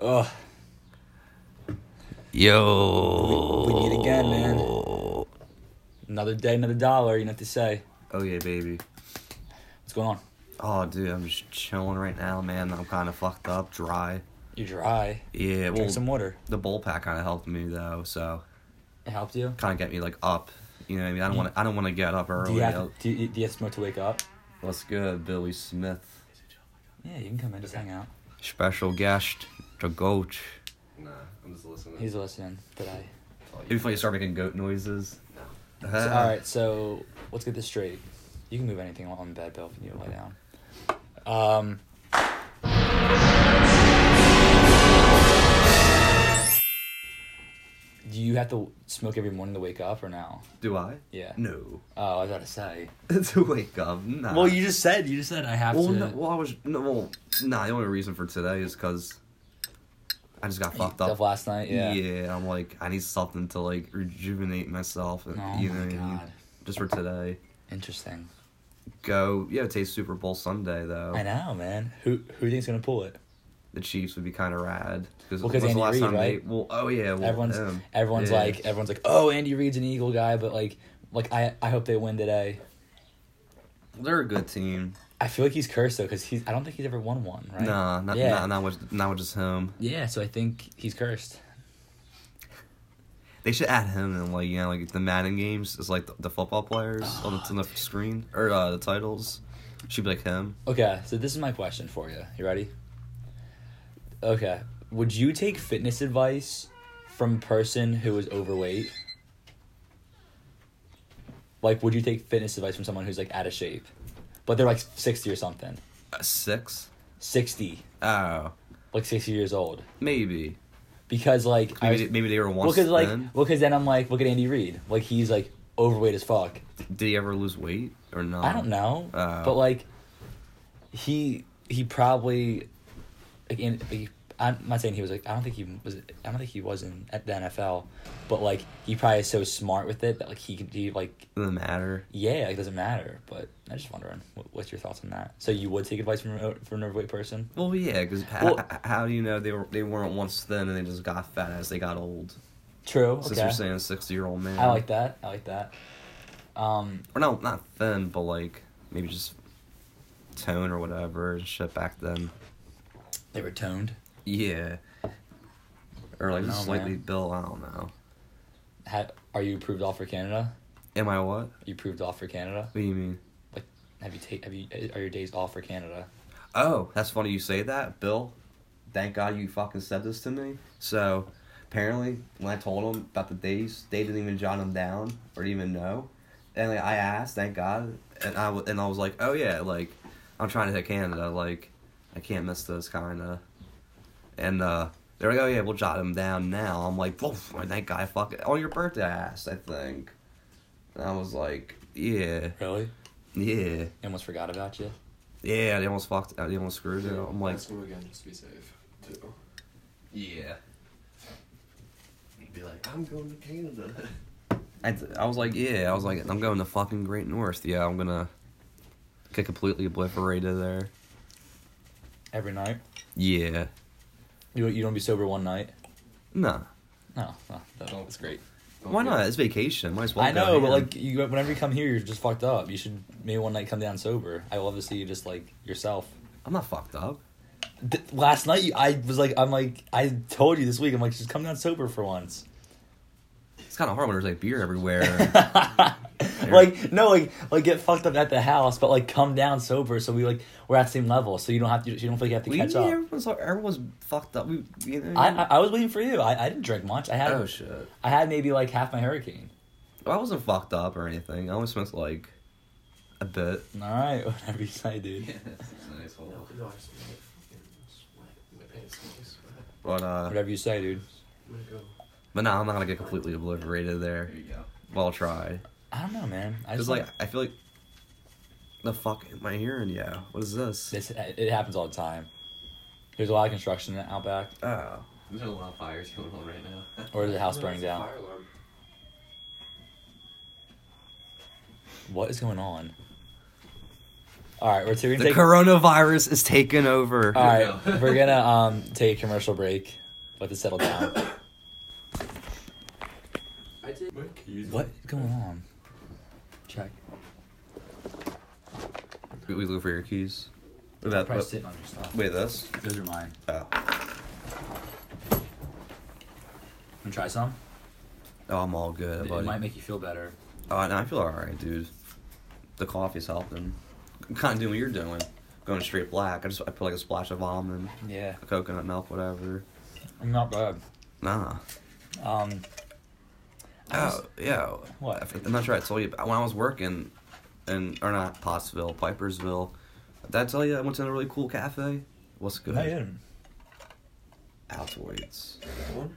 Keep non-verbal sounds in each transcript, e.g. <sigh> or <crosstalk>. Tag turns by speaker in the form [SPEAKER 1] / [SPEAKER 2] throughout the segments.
[SPEAKER 1] Ugh.
[SPEAKER 2] Yo.
[SPEAKER 1] We meet again, man. Another day, another dollar. You know what they say.
[SPEAKER 2] Oh yeah, baby.
[SPEAKER 1] What's going on?
[SPEAKER 2] Oh, dude, I'm just chilling right now, man. I'm kind of fucked up, dry.
[SPEAKER 1] You're dry.
[SPEAKER 2] Yeah, well,
[SPEAKER 1] Drink some water.
[SPEAKER 2] the bowl pack kind of helped me though, so
[SPEAKER 1] It helped you.
[SPEAKER 2] kind of get me like up. You know what I mean? I don't want to. I don't want to get up
[SPEAKER 1] Do
[SPEAKER 2] early.
[SPEAKER 1] you, have to, do, you, do you have to smoke to wake up?
[SPEAKER 2] What's good, Billy Smith?
[SPEAKER 1] Yeah, you can come in, just hang out.
[SPEAKER 2] Special guest, the goat.
[SPEAKER 3] Nah, I'm just listening.
[SPEAKER 1] He's listening today.
[SPEAKER 2] It'd be funny to start making goat noises.
[SPEAKER 1] So, all right, so let's get this straight. You can move anything on the bed, Bill. If you need to lay down. Um. Do you have to smoke every morning to wake up or no?
[SPEAKER 2] Do I?
[SPEAKER 1] Yeah.
[SPEAKER 2] No. <laughs>
[SPEAKER 1] Oh, I was about to say.
[SPEAKER 2] to wake up. Nah.
[SPEAKER 1] Well, you just said you just said I have
[SPEAKER 2] Well,
[SPEAKER 1] to.
[SPEAKER 2] no, well, I was no. Well, nah. The only reason for today is because I just got fucked
[SPEAKER 1] Stuff
[SPEAKER 2] up.
[SPEAKER 1] last night, yeah.
[SPEAKER 2] I'm like, I need something to like rejuvenate myself. And,
[SPEAKER 1] Oh
[SPEAKER 2] you
[SPEAKER 1] my
[SPEAKER 2] know what I mean?
[SPEAKER 1] God.
[SPEAKER 2] Just for today.
[SPEAKER 1] Interesting.
[SPEAKER 2] Go. Yeah, taste Super Bowl Sunday though.
[SPEAKER 1] I know, man. Who who do you think's gonna pull it?
[SPEAKER 2] The Chiefs would be kind of rad because
[SPEAKER 1] Well, 'cause Andy Reid, right?
[SPEAKER 2] Well, oh yeah. Well,
[SPEAKER 1] everyone's
[SPEAKER 2] them.
[SPEAKER 1] everyone's
[SPEAKER 2] Yeah.
[SPEAKER 1] like everyone's like, oh, Andy Reid's an Eagle guy, but like like I I hope they win today.
[SPEAKER 2] they're a good team.
[SPEAKER 1] I feel like he's cursed though, because he's I don't think he's ever won one, right?
[SPEAKER 2] Nah, not
[SPEAKER 1] yeah.
[SPEAKER 2] not not with not with just him.
[SPEAKER 1] Yeah, so I think he's cursed.
[SPEAKER 2] They should add him in like you know like the Madden games is like the, the football players on, the, on the screen or uh, the titles. Should be like him.
[SPEAKER 1] Okay, so this is my question for you. You ready? Okay, would you take fitness advice from a person who is overweight? Like, would you take fitness advice from someone who's like out of shape, but they're like sixty or something,
[SPEAKER 2] A six?
[SPEAKER 1] sixty,
[SPEAKER 2] Oh,
[SPEAKER 1] like sixty years old?
[SPEAKER 2] maybe.
[SPEAKER 1] Because like, I
[SPEAKER 2] Maybe,
[SPEAKER 1] was,
[SPEAKER 2] they, maybe they were
[SPEAKER 1] well,
[SPEAKER 2] once.
[SPEAKER 1] cause like,
[SPEAKER 2] thin.
[SPEAKER 1] well, 'cause then I'm like, look at Andy Reid, like he's like overweight as fuck.
[SPEAKER 2] did he ever lose weight or not?
[SPEAKER 1] I don't know,
[SPEAKER 2] Oh.
[SPEAKER 1] but like, he he probably like in, he, I'm not saying he was like I don't think he was I don't think he was in at the NFL, but like he probably is so smart with it that like he could be like
[SPEAKER 2] Doesn't matter.
[SPEAKER 1] yeah it doesn't matter. But I'm just wondering what, what's your thoughts on that? So you would take advice from a- from an overweight person?
[SPEAKER 2] Well, yeah, because
[SPEAKER 1] Well-
[SPEAKER 2] how do you know they were they weren't once thin and they just got fat as they got old?
[SPEAKER 1] True.
[SPEAKER 2] Since
[SPEAKER 1] Okay.
[SPEAKER 2] you're saying a sixty year old man,
[SPEAKER 1] I like that. I like that. Um,
[SPEAKER 2] Or no, not thin, but like maybe just tone or whatever and shit back then.
[SPEAKER 1] they were toned.
[SPEAKER 2] Yeah. Or like
[SPEAKER 1] No,
[SPEAKER 2] just slightly
[SPEAKER 1] man.
[SPEAKER 2] built. I don't know.
[SPEAKER 1] Ha are you approved off for Canada?
[SPEAKER 2] Am I what? What
[SPEAKER 1] You approved off for Canada?
[SPEAKER 2] do you mean?
[SPEAKER 1] Like, have you take? Have you? Are your days off for Canada?
[SPEAKER 2] Oh, that's funny you say that, Bill. Thank God you fucking said this to me. So, apparently, when I told them about the days, they didn't even jot them down or even know. And like, I asked, thank God, and I w- and I was like, oh yeah, like I'm trying to hit Canada, like I can't miss those kind of. And uh, they're like, oh yeah, we'll jot them down now. I'm like, oh, thank God, I fucking on your birthday, I asked, I think. And I was like, yeah,
[SPEAKER 1] Really?
[SPEAKER 2] yeah,
[SPEAKER 1] I almost forgot about you.
[SPEAKER 2] yeah. They almost fucked, they almost screwed it. I'm like.
[SPEAKER 3] ask him again, just be safe. Too.
[SPEAKER 2] Yeah.
[SPEAKER 3] Be like, I'm going to Canada.
[SPEAKER 2] <laughs> I, th- I was like, yeah, I was like, I'm going to fucking Great North. Yeah, I'm gonna get completely obliterated there.
[SPEAKER 1] Every night.
[SPEAKER 2] Yeah.
[SPEAKER 1] You you don't be sober one night.
[SPEAKER 2] Nah.
[SPEAKER 1] No, no, that- that's great.
[SPEAKER 2] Why not? It's vacation. Might as well.
[SPEAKER 1] I
[SPEAKER 2] go
[SPEAKER 1] know, but
[SPEAKER 2] ham.
[SPEAKER 1] like you, whenever you come here, you're just fucked up. You should maybe one night come down sober. I love to see you just like yourself.
[SPEAKER 2] I'm not fucked up.
[SPEAKER 1] D- last night, you, I was like, I'm like, I told you this week, I'm like, just come down sober for
[SPEAKER 2] <laughs>
[SPEAKER 1] once.
[SPEAKER 2] It's kind of hard when there's like beer
[SPEAKER 1] <laughs>
[SPEAKER 2] everywhere.
[SPEAKER 1] like no, like like get fucked up at the house, but like come down sober, so we like we're at the same level, so you don't have to, you don't feel like you have to
[SPEAKER 2] we,
[SPEAKER 1] catch
[SPEAKER 2] yeah,
[SPEAKER 1] up.
[SPEAKER 2] everyone's everyone's fucked up. We, you know,
[SPEAKER 1] I, I I was waiting for you. I, I didn't drink much. I had
[SPEAKER 2] oh shit.
[SPEAKER 1] I had maybe like half my hurricane.
[SPEAKER 2] I wasn't fucked up or anything. I only smoked like
[SPEAKER 1] <laughs>
[SPEAKER 2] a bit.
[SPEAKER 1] All right, whatever you say, dude.
[SPEAKER 2] nice
[SPEAKER 3] No, no, I just want to fucking sweat. My pants smell like sweat.
[SPEAKER 2] But uh,
[SPEAKER 1] Whatever you say, dude.
[SPEAKER 3] I'm gonna go.
[SPEAKER 2] but no, I'm not gonna get completely obliterated there.
[SPEAKER 3] you go.
[SPEAKER 2] Well tried.
[SPEAKER 1] I don't know, man. I
[SPEAKER 2] It's
[SPEAKER 1] just
[SPEAKER 2] like I feel like the fuck am I hearing? Yeah, what is this?
[SPEAKER 1] this. It happens all the time. There's a lot of construction out back,
[SPEAKER 2] Oh,
[SPEAKER 4] There's a lot of fires going on right now.
[SPEAKER 1] or the house burning down.
[SPEAKER 3] Fire alarm.
[SPEAKER 1] What is going on? All right, we're so we're
[SPEAKER 2] The
[SPEAKER 1] gonna take.
[SPEAKER 2] coronavirus is taking over.
[SPEAKER 1] all
[SPEAKER 4] <laughs>
[SPEAKER 1] right,
[SPEAKER 4] No.
[SPEAKER 1] we're gonna um take a commercial break, let this settle down.
[SPEAKER 4] I did. What? Can you use
[SPEAKER 1] What's going on? Check.
[SPEAKER 2] We, we look for your keys. What about-
[SPEAKER 1] Probably
[SPEAKER 2] what-
[SPEAKER 1] sitting on your stuff.
[SPEAKER 2] wait, this?
[SPEAKER 1] Those are mine.
[SPEAKER 2] Oh.
[SPEAKER 1] Wanna try some?
[SPEAKER 2] oh, I'm all good,
[SPEAKER 1] it
[SPEAKER 2] buddy.
[SPEAKER 1] might make you feel better.
[SPEAKER 2] oh, no, I feel alright, dude. The coffee's helping. I'm kind of doing what you're doing. Going straight black. I just I put like a splash of almond,
[SPEAKER 1] Yeah,
[SPEAKER 2] a coconut milk, whatever.
[SPEAKER 1] I'm not bad.
[SPEAKER 2] Nah.
[SPEAKER 1] Um, I
[SPEAKER 2] Oh,
[SPEAKER 1] was-
[SPEAKER 2] yeah.
[SPEAKER 1] What?
[SPEAKER 2] I- I'm not sure I told you, but when I was working in, or not Pottsville, Pipersville, did I tell you I went to a really cool cafe? What's good?
[SPEAKER 1] no, you didn't.
[SPEAKER 2] Altoids.
[SPEAKER 4] one?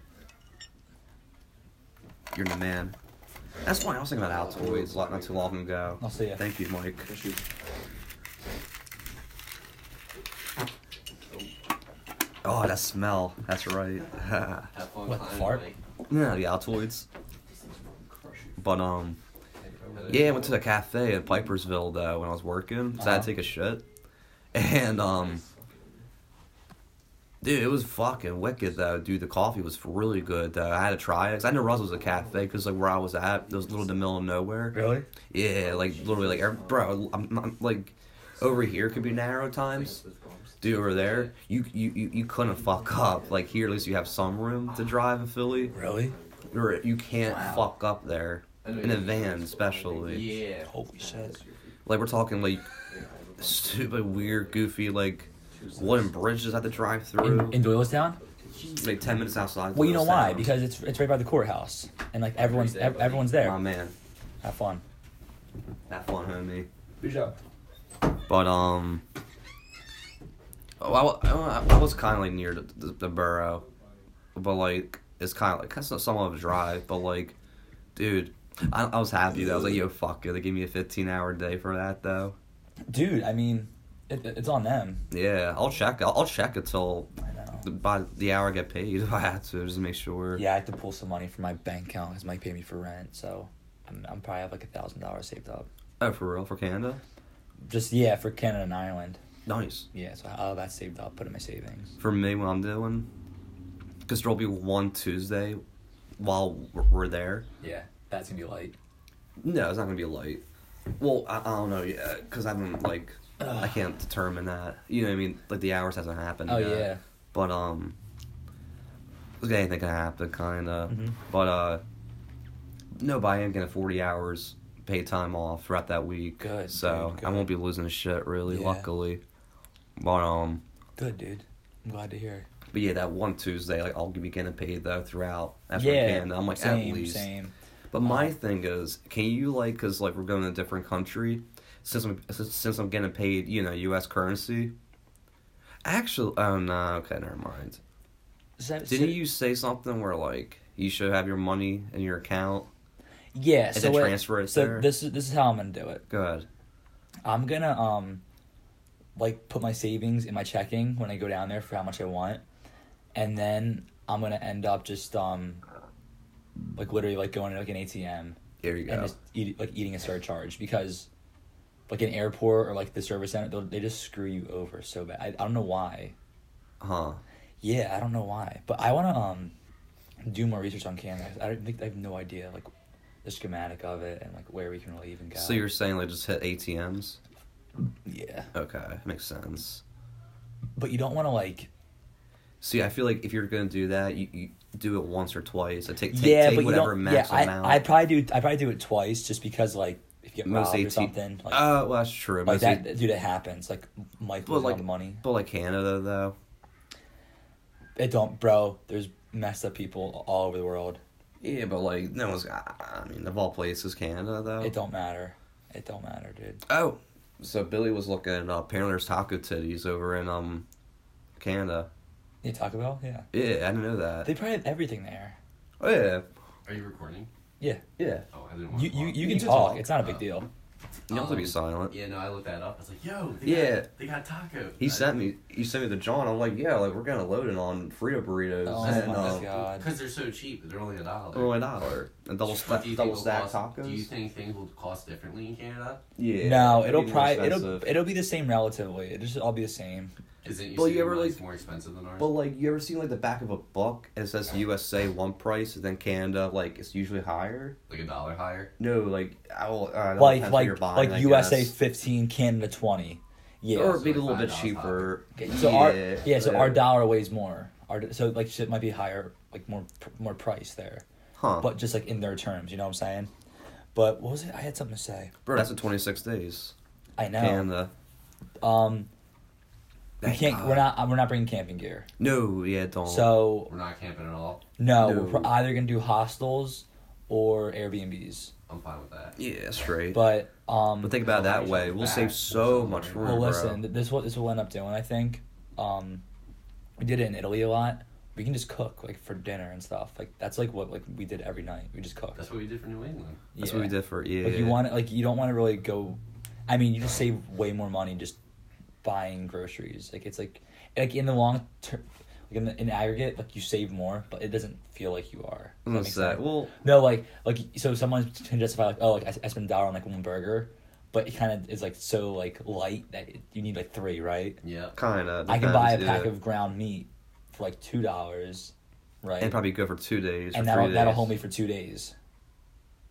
[SPEAKER 2] You're the man. That's why I was thinking about Altoids a lot not too long ago.
[SPEAKER 1] I'll see ya.
[SPEAKER 2] Thank you, Mike. Oh, that smell. That's right. <laughs>
[SPEAKER 4] Have fun
[SPEAKER 1] What, the
[SPEAKER 4] climbing,
[SPEAKER 1] fart?
[SPEAKER 4] like,
[SPEAKER 2] yeah, the Altoids.
[SPEAKER 3] These things will crush you.
[SPEAKER 2] But, um,
[SPEAKER 4] like,
[SPEAKER 2] yeah, I went to the cafe in Pipersville, though, when I was working. So I had
[SPEAKER 1] Uh-huh.
[SPEAKER 2] to take a shit. And, um, Dude, it was fucking wicked though. Dude, the coffee was really good though. I had to try it. 'cause I know Russell's a cafe because like where I was at, it was little in the middle of nowhere.
[SPEAKER 1] Really?
[SPEAKER 2] Yeah, like literally like every, bro, I'm, I'm like over here could be narrow times. Dude, over there, you you you, you couldn't fuck up. Like here, at least you have some room to drive in Philly.
[SPEAKER 1] Really?
[SPEAKER 2] Or you can't
[SPEAKER 1] Wow.
[SPEAKER 2] fuck up there in a van, especially.
[SPEAKER 4] Yeah.
[SPEAKER 1] Holy shit.
[SPEAKER 2] Like we're talking like stupid, weird, goofy like wooden bridges I had to drive through.
[SPEAKER 1] In, in Doylestown?
[SPEAKER 2] like ten minutes outside.
[SPEAKER 1] Well, you know why?
[SPEAKER 2] Doylestown.
[SPEAKER 1] Because it's it's right by the courthouse, and like everyone's ev- everyone's
[SPEAKER 2] My
[SPEAKER 1] there.
[SPEAKER 2] man,
[SPEAKER 1] Have fun.
[SPEAKER 2] that fun homie.
[SPEAKER 1] Good job.
[SPEAKER 2] But um, oh, I, wa- I, wa- I was kind of like near the, the, the borough, but like it's kind of like that's not somewhat of a drive. But like, dude, I, I was happy that I was like, yo, fuck it. They gave me a fifteen hour day for that though.
[SPEAKER 1] Dude, I mean, it, it's on them.
[SPEAKER 2] Yeah, I'll check. I'll, I'll check until
[SPEAKER 1] I know.
[SPEAKER 2] the, by the hour I get paid <laughs> if I had to, just to make sure.
[SPEAKER 1] Yeah, I have to pull some money from my bank account because Mike paid me for rent, so I'm, I'm probably have like a thousand dollars saved up.
[SPEAKER 2] Oh, for real, for Canada.
[SPEAKER 1] Just yeah, for Canada and Ireland.
[SPEAKER 2] Nice.
[SPEAKER 1] Yeah, so all that's saved up, put in my savings.
[SPEAKER 2] for me what I'm doing, because there'll be one Tuesday while we're- we're there.
[SPEAKER 1] Yeah, that's gonna be light.
[SPEAKER 2] No, it's not gonna be late. Well, I, I don't know yet, because I haven't like I can't determine that. You know what I mean? Like the hours hasn't happened.
[SPEAKER 1] Oh
[SPEAKER 2] yet.
[SPEAKER 1] yeah.
[SPEAKER 2] But um, look, anything can happen, kind of.
[SPEAKER 1] Mhm.
[SPEAKER 2] But uh, no, but I am getting forty hours paid time off throughout that week.
[SPEAKER 1] Good,
[SPEAKER 2] So
[SPEAKER 1] dude,
[SPEAKER 2] I
[SPEAKER 1] good.
[SPEAKER 2] won't be losing shit really.
[SPEAKER 1] Yeah.
[SPEAKER 2] Luckily. But um,
[SPEAKER 1] Good dude. I'm glad to hear.
[SPEAKER 2] But yeah, that one Tuesday, like I'll be getting paid though throughout. That's what I
[SPEAKER 1] yeah.
[SPEAKER 2] can. I'm like
[SPEAKER 1] same,
[SPEAKER 2] at least.
[SPEAKER 1] same.
[SPEAKER 2] But my thing is, can you like, cause like we're going to a different country, since I'm since since I'm getting paid, you know, U.S. currency. Actually, oh no, okay, never mind.
[SPEAKER 1] Is that-
[SPEAKER 2] Didn't
[SPEAKER 1] so-
[SPEAKER 2] you say something where like you should have your money in your account?
[SPEAKER 1] Yeah.
[SPEAKER 2] and
[SPEAKER 1] so
[SPEAKER 2] then
[SPEAKER 1] what-
[SPEAKER 2] transfer it
[SPEAKER 1] So
[SPEAKER 2] there?
[SPEAKER 1] this is this is how I'm gonna do it.
[SPEAKER 2] Good.
[SPEAKER 1] I'm gonna um like put my savings in my checking when I go down there for how much I want. And then I'm gonna end up just um like literally like going to like an ATM
[SPEAKER 2] There you
[SPEAKER 1] and
[SPEAKER 2] go.
[SPEAKER 1] just eat, like eating a surcharge because like an airport or like the service center they'll- they just screw you over so bad. I, I don't know why.
[SPEAKER 2] Huh.
[SPEAKER 1] Yeah, I don't know why. But I wanna um do more research on Canada. I don't think I have no idea like the schematic of it and like where we can really even go.
[SPEAKER 2] So you're saying like just hit ATMs?
[SPEAKER 1] yeah,
[SPEAKER 2] Okay, makes sense.
[SPEAKER 1] but you don't want to like
[SPEAKER 2] See, I feel like if you're gonna do that, you, you do it once or twice. I take, take,
[SPEAKER 1] yeah,
[SPEAKER 2] take
[SPEAKER 1] but
[SPEAKER 2] whatever
[SPEAKER 1] you don't.
[SPEAKER 2] max
[SPEAKER 1] yeah,
[SPEAKER 2] amount.
[SPEAKER 1] I I probably do. I probably do it twice just because like if you get
[SPEAKER 2] Most
[SPEAKER 1] robbed or
[SPEAKER 2] AT
[SPEAKER 1] something like,
[SPEAKER 2] uh, well, that's true.
[SPEAKER 1] like
[SPEAKER 2] Most
[SPEAKER 1] Oh, that,
[SPEAKER 2] AT
[SPEAKER 1] dude, it happens. Like Mike
[SPEAKER 2] Well,
[SPEAKER 1] was
[SPEAKER 2] like-
[SPEAKER 1] on the money.
[SPEAKER 2] But like Canada though,
[SPEAKER 1] It don't, bro. There's messed up people all over the world.
[SPEAKER 2] yeah, but like no one's. I I mean, of all places, Canada though.
[SPEAKER 1] It don't matter. It don't matter, dude.
[SPEAKER 2] Oh, so Billy was looking. Uh, apparently, there's taco titties over in um, Canada.
[SPEAKER 1] Yeah, Taco Bell. Yeah,
[SPEAKER 2] Yeah, I didn't know that.
[SPEAKER 1] they probably have everything there.
[SPEAKER 2] oh yeah,
[SPEAKER 4] Are you recording?
[SPEAKER 1] Yeah,
[SPEAKER 2] yeah.
[SPEAKER 4] Oh, I didn't want
[SPEAKER 1] you
[SPEAKER 4] to.
[SPEAKER 1] you,
[SPEAKER 4] talk.
[SPEAKER 2] Oh.
[SPEAKER 1] you can talk. It's not a big deal.
[SPEAKER 2] You don't have to be
[SPEAKER 4] Um,
[SPEAKER 2] silent.
[SPEAKER 4] Yeah, no, I looked that up. I was like, yo, they
[SPEAKER 2] Yeah.
[SPEAKER 4] got, they got tacos.
[SPEAKER 2] He sent me. He sent me the John. I'm like, yeah, like we're gonna load it on Frito burritos
[SPEAKER 1] Oh
[SPEAKER 2] and
[SPEAKER 1] my
[SPEAKER 2] uh,
[SPEAKER 1] God.
[SPEAKER 4] because they're so cheap. They're only a dollar.
[SPEAKER 2] oh, a dollar and double stack,
[SPEAKER 4] Do you think
[SPEAKER 2] double
[SPEAKER 4] it'll
[SPEAKER 2] stack
[SPEAKER 4] cost-
[SPEAKER 2] tacos.
[SPEAKER 4] Do you think things will cost differently in Canada?
[SPEAKER 2] yeah.
[SPEAKER 1] no,
[SPEAKER 2] it'd
[SPEAKER 1] it'll
[SPEAKER 2] be more
[SPEAKER 1] probably it'll
[SPEAKER 2] expensive.
[SPEAKER 1] it'll be the same relatively. It'll just all be the same.
[SPEAKER 4] Isn't you
[SPEAKER 2] Well,
[SPEAKER 4] see
[SPEAKER 2] you ever,
[SPEAKER 4] mine's
[SPEAKER 2] like-
[SPEAKER 4] more expensive than ours?
[SPEAKER 2] But like, you ever seen like the back of a book and it says USA one price and then Canada like it's usually higher?
[SPEAKER 4] like a dollar higher.
[SPEAKER 2] No, like I will. Uh, that
[SPEAKER 1] like
[SPEAKER 2] depends what you're
[SPEAKER 1] like
[SPEAKER 2] buying, I
[SPEAKER 1] like USA
[SPEAKER 2] guess.
[SPEAKER 1] fifteen, Canada twenty. Yeah.
[SPEAKER 2] or
[SPEAKER 4] so
[SPEAKER 2] maybe a
[SPEAKER 4] like
[SPEAKER 2] little bit
[SPEAKER 4] $5
[SPEAKER 2] cheaper.
[SPEAKER 1] Okay, so our yeah, so our dollar weighs more. Our so like shit might be higher, like more more price there,
[SPEAKER 2] Huh,
[SPEAKER 1] but just like in their terms, you know what I'm saying? But what was it? I had something to say.
[SPEAKER 2] bro, that's in twenty six days.
[SPEAKER 1] I know.
[SPEAKER 2] Canada.
[SPEAKER 1] Um, we
[SPEAKER 2] Thank
[SPEAKER 1] can't.
[SPEAKER 2] God.
[SPEAKER 1] We're not. We're not bringing camping gear.
[SPEAKER 2] No, yeah, don't.
[SPEAKER 1] So
[SPEAKER 4] We're not camping at all.
[SPEAKER 1] no,
[SPEAKER 2] Oh. No.
[SPEAKER 1] we're pro- either gonna do hostels or Airbnbs.
[SPEAKER 4] I'm fine with that.
[SPEAKER 2] yeah, that's right. But,
[SPEAKER 1] But um,
[SPEAKER 2] think about it that
[SPEAKER 4] Somebody's
[SPEAKER 2] way.
[SPEAKER 4] back
[SPEAKER 2] We'll save
[SPEAKER 4] will
[SPEAKER 2] so
[SPEAKER 4] somewhere.
[SPEAKER 2] much room,
[SPEAKER 1] well,
[SPEAKER 2] bro.
[SPEAKER 1] listen. th- This what this will end up doing. I think. Um, we did it in Italy a lot. We can just cook like for dinner and stuff. Like that's like what like we did every night. We just cooked.
[SPEAKER 4] That's what we did for New England.
[SPEAKER 2] That's what we
[SPEAKER 1] Yeah.
[SPEAKER 2] did for yeah.
[SPEAKER 1] Like you want like you don't want to really go. I mean, you just save way more money just buying groceries. Like it's like like in the long term, like in the, in aggregate, like you save more, but it doesn't feel like you are. Does
[SPEAKER 2] What's
[SPEAKER 1] make
[SPEAKER 2] that?
[SPEAKER 1] sense?
[SPEAKER 2] Well,
[SPEAKER 1] no, like like so someone can justify like oh like I, I spent a dollar on like one burger, but it kind of is like so like light that it, you need like three right.
[SPEAKER 4] Yeah.
[SPEAKER 2] kind of.
[SPEAKER 1] I can buy a pack of ground meat for like two dollars, right?
[SPEAKER 2] And probably good for two days.
[SPEAKER 1] and
[SPEAKER 2] or
[SPEAKER 1] that'll
[SPEAKER 2] three
[SPEAKER 1] that'll
[SPEAKER 2] days.
[SPEAKER 1] hold me for two days.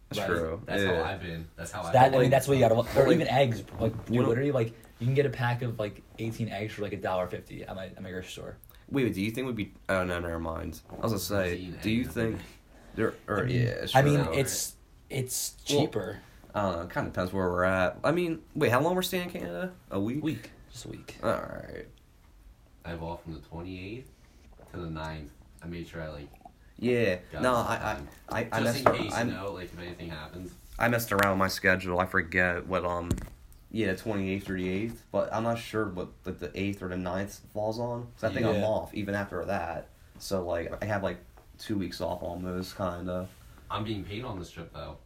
[SPEAKER 2] That's
[SPEAKER 1] Right.
[SPEAKER 2] true.
[SPEAKER 4] That's
[SPEAKER 2] yeah.
[SPEAKER 4] how I've been. That's how I.
[SPEAKER 1] That I
[SPEAKER 4] been.
[SPEAKER 1] mean, that's what you gotta. Or
[SPEAKER 2] Oh, like-
[SPEAKER 1] even eggs, like
[SPEAKER 2] You
[SPEAKER 1] dude,
[SPEAKER 2] know-
[SPEAKER 1] literally, like you can get a pack of like eighteen eggs for like a dollar fifty at my at my grocery store.
[SPEAKER 2] Wait, do you think would be? Oh no, never mind. I was gonna say,
[SPEAKER 4] Seen
[SPEAKER 2] do you
[SPEAKER 4] anything.
[SPEAKER 2] think there? Or yeah,
[SPEAKER 1] I mean,
[SPEAKER 2] sure.
[SPEAKER 4] Dollar.
[SPEAKER 1] it's it's
[SPEAKER 2] Well,
[SPEAKER 1] cheaper
[SPEAKER 2] I don't know. Kind of Uh, depends where we're at. I mean, wait, how long we're staying in Canada? A week.
[SPEAKER 1] week this week.
[SPEAKER 2] All right.
[SPEAKER 4] I have off from the 28th to the 9th. I made sure I like.
[SPEAKER 2] Yeah.
[SPEAKER 4] got
[SPEAKER 2] No,
[SPEAKER 4] some
[SPEAKER 2] I
[SPEAKER 4] time.
[SPEAKER 2] I I, I
[SPEAKER 4] um, just
[SPEAKER 2] messed.
[SPEAKER 4] in case
[SPEAKER 2] I,
[SPEAKER 4] you know, like if anything happens.
[SPEAKER 2] I messed around with my schedule. I forget what um. Yeah, twenty eighth or the eighth, but I'm not sure what like the eighth or the 9th falls on. 'cause I think I'm
[SPEAKER 1] Yeah.
[SPEAKER 2] off even after that. So like I have like two weeks off almost, kind of.
[SPEAKER 4] I'm being paid on this trip though.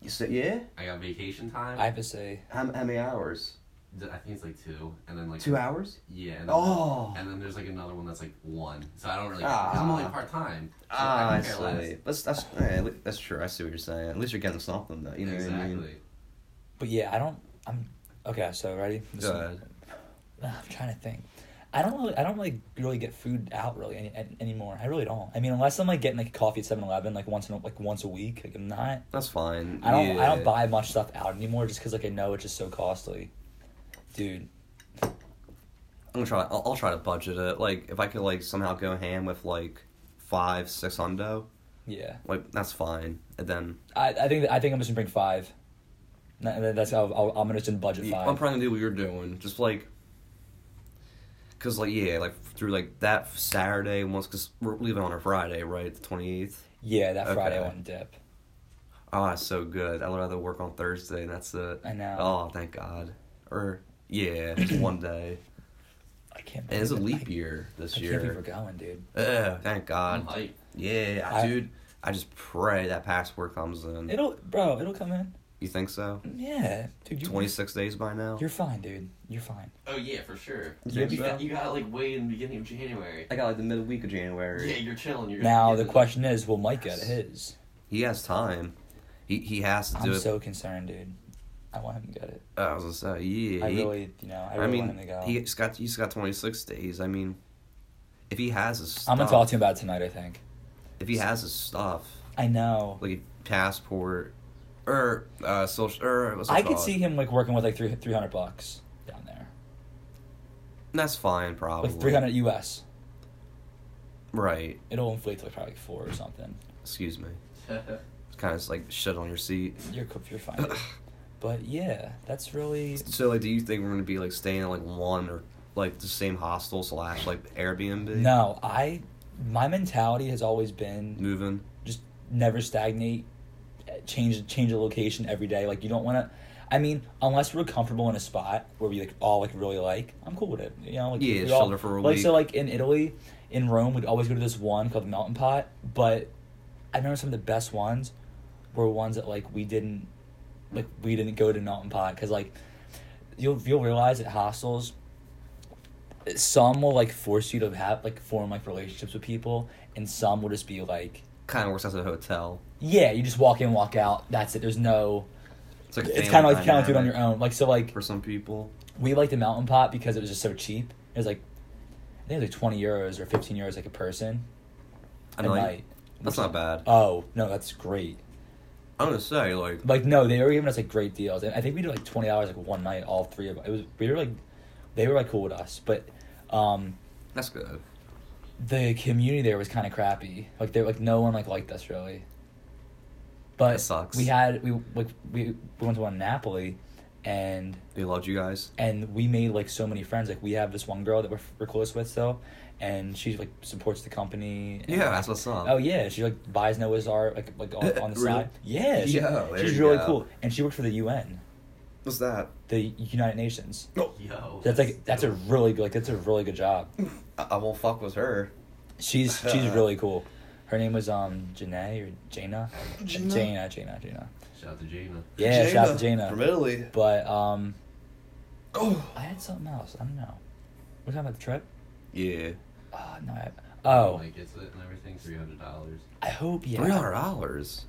[SPEAKER 2] You said yeah.
[SPEAKER 4] I got vacation time.
[SPEAKER 1] I have to say,
[SPEAKER 2] How, how many hours?
[SPEAKER 4] I think it's like two, and then like
[SPEAKER 2] Two hours?
[SPEAKER 4] Yeah. And then,
[SPEAKER 2] Oh.
[SPEAKER 4] And then there's like another one that's like one. So I don't really.
[SPEAKER 2] Ah.
[SPEAKER 4] Because I'm only part time. So
[SPEAKER 2] Ah,
[SPEAKER 4] Uh, I
[SPEAKER 2] I
[SPEAKER 4] can care less.
[SPEAKER 2] see. That's that's eh, li- that's true. I see what you're saying. At least you're getting something though. You know
[SPEAKER 4] exactly.
[SPEAKER 2] what I mean?
[SPEAKER 1] but yeah, I don't. I'm okay. So ready?
[SPEAKER 2] Go
[SPEAKER 1] Listen,
[SPEAKER 2] ahead.
[SPEAKER 1] I'm trying to think. I don't really, I don't like really get food out really any, an- anymore. I really don't. I mean, unless I'm like getting like coffee at 7-Eleven like once in a, like once a week. Like I'm not.
[SPEAKER 2] That's fine.
[SPEAKER 1] I don't. I
[SPEAKER 2] Yeah.
[SPEAKER 1] don't buy much stuff out anymore just because like I know it's just so costly, dude.
[SPEAKER 2] I'm gonna try. I'll, I'll try to budget it. Like if I could like somehow go ham with like five, six hundo,
[SPEAKER 1] Yeah.
[SPEAKER 2] like that's fine. And then
[SPEAKER 1] I, I think I think I'm just gonna bring five. N- and then That's how I'll, I'm gonna just in budget
[SPEAKER 2] Yeah,
[SPEAKER 1] five.
[SPEAKER 2] I'm probably gonna do what you're doing. Just like, cause like yeah, like through like that Saturday once, cause we're leaving on a Friday, right? The twenty eighth.
[SPEAKER 1] yeah, that Friday I
[SPEAKER 2] Okay.
[SPEAKER 1] want to dip.
[SPEAKER 2] Oh, that's so good. I'd rather work on Thursday, and that's it.
[SPEAKER 1] I know.
[SPEAKER 2] Oh, thank God. Or yeah,
[SPEAKER 1] <coughs>
[SPEAKER 2] just one day.
[SPEAKER 1] I can't.
[SPEAKER 2] And it's a
[SPEAKER 1] believe it.
[SPEAKER 2] leap year this
[SPEAKER 1] I, I
[SPEAKER 2] year.
[SPEAKER 1] can't believe we're going, dude.
[SPEAKER 2] Ugh, thank
[SPEAKER 4] I'm
[SPEAKER 2] God.
[SPEAKER 4] hyped.
[SPEAKER 2] Yeah,
[SPEAKER 1] I-
[SPEAKER 2] dude. I just pray that passport comes in.
[SPEAKER 1] It'll, bro. It'll come in.
[SPEAKER 2] you think so?
[SPEAKER 1] Yeah, dude. You,
[SPEAKER 2] Twenty six days by now.
[SPEAKER 1] You're fine, dude. You're fine.
[SPEAKER 4] Oh yeah, for sure.
[SPEAKER 2] You
[SPEAKER 4] You,
[SPEAKER 2] think
[SPEAKER 4] got,
[SPEAKER 1] so?
[SPEAKER 4] you got like way in the beginning of January.
[SPEAKER 2] I got like the midweek of January.
[SPEAKER 4] Yeah, you're chilling. You're
[SPEAKER 1] Now
[SPEAKER 4] you're
[SPEAKER 1] the
[SPEAKER 4] good.
[SPEAKER 1] question is, will Mike get his?
[SPEAKER 2] He has time. He he has to do
[SPEAKER 1] I'm
[SPEAKER 2] it.
[SPEAKER 1] so concerned, dude. I want him to get it.
[SPEAKER 2] I was gonna say, yeah.
[SPEAKER 1] I
[SPEAKER 2] he-
[SPEAKER 1] really, you know, I
[SPEAKER 2] I
[SPEAKER 1] really
[SPEAKER 2] mean,
[SPEAKER 1] want him to go.
[SPEAKER 2] he's got he's got twenty six days. I mean, if he has his stuff,
[SPEAKER 1] I'm gonna talk to him about it tonight. I think.
[SPEAKER 2] If he has his stuff,
[SPEAKER 1] I know.
[SPEAKER 2] like passport, or uh, social, or what's it
[SPEAKER 1] I could
[SPEAKER 2] called?
[SPEAKER 1] see him like working with like three three hundred bucks down there,
[SPEAKER 2] That's fine, probably.
[SPEAKER 1] like three hundred US.
[SPEAKER 2] Right.
[SPEAKER 1] It'll inflate to like probably like four or something.
[SPEAKER 2] Excuse me. It's kind of like shit on your seat.
[SPEAKER 1] You're co- you're fine.
[SPEAKER 2] <clears throat>
[SPEAKER 1] dude. but yeah, that's really
[SPEAKER 2] So like, do you think we're gonna be like staying at like one or like the same hostel slash like Airbnb?
[SPEAKER 1] no. I my mentality has always been
[SPEAKER 2] Moving.
[SPEAKER 1] just never stagnate, eh, change change a location every day. Like you don't want to. I mean, unless we're comfortable in a spot where we like all like really like, I'm cool with it. You know, like
[SPEAKER 2] Yeah,
[SPEAKER 1] we
[SPEAKER 2] chill
[SPEAKER 1] all-
[SPEAKER 2] there for a
[SPEAKER 1] like, So
[SPEAKER 2] week.
[SPEAKER 1] like in Italy, in Rome, we'd always go to this one called the Mountain Pot. But I remember some of the best ones were ones that like we didn't like we didn't go to Naughton Pod because like you'll you'll realize at hostels some will like force you to have like form like relationships with people and some will just be like
[SPEAKER 2] Kind of works out at a hotel.
[SPEAKER 1] yeah you just walk in walk out that's it there's no
[SPEAKER 2] It's like a
[SPEAKER 1] it's
[SPEAKER 2] family
[SPEAKER 1] kind of like you kind of do it on
[SPEAKER 2] dynamic
[SPEAKER 1] your own like so like
[SPEAKER 2] for some people.
[SPEAKER 1] we liked the mountain pot because it was just so cheap it was like I think it was like 20 euros or 15 euros like a person
[SPEAKER 2] I
[SPEAKER 1] a
[SPEAKER 2] mean, like,
[SPEAKER 1] night
[SPEAKER 2] that's not bad.
[SPEAKER 1] oh no that's great
[SPEAKER 2] I'm gonna say like
[SPEAKER 1] like no, they were giving us like great deals, and I think we did like twenty dollars like one night, all three of us. It was we were like, they were like cool with us, but, um,
[SPEAKER 2] that's good.
[SPEAKER 1] the community there was kind of crappy. Like they like no one like liked us really. But
[SPEAKER 2] That sucks.
[SPEAKER 1] we had we like we, we went to one in Napoli, and
[SPEAKER 2] They loved you guys.
[SPEAKER 1] and we made like so many friends. Like we have this one girl that we're, we're close with still, and she like supports the company. and-
[SPEAKER 2] Yeah, that's what's up.
[SPEAKER 1] Oh yeah, she like buys Noah's Ark like like on, on the
[SPEAKER 2] <laughs> Really?
[SPEAKER 1] side. Yeah, she-
[SPEAKER 2] Yo, there
[SPEAKER 1] she's
[SPEAKER 2] you
[SPEAKER 1] really
[SPEAKER 2] go.
[SPEAKER 1] cool, and she worked for the UN
[SPEAKER 2] What's that?
[SPEAKER 1] the United Nations.
[SPEAKER 4] <laughs> Yo.
[SPEAKER 1] That's like that's a really good like that's a really good job.
[SPEAKER 2] Oh. I, I won't fuck with her.
[SPEAKER 1] She's she's really cool. Her name was um Janae or Jana.
[SPEAKER 2] Jana.
[SPEAKER 1] Jana, Jana, Jana.
[SPEAKER 4] Shout out to Jana.
[SPEAKER 1] Yeah, shout out to
[SPEAKER 2] from
[SPEAKER 1] Jana.
[SPEAKER 2] Italy.
[SPEAKER 1] But um
[SPEAKER 2] Oh
[SPEAKER 1] I had something else. I don't know. We're talking about the trip?
[SPEAKER 2] yeah,
[SPEAKER 1] Oh no I, Oh
[SPEAKER 4] Like, it's it and everything, $300.
[SPEAKER 1] I hope yeah.
[SPEAKER 2] three hundred dollars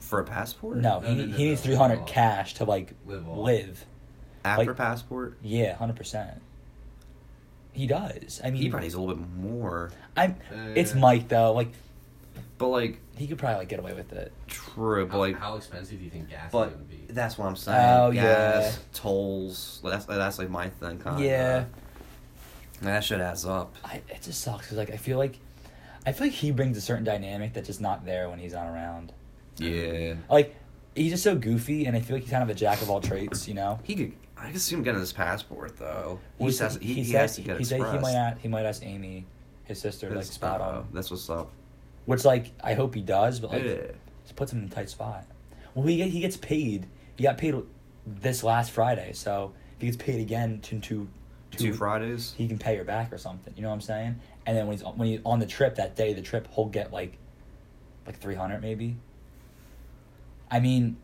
[SPEAKER 2] for a passport.
[SPEAKER 1] No,
[SPEAKER 4] No,
[SPEAKER 1] he,
[SPEAKER 4] no, no,
[SPEAKER 1] he needs
[SPEAKER 4] no.
[SPEAKER 1] three hundred
[SPEAKER 4] Live off.
[SPEAKER 1] cash to like
[SPEAKER 4] Live off.
[SPEAKER 1] live.
[SPEAKER 2] after
[SPEAKER 1] like-
[SPEAKER 2] passport,
[SPEAKER 1] Yeah, hundred percent. He does. I mean
[SPEAKER 2] he probably needs a little bit more.
[SPEAKER 1] I'm
[SPEAKER 4] Uh,
[SPEAKER 1] it's Mike though, like
[SPEAKER 2] But like
[SPEAKER 1] he could probably like get away with it.
[SPEAKER 2] true, but
[SPEAKER 4] How,
[SPEAKER 2] like
[SPEAKER 4] how expensive do you think gas is
[SPEAKER 2] but
[SPEAKER 4] going to be?
[SPEAKER 2] that's what I'm saying.
[SPEAKER 1] Oh,
[SPEAKER 2] Gas,
[SPEAKER 1] yeah.
[SPEAKER 2] tolls. That's that's like my thing. Kinda.
[SPEAKER 1] Yeah.
[SPEAKER 2] that shit adds up.
[SPEAKER 1] I, it just sucks because like I feel like, I feel like he brings a certain dynamic that's just not there when he's not around.
[SPEAKER 2] Yeah,
[SPEAKER 1] Like, he's just so goofy, and I feel like he's kind of a jack of all trades. You know,
[SPEAKER 2] he could. I can see him getting his passport though.
[SPEAKER 1] He
[SPEAKER 2] He, just
[SPEAKER 1] said-
[SPEAKER 2] has, he,
[SPEAKER 1] he
[SPEAKER 2] he
[SPEAKER 1] said-
[SPEAKER 2] has to get
[SPEAKER 1] he said
[SPEAKER 2] expressed.
[SPEAKER 1] he might ask, he might ask Amy, his sister, to, like
[SPEAKER 2] That's-
[SPEAKER 1] spot
[SPEAKER 2] uh,
[SPEAKER 1] him.
[SPEAKER 2] That's what's up.
[SPEAKER 1] Which like I hope he does, but like
[SPEAKER 2] Yeah.
[SPEAKER 1] just puts him in a tight spot. Well, he get, he gets paid. He got paid this last Friday, so if he gets paid again to to
[SPEAKER 2] Two Fridays.
[SPEAKER 1] he can pay her back or something. You know what I'm saying? And then when he's when he's on the trip that day, of the trip he'll get like like three hundred maybe. I mean,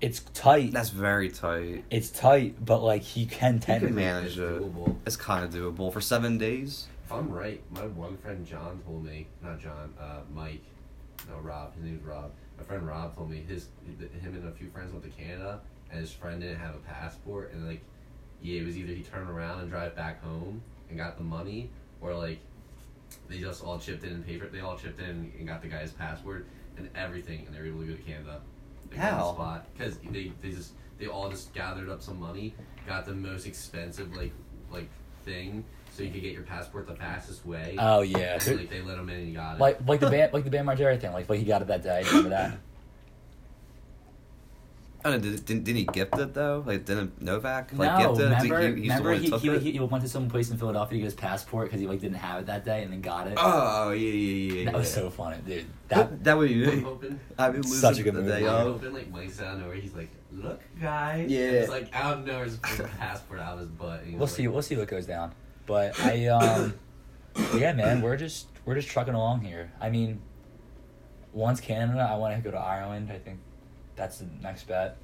[SPEAKER 1] it's tight.
[SPEAKER 2] That's very tight.
[SPEAKER 1] it's tight, but like he can
[SPEAKER 2] He can
[SPEAKER 1] technically.
[SPEAKER 2] manage
[SPEAKER 4] it's
[SPEAKER 2] it.
[SPEAKER 4] doable.
[SPEAKER 2] It's kind of doable for seven days.
[SPEAKER 4] If I'm right, my one friend John told me, not John, uh, Mike, no Rob, his name's Rob. My friend Rob told me his, him and a few friends went to Canada, and his friend didn't have a passport, and like, yeah, it was either he turned around and drive back home and got the money, or like, they just all chipped in and paid for it. They all chipped in and got the guy's passport and everything, and they were able to go to Canada. Like, on the
[SPEAKER 2] How?
[SPEAKER 4] Spot because they they just they all just gathered up some money, got the most expensive like like thing, so you could get your passport the fastest way.
[SPEAKER 1] Oh yeah,
[SPEAKER 4] And, like they let him in and he got it. <laughs>
[SPEAKER 1] like like the band like the band Margera thing. Like like he got it that day. Remember that?
[SPEAKER 2] I don't know, did, didn't, didn't he gift it though? Like didn't Novak like
[SPEAKER 1] no,
[SPEAKER 2] gift it? Did
[SPEAKER 1] remember,
[SPEAKER 2] he's the
[SPEAKER 1] remember
[SPEAKER 2] one who
[SPEAKER 1] he,
[SPEAKER 2] took
[SPEAKER 1] he,
[SPEAKER 2] it?
[SPEAKER 1] he, went to some place in Philadelphia to get his passport because he like didn't have it that day and then got it.
[SPEAKER 2] oh yeah yeah yeah.
[SPEAKER 1] that was
[SPEAKER 2] yeah.
[SPEAKER 1] so funny, dude. That
[SPEAKER 2] That, that would be
[SPEAKER 4] I'm
[SPEAKER 2] me.
[SPEAKER 4] hoping.
[SPEAKER 2] I've been losing
[SPEAKER 1] Such a good
[SPEAKER 2] the
[SPEAKER 1] movie.
[SPEAKER 2] day
[SPEAKER 4] I'm
[SPEAKER 2] of.
[SPEAKER 4] hoping like Mike's out of nowhere. He's like, look, guy.
[SPEAKER 2] Yeah.
[SPEAKER 4] It's like out of nowhere, his fucking passport out of his butt. and he's
[SPEAKER 1] We'll
[SPEAKER 4] like,
[SPEAKER 1] see. We'll see what goes down. But I, um, <coughs> yeah, man, we're just we're just trucking along here. I mean, once Canada, I want to go to Ireland. I think that's the next bet.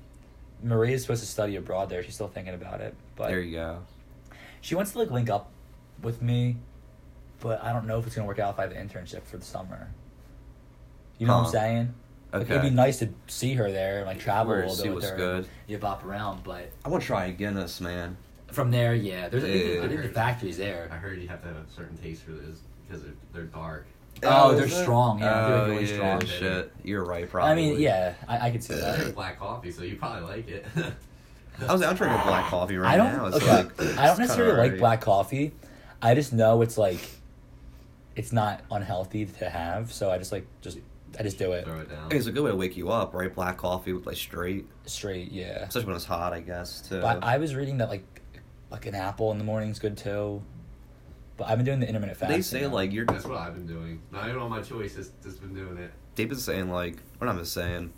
[SPEAKER 1] Maria's supposed to study abroad there. She's still thinking about it, but
[SPEAKER 2] There you go.
[SPEAKER 1] she wants to like link up with me. But I don't know if it's gonna work out if I have an internship for the summer. You know what I'm
[SPEAKER 2] Huh.
[SPEAKER 1] saying? Like,
[SPEAKER 2] Okay.
[SPEAKER 1] it'd be nice to see her there and like travel
[SPEAKER 2] Where
[SPEAKER 1] a little
[SPEAKER 2] she
[SPEAKER 1] bit with
[SPEAKER 2] was
[SPEAKER 1] her.
[SPEAKER 2] good.
[SPEAKER 1] You bop around, but
[SPEAKER 2] I want to try Guinness, man.
[SPEAKER 1] from there, yeah, there's I think- I think the
[SPEAKER 4] Yeah.
[SPEAKER 1] factory's there.
[SPEAKER 4] I heard you have to have a certain taste for this because they're, they're dark.
[SPEAKER 1] Oh,
[SPEAKER 2] is
[SPEAKER 1] they're
[SPEAKER 2] it?
[SPEAKER 1] strong, yeah, they're
[SPEAKER 2] Oh,
[SPEAKER 1] really
[SPEAKER 2] yeah,
[SPEAKER 1] strong.
[SPEAKER 2] Shit, you're right. Probably.
[SPEAKER 1] I mean, yeah, I, I could see
[SPEAKER 4] I drink
[SPEAKER 1] that.
[SPEAKER 4] black coffee, so you probably like it.
[SPEAKER 2] I was. I'm drinking black coffee right
[SPEAKER 1] I don't.
[SPEAKER 2] now. It's
[SPEAKER 1] okay,
[SPEAKER 2] like,
[SPEAKER 1] I
[SPEAKER 2] it's
[SPEAKER 1] don't
[SPEAKER 2] kinda
[SPEAKER 1] necessarily like
[SPEAKER 2] alright.
[SPEAKER 1] black coffee. I just know it's like, it's not unhealthy to have. So I just like just I just do it
[SPEAKER 4] Throw it down.
[SPEAKER 2] I think It's a good way to wake you up, right? Black coffee with like straight,
[SPEAKER 1] straight. Yeah.
[SPEAKER 2] especially when it's hot, I guess. Too.
[SPEAKER 1] But I was reading that like, like an apple in the morning is good too. But I've been doing the intermittent fasting.
[SPEAKER 2] they say
[SPEAKER 1] now.
[SPEAKER 2] like you're.
[SPEAKER 4] That's what I've been doing. Not even on my choice. It's just been doing it.
[SPEAKER 2] They've been saying like what I'm just saying,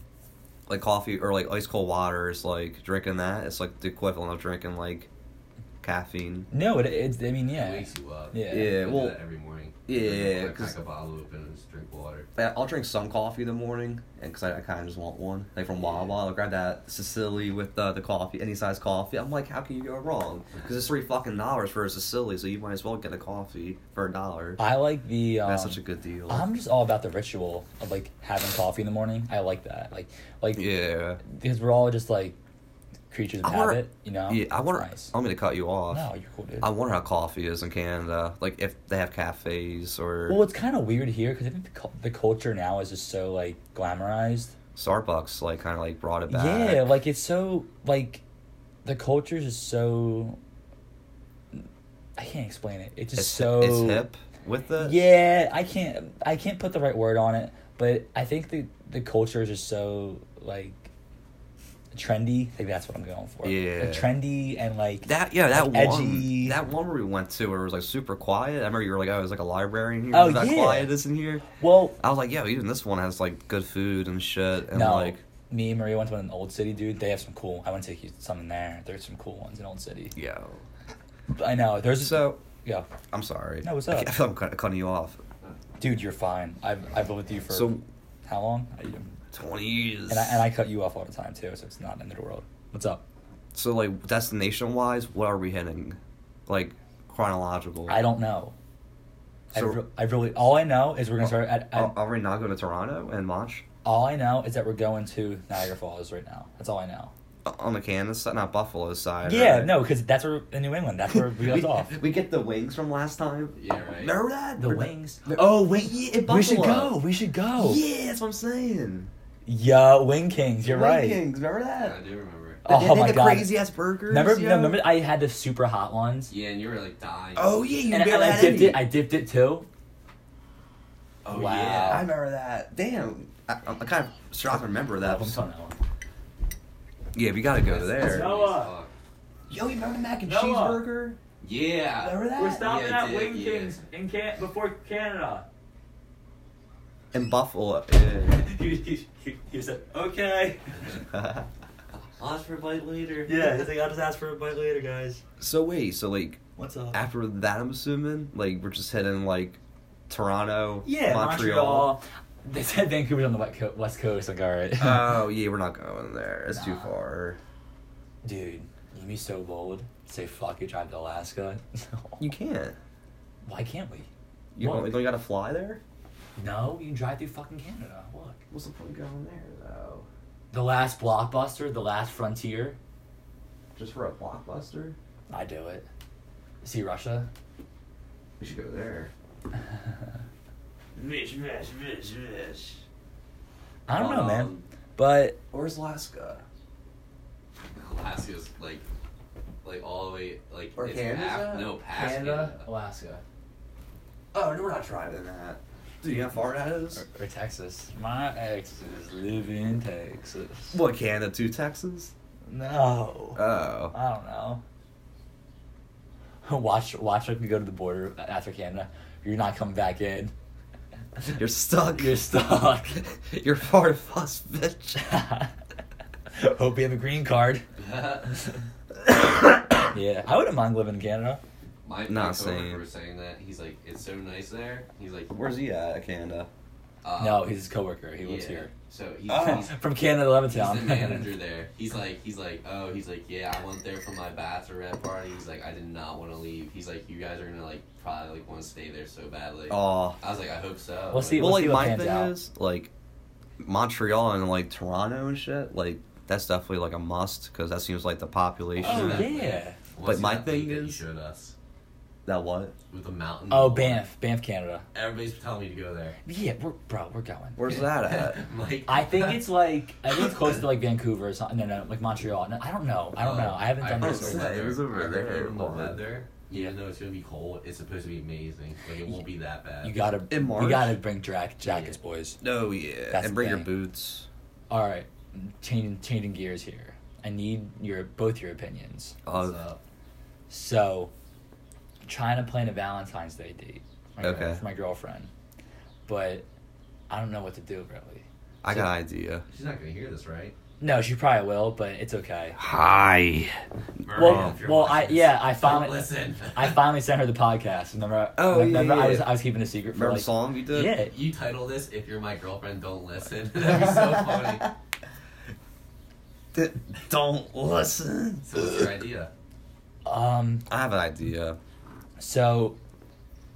[SPEAKER 2] like coffee or like ice cold water is like drinking that. It's like the equivalent of drinking like caffeine.
[SPEAKER 1] No, it, it. I mean,
[SPEAKER 4] It
[SPEAKER 1] yeah.
[SPEAKER 4] wakes you up.
[SPEAKER 1] Yeah.
[SPEAKER 4] I
[SPEAKER 2] Yeah,
[SPEAKER 4] do
[SPEAKER 2] well,
[SPEAKER 4] that every morning.
[SPEAKER 2] yeah,
[SPEAKER 4] Like, crack
[SPEAKER 2] because
[SPEAKER 4] a bottle open and just drink water.
[SPEAKER 2] I'll drink some coffee in the morning, and because I, I kind of just want one, like from Wawa, I'll grab that Sicily with uh, the coffee, any size coffee. I'm like, how can you go wrong? Because it's three fucking dollars for a Sicily, so you might as well get a coffee for a dollar.
[SPEAKER 1] I like the. Um,
[SPEAKER 2] That's such a good deal.
[SPEAKER 1] I'm just all about the ritual of like having coffee in the morning. I like that. Like, like
[SPEAKER 2] yeah.
[SPEAKER 1] because we're all just like creatures of
[SPEAKER 2] I wonder-
[SPEAKER 1] habit, you know.
[SPEAKER 2] Yeah, I
[SPEAKER 1] It's
[SPEAKER 2] wonder.
[SPEAKER 1] Nice.
[SPEAKER 2] I'm gonna cut you off.
[SPEAKER 1] No, you're cool, dude.
[SPEAKER 2] I wonder how coffee is in Canada. Like if they have cafes or
[SPEAKER 1] well, it's kind of weird here because I think the, cul- the culture now is just so like glamorized.
[SPEAKER 2] Starbucks, like kind of like brought it back.
[SPEAKER 1] Yeah, like it's so like the culture is just so. I can't explain it. It's just
[SPEAKER 2] it's
[SPEAKER 1] so.
[SPEAKER 2] it's hip with the
[SPEAKER 1] Yeah, I can't. I can't put the right word on it, but I think the the culture is just so like trendy. I think that's what I'm going for. Like,
[SPEAKER 2] Yeah.
[SPEAKER 1] trendy and like
[SPEAKER 2] That yeah, that
[SPEAKER 1] Like
[SPEAKER 2] one
[SPEAKER 1] edgy.
[SPEAKER 2] that one where we went to where it was like super quiet. I remember you were like, oh, it's like a library in here.
[SPEAKER 1] Oh,
[SPEAKER 2] is that
[SPEAKER 1] yeah.
[SPEAKER 2] quiet is in here.
[SPEAKER 1] Well,
[SPEAKER 2] I was like, yeah, even this one has like good food and shit and
[SPEAKER 1] no.
[SPEAKER 2] like
[SPEAKER 1] me and Maria went to an old city, dude. They have some cool. I want to take you to some in there. There's some cool ones in Old City.
[SPEAKER 2] yo.
[SPEAKER 1] But I know. There's
[SPEAKER 2] So
[SPEAKER 1] yeah,
[SPEAKER 2] I'm sorry.
[SPEAKER 1] No, what's
[SPEAKER 2] I
[SPEAKER 1] up?
[SPEAKER 2] ca- I feel like I'm cut- cutting you off.
[SPEAKER 1] dude. You're fine. I've I've lived with you for
[SPEAKER 2] So-
[SPEAKER 1] how long? I-
[SPEAKER 2] Twenty years.
[SPEAKER 1] And I and I cut you off all the time too, so it's not the end of the world. What's up?
[SPEAKER 2] So like destination wise, what are we heading? Like chronological.
[SPEAKER 1] I don't know. I,
[SPEAKER 2] So-
[SPEAKER 1] re- I really all I know is we're gonna start at,
[SPEAKER 2] Are,
[SPEAKER 1] at
[SPEAKER 2] are we not going to Toronto and watch
[SPEAKER 1] All I know is that we're going to Niagara Falls right now. That's all I know.
[SPEAKER 2] on the Canada side, not Buffalo side?
[SPEAKER 1] yeah,
[SPEAKER 2] right?
[SPEAKER 1] no, because that's where in New England. That's where <laughs> we left off.
[SPEAKER 2] We get the wings from last time.
[SPEAKER 4] Yeah, right.
[SPEAKER 2] Remember that?
[SPEAKER 1] The
[SPEAKER 2] Or-
[SPEAKER 1] wings.
[SPEAKER 2] Oh wait, yeah, in Buffalo.
[SPEAKER 1] We should go. We should go.
[SPEAKER 2] Yeah, that's what I'm saying.
[SPEAKER 1] Yo, Wing Kings. You're
[SPEAKER 2] Wing
[SPEAKER 1] right.
[SPEAKER 2] Kings, remember that?
[SPEAKER 4] I do remember.
[SPEAKER 1] Oh
[SPEAKER 2] they, they
[SPEAKER 1] my
[SPEAKER 2] had
[SPEAKER 1] God.
[SPEAKER 2] crazy ass burgers.
[SPEAKER 1] Remember?
[SPEAKER 2] yo?
[SPEAKER 1] no, remember? I had the super hot ones.
[SPEAKER 4] Yeah, and you were like dying.
[SPEAKER 2] Oh yeah, you
[SPEAKER 1] and and
[SPEAKER 2] barely
[SPEAKER 1] I
[SPEAKER 2] had
[SPEAKER 1] dipped
[SPEAKER 2] any.
[SPEAKER 1] it. I dipped it too.
[SPEAKER 4] Oh
[SPEAKER 1] Wow.
[SPEAKER 2] I
[SPEAKER 4] yeah.
[SPEAKER 2] remember that. Damn, I, I'm kind of shocked. I remember that.
[SPEAKER 1] I'm telling you.
[SPEAKER 2] Yeah, we gotta go
[SPEAKER 4] That's-
[SPEAKER 2] there.
[SPEAKER 4] that's
[SPEAKER 1] Noah.
[SPEAKER 2] Yo, you remember the mac and
[SPEAKER 1] Noah.
[SPEAKER 2] cheeseburger?
[SPEAKER 4] Yeah.
[SPEAKER 2] Remember that?
[SPEAKER 1] We're stopping
[SPEAKER 4] Yeah, I
[SPEAKER 1] at
[SPEAKER 4] did,
[SPEAKER 1] Wing
[SPEAKER 4] yeah.
[SPEAKER 1] Kings in can- before Canada.
[SPEAKER 2] In Buffalo. <laughs> yeah.
[SPEAKER 1] he, <laughs> he, he- he said,
[SPEAKER 2] <laughs>
[SPEAKER 1] "Okay."
[SPEAKER 4] Ask for a bite later.
[SPEAKER 1] Yeah, he's like, "I'll just ask for a bite later, guys."
[SPEAKER 2] so wait, so like
[SPEAKER 1] What's up?
[SPEAKER 2] after that, I'm assuming like we're just heading like Toronto,
[SPEAKER 1] Yeah,
[SPEAKER 2] Montreal.
[SPEAKER 1] Montreal. They said Vancouver's on the wet co- west coast. Like, all right, <laughs>
[SPEAKER 2] Oh yeah, we're not going there. It's too
[SPEAKER 1] Nah.
[SPEAKER 2] far.
[SPEAKER 1] dude, you'd be so bold. Say fuck it, drive to Alaska.
[SPEAKER 2] <laughs> You can't.
[SPEAKER 1] Why can't we?
[SPEAKER 2] You
[SPEAKER 1] Why?
[SPEAKER 2] only, you only gotta fly there.
[SPEAKER 1] No, you can drive through fucking Canada. Look,
[SPEAKER 2] What's the point of going there though?
[SPEAKER 1] the last blockbuster, the last frontier.
[SPEAKER 2] Just for a blockbuster?
[SPEAKER 1] I do it. See Russia.
[SPEAKER 2] We should go there.
[SPEAKER 4] Mish, mish, mish, mish.
[SPEAKER 1] I don't know, man.
[SPEAKER 4] Um,
[SPEAKER 1] But
[SPEAKER 2] Or is Alaska?
[SPEAKER 4] Alaska's like, like all the way like.
[SPEAKER 2] Or
[SPEAKER 4] it's
[SPEAKER 2] Canada?
[SPEAKER 4] Af- no, past
[SPEAKER 1] Canada,
[SPEAKER 4] Canada.
[SPEAKER 1] Alaska,
[SPEAKER 2] Oh, no, we're not driving that. Dude, you know how far that
[SPEAKER 1] or,
[SPEAKER 2] is?
[SPEAKER 1] or Texas. My exes live in Texas.
[SPEAKER 2] What, Canada to Texas?
[SPEAKER 1] No.
[SPEAKER 2] Oh.
[SPEAKER 1] Uh. I don't know. <laughs> Watch, watch like we go to the border after Canada. You're not coming back in.
[SPEAKER 2] You're
[SPEAKER 1] <laughs>
[SPEAKER 2] stuck.
[SPEAKER 1] You're stuck. <laughs>
[SPEAKER 2] <laughs> You're part of us, bitch.
[SPEAKER 1] Hope you have a green card. <laughs> Yeah, I wouldn't mind living in Canada.
[SPEAKER 4] <laughs> my
[SPEAKER 2] Not
[SPEAKER 4] my
[SPEAKER 2] saying.
[SPEAKER 4] coworker was saying that he's like, it's so nice there. He's like,
[SPEAKER 2] Where's he at, Canada?
[SPEAKER 4] uh,
[SPEAKER 1] no, he's his coworker. He lives
[SPEAKER 4] yeah.
[SPEAKER 1] here.
[SPEAKER 4] So he's,
[SPEAKER 2] Oh.
[SPEAKER 4] he's
[SPEAKER 1] <laughs> From Canada,
[SPEAKER 4] He's
[SPEAKER 1] Levittown.
[SPEAKER 4] the manager there. He's like, he's like, oh, he's like, yeah, I went there for my bachelorette party. He's like, I did not want to leave. He's like, you guys are gonna like probably like want to stay there so badly.
[SPEAKER 2] Oh.
[SPEAKER 4] I was like, I hope so.
[SPEAKER 1] We'll Uh, see-
[SPEAKER 2] Well,
[SPEAKER 1] we'll
[SPEAKER 2] like,
[SPEAKER 1] what
[SPEAKER 2] my
[SPEAKER 1] pans
[SPEAKER 2] thing
[SPEAKER 1] out.
[SPEAKER 2] is, like, Montreal and, like, Toronto and shit, like, that's definitely, like, a must, because that seems like the population.
[SPEAKER 1] <laughs> Oh,
[SPEAKER 2] that,
[SPEAKER 1] yeah.
[SPEAKER 4] We'll
[SPEAKER 2] But
[SPEAKER 4] see
[SPEAKER 2] my
[SPEAKER 4] that
[SPEAKER 2] thing
[SPEAKER 4] link that you
[SPEAKER 2] is-
[SPEAKER 4] showed us
[SPEAKER 2] that what?
[SPEAKER 4] with the mountain.
[SPEAKER 1] Oh, Banff, Banff, Canada.
[SPEAKER 4] Everybody's telling me to go there.
[SPEAKER 1] Yeah, we're bro, we're going.
[SPEAKER 2] Where's that
[SPEAKER 4] <laughs>
[SPEAKER 2] at?
[SPEAKER 1] <laughs>
[SPEAKER 4] Mike,
[SPEAKER 1] I think
[SPEAKER 4] <laughs>
[SPEAKER 1] it's like I think it's close to like Vancouver or something. No, no, like Montreal. No, I don't know. I don't know. I haven't done
[SPEAKER 2] I
[SPEAKER 1] this.
[SPEAKER 2] don't know. It was over
[SPEAKER 4] I Oh, heard
[SPEAKER 2] there,
[SPEAKER 4] from The
[SPEAKER 2] but-
[SPEAKER 4] weather,
[SPEAKER 1] Yeah.
[SPEAKER 4] even though it's gonna be cold, it's supposed to be amazing. Like it won't be that bad.
[SPEAKER 1] You gotta,
[SPEAKER 2] In March?
[SPEAKER 1] you gotta bring jack jackets, boys.
[SPEAKER 2] No, yeah.
[SPEAKER 1] That's
[SPEAKER 2] and bring
[SPEAKER 1] the
[SPEAKER 2] your
[SPEAKER 1] thing.
[SPEAKER 2] boots.
[SPEAKER 1] All right, changing changing gears here. I need your both your opinions.
[SPEAKER 2] Of,
[SPEAKER 1] uh,
[SPEAKER 4] So,
[SPEAKER 1] So, trying to plan a Valentine's Day date. my girl-
[SPEAKER 2] Okay.
[SPEAKER 1] For my girlfriend, but I don't know what to do really.
[SPEAKER 2] I
[SPEAKER 1] So-
[SPEAKER 2] got an idea.
[SPEAKER 4] she's not gonna hear this, right?
[SPEAKER 1] No, she probably will, but it's okay.
[SPEAKER 2] Hi.
[SPEAKER 1] Well,
[SPEAKER 4] if you're
[SPEAKER 1] well, I
[SPEAKER 4] watching
[SPEAKER 1] yeah, I
[SPEAKER 4] this,
[SPEAKER 1] finally
[SPEAKER 4] don't listen.
[SPEAKER 1] I finally sent her the podcast. Remember?
[SPEAKER 2] <laughs> Oh, yeah,
[SPEAKER 1] remember
[SPEAKER 2] yeah,
[SPEAKER 1] I was
[SPEAKER 2] yeah.
[SPEAKER 1] I was keeping a secret for
[SPEAKER 2] Remember
[SPEAKER 1] like.
[SPEAKER 2] the song you did?
[SPEAKER 1] Yeah,
[SPEAKER 4] <laughs> You title this "If You're My Girlfriend, Don't
[SPEAKER 1] <laughs>
[SPEAKER 4] Listen."
[SPEAKER 2] <laughs>
[SPEAKER 4] That'd be so funny.
[SPEAKER 2] D- Don't listen.
[SPEAKER 4] So what's your idea?
[SPEAKER 1] Um.
[SPEAKER 2] I have an idea.
[SPEAKER 1] So,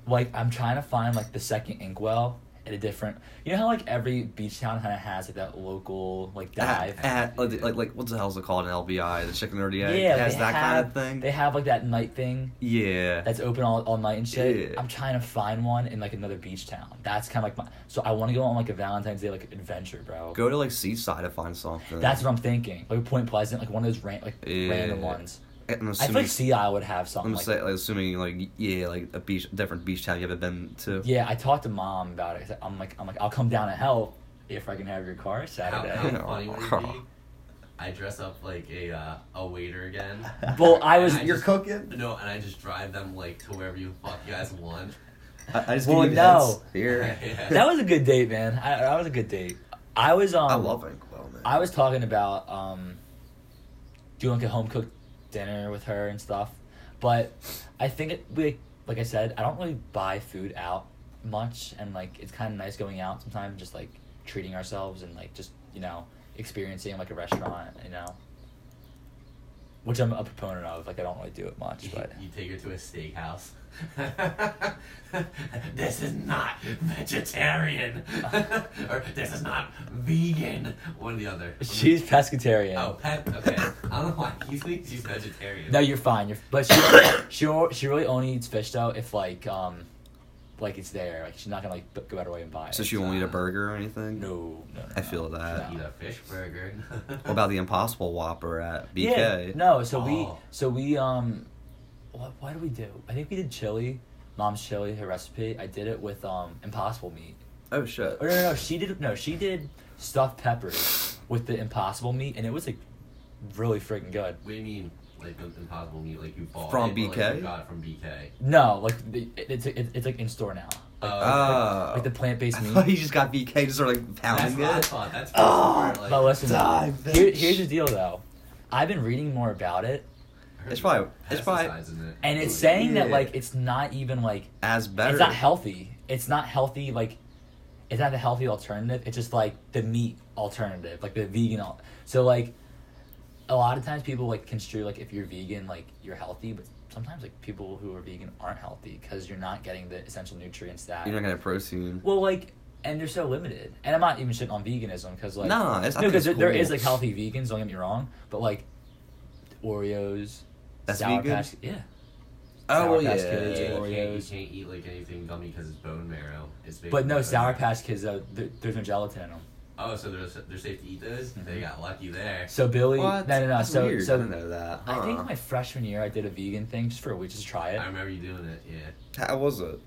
[SPEAKER 1] like, I'm trying to find like the second inkwell at a different. You know how like every beach town kind of has like that local like dive.
[SPEAKER 2] At, at, like, like, like, what the hell is it called? An LBI, the chicken or the egg?
[SPEAKER 1] Yeah,
[SPEAKER 2] it has
[SPEAKER 1] they
[SPEAKER 2] that
[SPEAKER 1] have-
[SPEAKER 2] kind of
[SPEAKER 1] They
[SPEAKER 2] thing.
[SPEAKER 1] have like that night thing
[SPEAKER 2] yeah.
[SPEAKER 1] that's open all, all night and shit.
[SPEAKER 2] Yeah.
[SPEAKER 1] I'm trying to find one in like another beach town. That's kind of like my. So I want to go on like a Valentine's Day like adventure, bro.
[SPEAKER 2] Go to like Seaside to find something.
[SPEAKER 1] That's what I'm thinking. Like Point Pleasant, like one of those ran- like
[SPEAKER 2] Yeah.
[SPEAKER 1] random ones.
[SPEAKER 2] I'm
[SPEAKER 1] I
[SPEAKER 2] assuming.
[SPEAKER 1] feel like Sea Isle would have something
[SPEAKER 2] I'm
[SPEAKER 1] like
[SPEAKER 2] say, like, assuming like yeah, like a beach, different beach town you haven't been to.
[SPEAKER 1] Yeah, I talked to mom about it. I'm like, I'm like, I'll come down and help if I can have your car
[SPEAKER 4] How,
[SPEAKER 1] Saturday.
[SPEAKER 4] how
[SPEAKER 2] Yeah.
[SPEAKER 4] funny would it be? I dress up like a uh, a waiter again.
[SPEAKER 1] <laughs> Well, I was.
[SPEAKER 4] And
[SPEAKER 2] You're
[SPEAKER 4] just-
[SPEAKER 2] cooking?
[SPEAKER 4] No, and I just drive them like to wherever you fuck you guys want.
[SPEAKER 2] I, I just
[SPEAKER 1] Well,
[SPEAKER 2] give you
[SPEAKER 1] no.
[SPEAKER 2] hints. Here.
[SPEAKER 1] <laughs>
[SPEAKER 4] Yeah.
[SPEAKER 1] that was a good date, man. I, that was a good date. I was. Um,
[SPEAKER 2] I love Inkwell, man.
[SPEAKER 1] I was talking about um, doing like a home cooked dinner with her and stuff, but I think it, we like I said, I don't really buy food out much, and like it's kind of nice going out sometimes, just like treating ourselves and like just you know experiencing like a restaurant, you know. Which I'm a proponent of. Like I don't really do it much, but
[SPEAKER 4] You take her to a steakhouse. <laughs> this is not vegetarian, <laughs> or this is not vegan. One or the other.
[SPEAKER 1] <laughs> she's pescatarian.
[SPEAKER 4] Oh, pet. Okay, I don't know why he thinks she's vegetarian.
[SPEAKER 1] No, you're fine. You're, but she, <coughs> she o- she really only eats fish though if like um, like it's there. Like she's not gonna like b- go out of her way and buy it.
[SPEAKER 2] so she won't eat a burger or anything.
[SPEAKER 1] No, no, no.
[SPEAKER 2] I
[SPEAKER 1] no.
[SPEAKER 2] feel that.
[SPEAKER 4] Eat a fish burger.
[SPEAKER 2] What about the
[SPEAKER 4] <laughs>
[SPEAKER 2] Impossible Whopper at BK?
[SPEAKER 1] Yeah. No. So we
[SPEAKER 4] Oh.
[SPEAKER 1] so we um, what what did we do? I think we did chili, mom's chili, her recipe. I did it with um impossible meat.
[SPEAKER 2] Oh shit.
[SPEAKER 1] Or no, no, no. She did no. She did stuffed peppers with the impossible meat, and it was like really freaking good.
[SPEAKER 4] What do you mean, like the impossible meat? Like you bought
[SPEAKER 2] From
[SPEAKER 4] it, or, like,
[SPEAKER 2] BK?
[SPEAKER 4] you got it from BK.
[SPEAKER 1] No, like it, it's it, it's like in store now.
[SPEAKER 4] Oh,
[SPEAKER 2] Oh.
[SPEAKER 1] Like the plant
[SPEAKER 2] <laughs> I
[SPEAKER 1] based meat.
[SPEAKER 2] thought you just got BK just sort of like
[SPEAKER 4] that's
[SPEAKER 2] pounding
[SPEAKER 4] what I
[SPEAKER 2] it.
[SPEAKER 4] thought. That's
[SPEAKER 2] Oh,
[SPEAKER 4] smart, like,
[SPEAKER 1] But listen,
[SPEAKER 2] Die,
[SPEAKER 1] here,
[SPEAKER 2] bitch.
[SPEAKER 1] here's the deal though. I've been reading more about it,
[SPEAKER 4] I heard
[SPEAKER 2] It's probably- it's probably-
[SPEAKER 4] pesticides in it.
[SPEAKER 1] and it's saying that
[SPEAKER 2] Yeah.
[SPEAKER 1] like it's not even like
[SPEAKER 2] As better.
[SPEAKER 1] it's not healthy. It's not healthy. Like it's not the healthy alternative. It's just like the meat alternative, like the vegan. Al- so like a lot of times people like construe like if you're vegan, like you're healthy, but sometimes like people who are vegan aren't healthy because you're not getting the essential nutrients that.
[SPEAKER 2] You're not gonna have protein.
[SPEAKER 1] Well, like, and they're so limited. And I'm not even shitting on veganism because, like,
[SPEAKER 2] No, it's- I think
[SPEAKER 1] because
[SPEAKER 2] it's
[SPEAKER 1] there, there
[SPEAKER 2] cool.
[SPEAKER 1] is like healthy vegans. Don't get me wrong, but like Oreos,
[SPEAKER 2] That's
[SPEAKER 1] Sour
[SPEAKER 2] vegan?
[SPEAKER 1] Patch, yeah.
[SPEAKER 2] oh well,
[SPEAKER 1] Sour Patch
[SPEAKER 2] yeah.
[SPEAKER 1] Kids,
[SPEAKER 4] Yeah, you, can't, you
[SPEAKER 1] Oreos.
[SPEAKER 4] can't eat like anything gummy because it's bone marrow. It's basically
[SPEAKER 1] But no,
[SPEAKER 4] bone
[SPEAKER 1] Sour
[SPEAKER 4] marrow.
[SPEAKER 1] Patch Kids, though, there, there's no gelatin in them.
[SPEAKER 4] Oh, so they're they're safe to eat those. They got lucky there.
[SPEAKER 1] Mm-hmm. So Billy,
[SPEAKER 2] What?
[SPEAKER 1] no, no, no.
[SPEAKER 2] That's
[SPEAKER 1] So,
[SPEAKER 2] weird. I
[SPEAKER 1] so
[SPEAKER 2] didn't know that. Uh-huh.
[SPEAKER 1] I think
[SPEAKER 2] huh.
[SPEAKER 1] my freshman year, I did a vegan thing just for a week, just to try it.
[SPEAKER 4] I remember you doing it. Yeah,
[SPEAKER 2] How was it?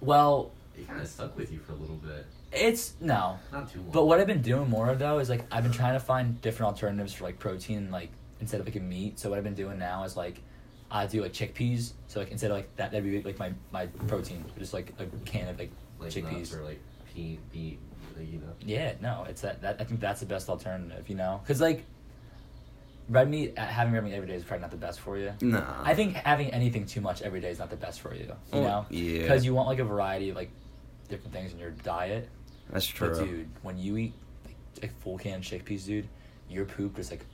[SPEAKER 1] well,
[SPEAKER 4] it kind of stuck with you for a little bit,
[SPEAKER 1] it's no.
[SPEAKER 4] not too long.
[SPEAKER 1] But what I've been doing more of though is like I've been trying to find different alternatives for like protein and like instead of like a meat. So what I've been doing now is like I do like chickpeas. So like instead of like that that'd be like my my protein, just like a can of like,
[SPEAKER 4] like nuts
[SPEAKER 1] chickpeas.
[SPEAKER 4] or like pea, pea, like, you know.
[SPEAKER 1] Yeah, no, it's that, that I think that's the best alternative, you know, because like red meat uh, having red meat every day is probably not the best for you.
[SPEAKER 4] Uh.
[SPEAKER 2] Nah.
[SPEAKER 1] I think having anything too much every day is not the best for you, you
[SPEAKER 4] Oh,
[SPEAKER 2] Well,
[SPEAKER 1] know,
[SPEAKER 2] yeah.
[SPEAKER 1] because you want like a variety of like different things in your diet.
[SPEAKER 2] that's true.
[SPEAKER 1] But dude, when you eat like, like full can chickpeas, dude, your poop just like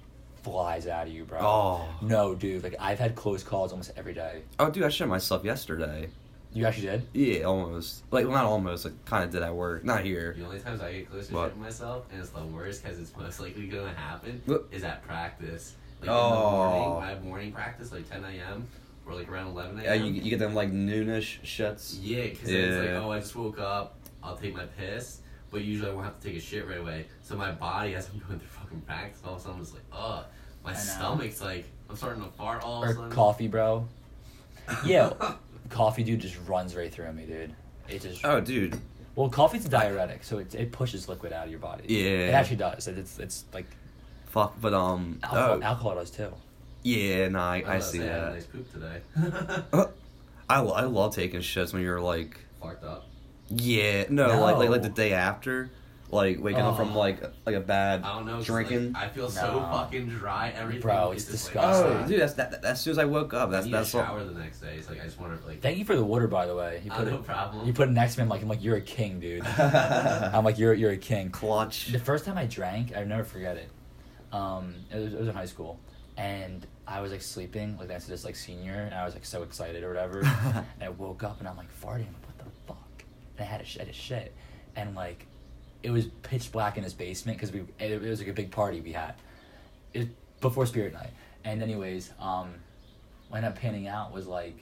[SPEAKER 1] flies out of you, bro.
[SPEAKER 2] Oh.
[SPEAKER 1] No, dude. Like I've had close calls almost every day.
[SPEAKER 2] Oh, dude, I shit myself yesterday.
[SPEAKER 1] You actually did?
[SPEAKER 2] Yeah, almost. Like, well, not almost. Like, kind of did at work. Not here.
[SPEAKER 4] The only times I get close to
[SPEAKER 2] What?
[SPEAKER 4] shit myself, and it's the worst because it's most <laughs> likely gonna happen,
[SPEAKER 2] What?
[SPEAKER 4] is at practice. Like in the
[SPEAKER 2] Oh.
[SPEAKER 4] morning, I have morning practice like 10 a.m. or like around 11 a.m.
[SPEAKER 2] Yeah, Uh, you, you get them like noonish shits.
[SPEAKER 4] Yeah, because it's like,
[SPEAKER 2] Yeah.
[SPEAKER 4] oh, I just woke up, I'll take my piss, but usually I won't have to take a shit right away. So my body, <laughs> as I'm going through fucking practice, all of a sudden I'm just like, ugh, my
[SPEAKER 1] know.
[SPEAKER 4] stomach's like, I'm starting to fart all of
[SPEAKER 1] Or
[SPEAKER 4] a sudden.
[SPEAKER 1] coffee, bro? Yeah, coffee, dude, just runs right through me, dude. It just
[SPEAKER 2] Oh, dude.
[SPEAKER 1] well, coffee's a diuretic, so it, it pushes liquid out of your body.
[SPEAKER 2] Yeah.
[SPEAKER 1] it actually does. It, it's it's like
[SPEAKER 2] Fuck. But um.
[SPEAKER 1] alcohol,
[SPEAKER 2] oh.
[SPEAKER 1] alcohol does too.
[SPEAKER 2] Yeah. Nah. I,
[SPEAKER 4] was
[SPEAKER 2] I,
[SPEAKER 4] about to
[SPEAKER 2] see
[SPEAKER 4] say, I had a
[SPEAKER 2] that.
[SPEAKER 4] nice
[SPEAKER 2] <laughs>
[SPEAKER 4] poop today. <laughs>
[SPEAKER 2] Uh, I, lo- I love taking shits when you're like
[SPEAKER 4] Fucked up.
[SPEAKER 2] yeah no, Like, like like the
[SPEAKER 1] No.
[SPEAKER 2] day after like waking up from
[SPEAKER 1] Oh.
[SPEAKER 2] like like a bad
[SPEAKER 4] I don't know. 'cause, like,
[SPEAKER 2] drinking.
[SPEAKER 4] I feel so
[SPEAKER 1] Nah.
[SPEAKER 4] fucking dry. Everything.
[SPEAKER 1] Bro,
[SPEAKER 4] is
[SPEAKER 1] it's
[SPEAKER 4] just, like,
[SPEAKER 1] disgusting.
[SPEAKER 2] oh, dude, that's that, that- As soon as I woke up,
[SPEAKER 4] I
[SPEAKER 2] Oh, that's
[SPEAKER 4] need
[SPEAKER 2] that's
[SPEAKER 4] a
[SPEAKER 2] all-
[SPEAKER 4] shower the next day. It's like I just want to like.
[SPEAKER 1] Thank you for the water, by the way. You
[SPEAKER 4] Oh,
[SPEAKER 1] put
[SPEAKER 4] no
[SPEAKER 1] it,
[SPEAKER 4] problem.
[SPEAKER 1] You put an X Men like I'm like you're a king,
[SPEAKER 2] <laughs>
[SPEAKER 1] dude. I'm like you're you're a king.
[SPEAKER 2] clutch.
[SPEAKER 1] The first time I drank, I never forget it. Um, it was, it was in high school, and I was like sleeping, like next to this like senior, and I was like so excited or whatever. and I woke up and I'm like farting. I'm like, what the fuck? And I had a sh- I had a shit, and like, it was pitch black in his basement because we it, it was like a big party we had, it before Spirit Night. And anyways, um, what ended up panning out was like,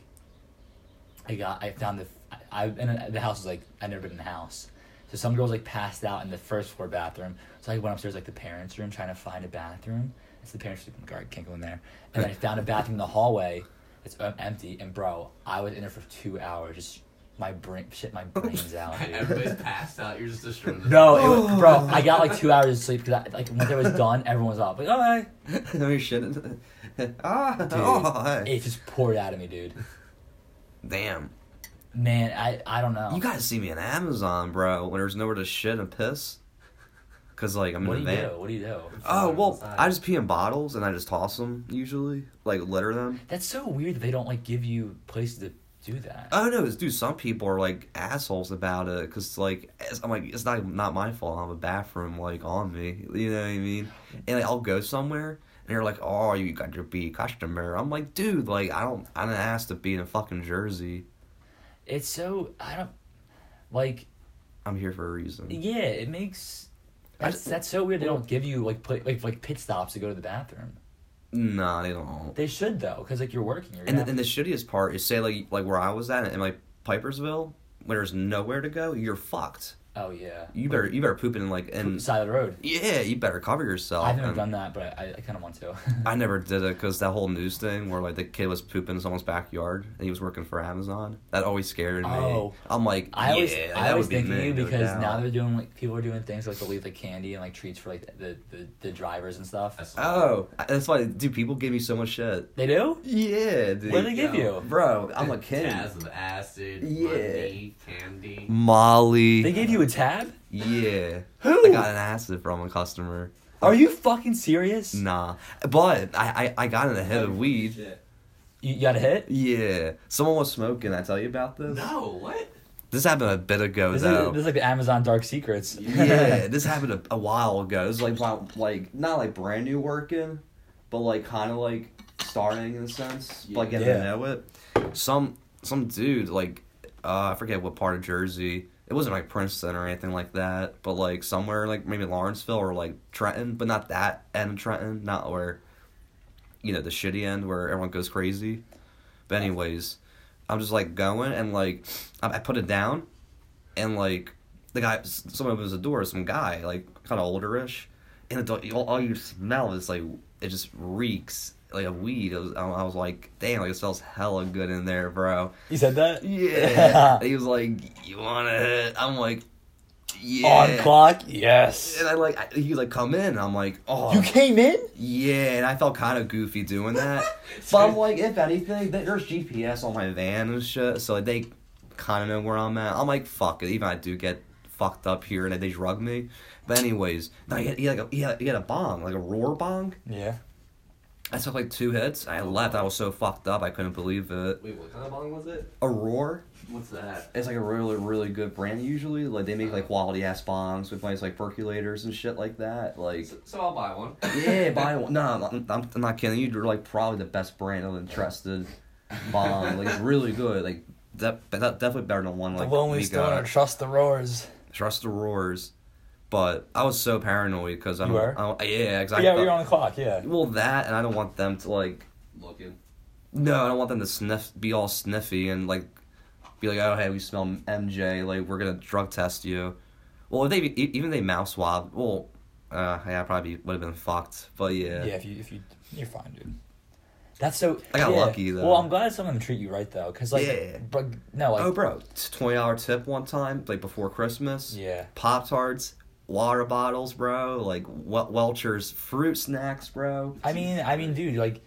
[SPEAKER 1] I got I found the I, I and the house was like I'd never been in the house. So some girls like passed out in the first floor bathroom. So I went upstairs like the parents' room trying to find a bathroom. It's the parents' room. I'm like, "All right, can't go in there. And then I found a bathroom in the hallway. It's um, empty. And bro, I was in there for two hours. Just my brain, shit, my brains
[SPEAKER 4] <laughs>
[SPEAKER 1] out. Dude.
[SPEAKER 4] Everybody's passed out. You're just destroying. the-
[SPEAKER 1] No, it was,
[SPEAKER 2] Oh.
[SPEAKER 1] bro, I got like two hours of sleep because like once I was done, everyone was up. Like, all right,
[SPEAKER 2] <laughs> no, you shouldn't. <laughs> ah,
[SPEAKER 1] dude,
[SPEAKER 2] oh, hey.
[SPEAKER 1] it just poured out of me, dude.
[SPEAKER 2] damn.
[SPEAKER 1] Man, I I don't know.
[SPEAKER 2] You gotta see me on Amazon, bro. When there's nowhere to shit and piss, cause like I'm
[SPEAKER 1] what do
[SPEAKER 2] in
[SPEAKER 1] you
[SPEAKER 2] a van.
[SPEAKER 1] do? What do you do?
[SPEAKER 2] Oh
[SPEAKER 4] on
[SPEAKER 2] well,
[SPEAKER 4] the side.
[SPEAKER 2] I just pee in bottles and I just toss them usually, like litter them.
[SPEAKER 1] That's so weird that they don't like give you places to do that.
[SPEAKER 2] Oh no, dude, some people are like assholes about it because like it's- I'm like it's not not my fault. I have a bathroom like on me, you know what I mean? And like, I'll go somewhere and they're like, oh, you got to be a customer. I'm like, dude, like I don't I didn't ask to be in fucking Jersey.
[SPEAKER 1] It's so I don't like
[SPEAKER 2] I'm here for a reason.
[SPEAKER 1] yeah, it makes
[SPEAKER 2] I
[SPEAKER 1] that's,
[SPEAKER 2] just-
[SPEAKER 1] that's so weird. They don't give you like pla like like pit stops to go to the bathroom.
[SPEAKER 2] Nah, they don't.
[SPEAKER 1] They should though, because like you're working. You're
[SPEAKER 2] And
[SPEAKER 1] gonna
[SPEAKER 2] the, and the shittiest part is say like like where I was at in like Pipersville, where there's nowhere to go, you're fucked.
[SPEAKER 1] have- oh yeah,
[SPEAKER 2] You better you better poop in like in
[SPEAKER 1] side of the road.
[SPEAKER 2] Yeah, you better cover yourself.
[SPEAKER 1] I've never
[SPEAKER 2] And
[SPEAKER 1] done that, but I, I kind of want to.
[SPEAKER 2] Oh, um, I never did it because that whole news thing where like the kid was pooping in someone's backyard and he was working for Amazon. That always scared me.
[SPEAKER 1] Oh.
[SPEAKER 2] I'm like,
[SPEAKER 1] <laughs> I always
[SPEAKER 2] yeah,
[SPEAKER 1] I
[SPEAKER 2] that
[SPEAKER 1] always
[SPEAKER 2] would be
[SPEAKER 1] think of
[SPEAKER 2] me,
[SPEAKER 1] you
[SPEAKER 2] no
[SPEAKER 1] because now
[SPEAKER 2] doubt.
[SPEAKER 1] they're doing like people are doing things like they'll leave like candy and like treats for like the the, the drivers and stuff.
[SPEAKER 4] I saw it.
[SPEAKER 2] Oh, that's why, dude. People give me so much shit.
[SPEAKER 1] They do?
[SPEAKER 2] Yeah, dude.
[SPEAKER 1] What do they give
[SPEAKER 4] yo.
[SPEAKER 1] you?
[SPEAKER 2] Bro,
[SPEAKER 1] <laughs>
[SPEAKER 2] I'm a kid.
[SPEAKER 4] Jazz of acid.
[SPEAKER 2] Yeah.
[SPEAKER 4] Money, candy.
[SPEAKER 2] Molly.
[SPEAKER 1] They gave you a tab?
[SPEAKER 2] yeah.
[SPEAKER 1] Who?
[SPEAKER 2] I got an acid from a customer.
[SPEAKER 1] Are you fucking serious?
[SPEAKER 2] Nah, but I I, I got in a head of weed.
[SPEAKER 1] You, you got a hit?
[SPEAKER 2] Yeah, someone was smoking. I tell you about this.
[SPEAKER 4] No, what?
[SPEAKER 2] This happened a bit ago
[SPEAKER 1] This
[SPEAKER 2] though.
[SPEAKER 1] is, this is like the Amazon Dark Secrets.
[SPEAKER 2] yeah, <laughs> this happened a, a while ago. It was like while, like not like brand new working, but like kind of like starting in a sense, but like getting
[SPEAKER 1] Yeah.
[SPEAKER 2] to know it. Some some dude like uh, I forget what part of Jersey. It wasn't like Princeton or anything like that, but like somewhere like maybe Lawrenceville or like Trenton, but not that end of Trenton, not where you know the shitty end where everyone goes crazy. But anyways, I'm just like going and like I, I put it down, and like the guy, s- someone opens the door, some guy like kind of olderish, and the door, all, all you smell is like it just reeks like of weed. It was, I, I was like, damn, like it smells hella good in there, bro.
[SPEAKER 1] <laughs> You said that?
[SPEAKER 2] Yeah. <laughs> he was like, you want to? I'm like, yeah.
[SPEAKER 1] On clock? Yes.
[SPEAKER 2] And I like I, he was like, come in. And I'm like, oh.
[SPEAKER 1] You came in?
[SPEAKER 2] Yeah, and I felt kind of goofy doing that. but I'm like, if anything, th- there's GPS on my van and shit, so they kind of know where I'm at. I'm like, fuck it, even I do get fucked up here and they drug me. But anyways, no, he had, he had like a, he had, he had a bong, like a roar bong.
[SPEAKER 1] Yeah.
[SPEAKER 2] I took like two hits. I left. I was so fucked up. I couldn't believe it.
[SPEAKER 4] Wait, what kind of bong was it?
[SPEAKER 2] A roar.
[SPEAKER 4] What's that?
[SPEAKER 2] It's like a really, really good brand usually. Like they make like quality ass bongs with nice like percolators and shit like that. Like
[SPEAKER 4] So, so I'll buy one.
[SPEAKER 2] Yeah,
[SPEAKER 4] <laughs>
[SPEAKER 2] buy one. No, I'm, I'm, I'm not kidding. You're like probably the best brand of interested bomb. Like it's really good. Like that, but that definitely better than one like we got.
[SPEAKER 1] trust the roars.
[SPEAKER 2] Trust the roars. But I was so paranoid because I
[SPEAKER 1] You
[SPEAKER 2] don't.
[SPEAKER 1] were?
[SPEAKER 2] I don't yeah, exactly.
[SPEAKER 1] yeah, we were on the clock, yeah.
[SPEAKER 2] Well, that and I don't want them to like.
[SPEAKER 4] Looking.
[SPEAKER 2] No, I don't want them to sniff, be all sniffy and like, be like, oh hey, we smell MJ. Like we're gonna drug test you. Well, if they e- even if they mouth swab. Well, uh, yeah, I probably would have been fucked. But
[SPEAKER 1] Yeah, if you if you you're fine, dude. That's so.
[SPEAKER 2] I got
[SPEAKER 1] yeah.
[SPEAKER 2] lucky, though.
[SPEAKER 1] Well, I'm glad someone treat you right though, cause like,
[SPEAKER 2] Yeah.
[SPEAKER 1] but no, like,
[SPEAKER 2] oh, bro, twenty dollar tip one time, like before Christmas.
[SPEAKER 1] yeah,
[SPEAKER 2] Pop tarts, water bottles, bro. Like wel- Welchers fruit snacks, bro.
[SPEAKER 1] I mean, I mean, dude, like,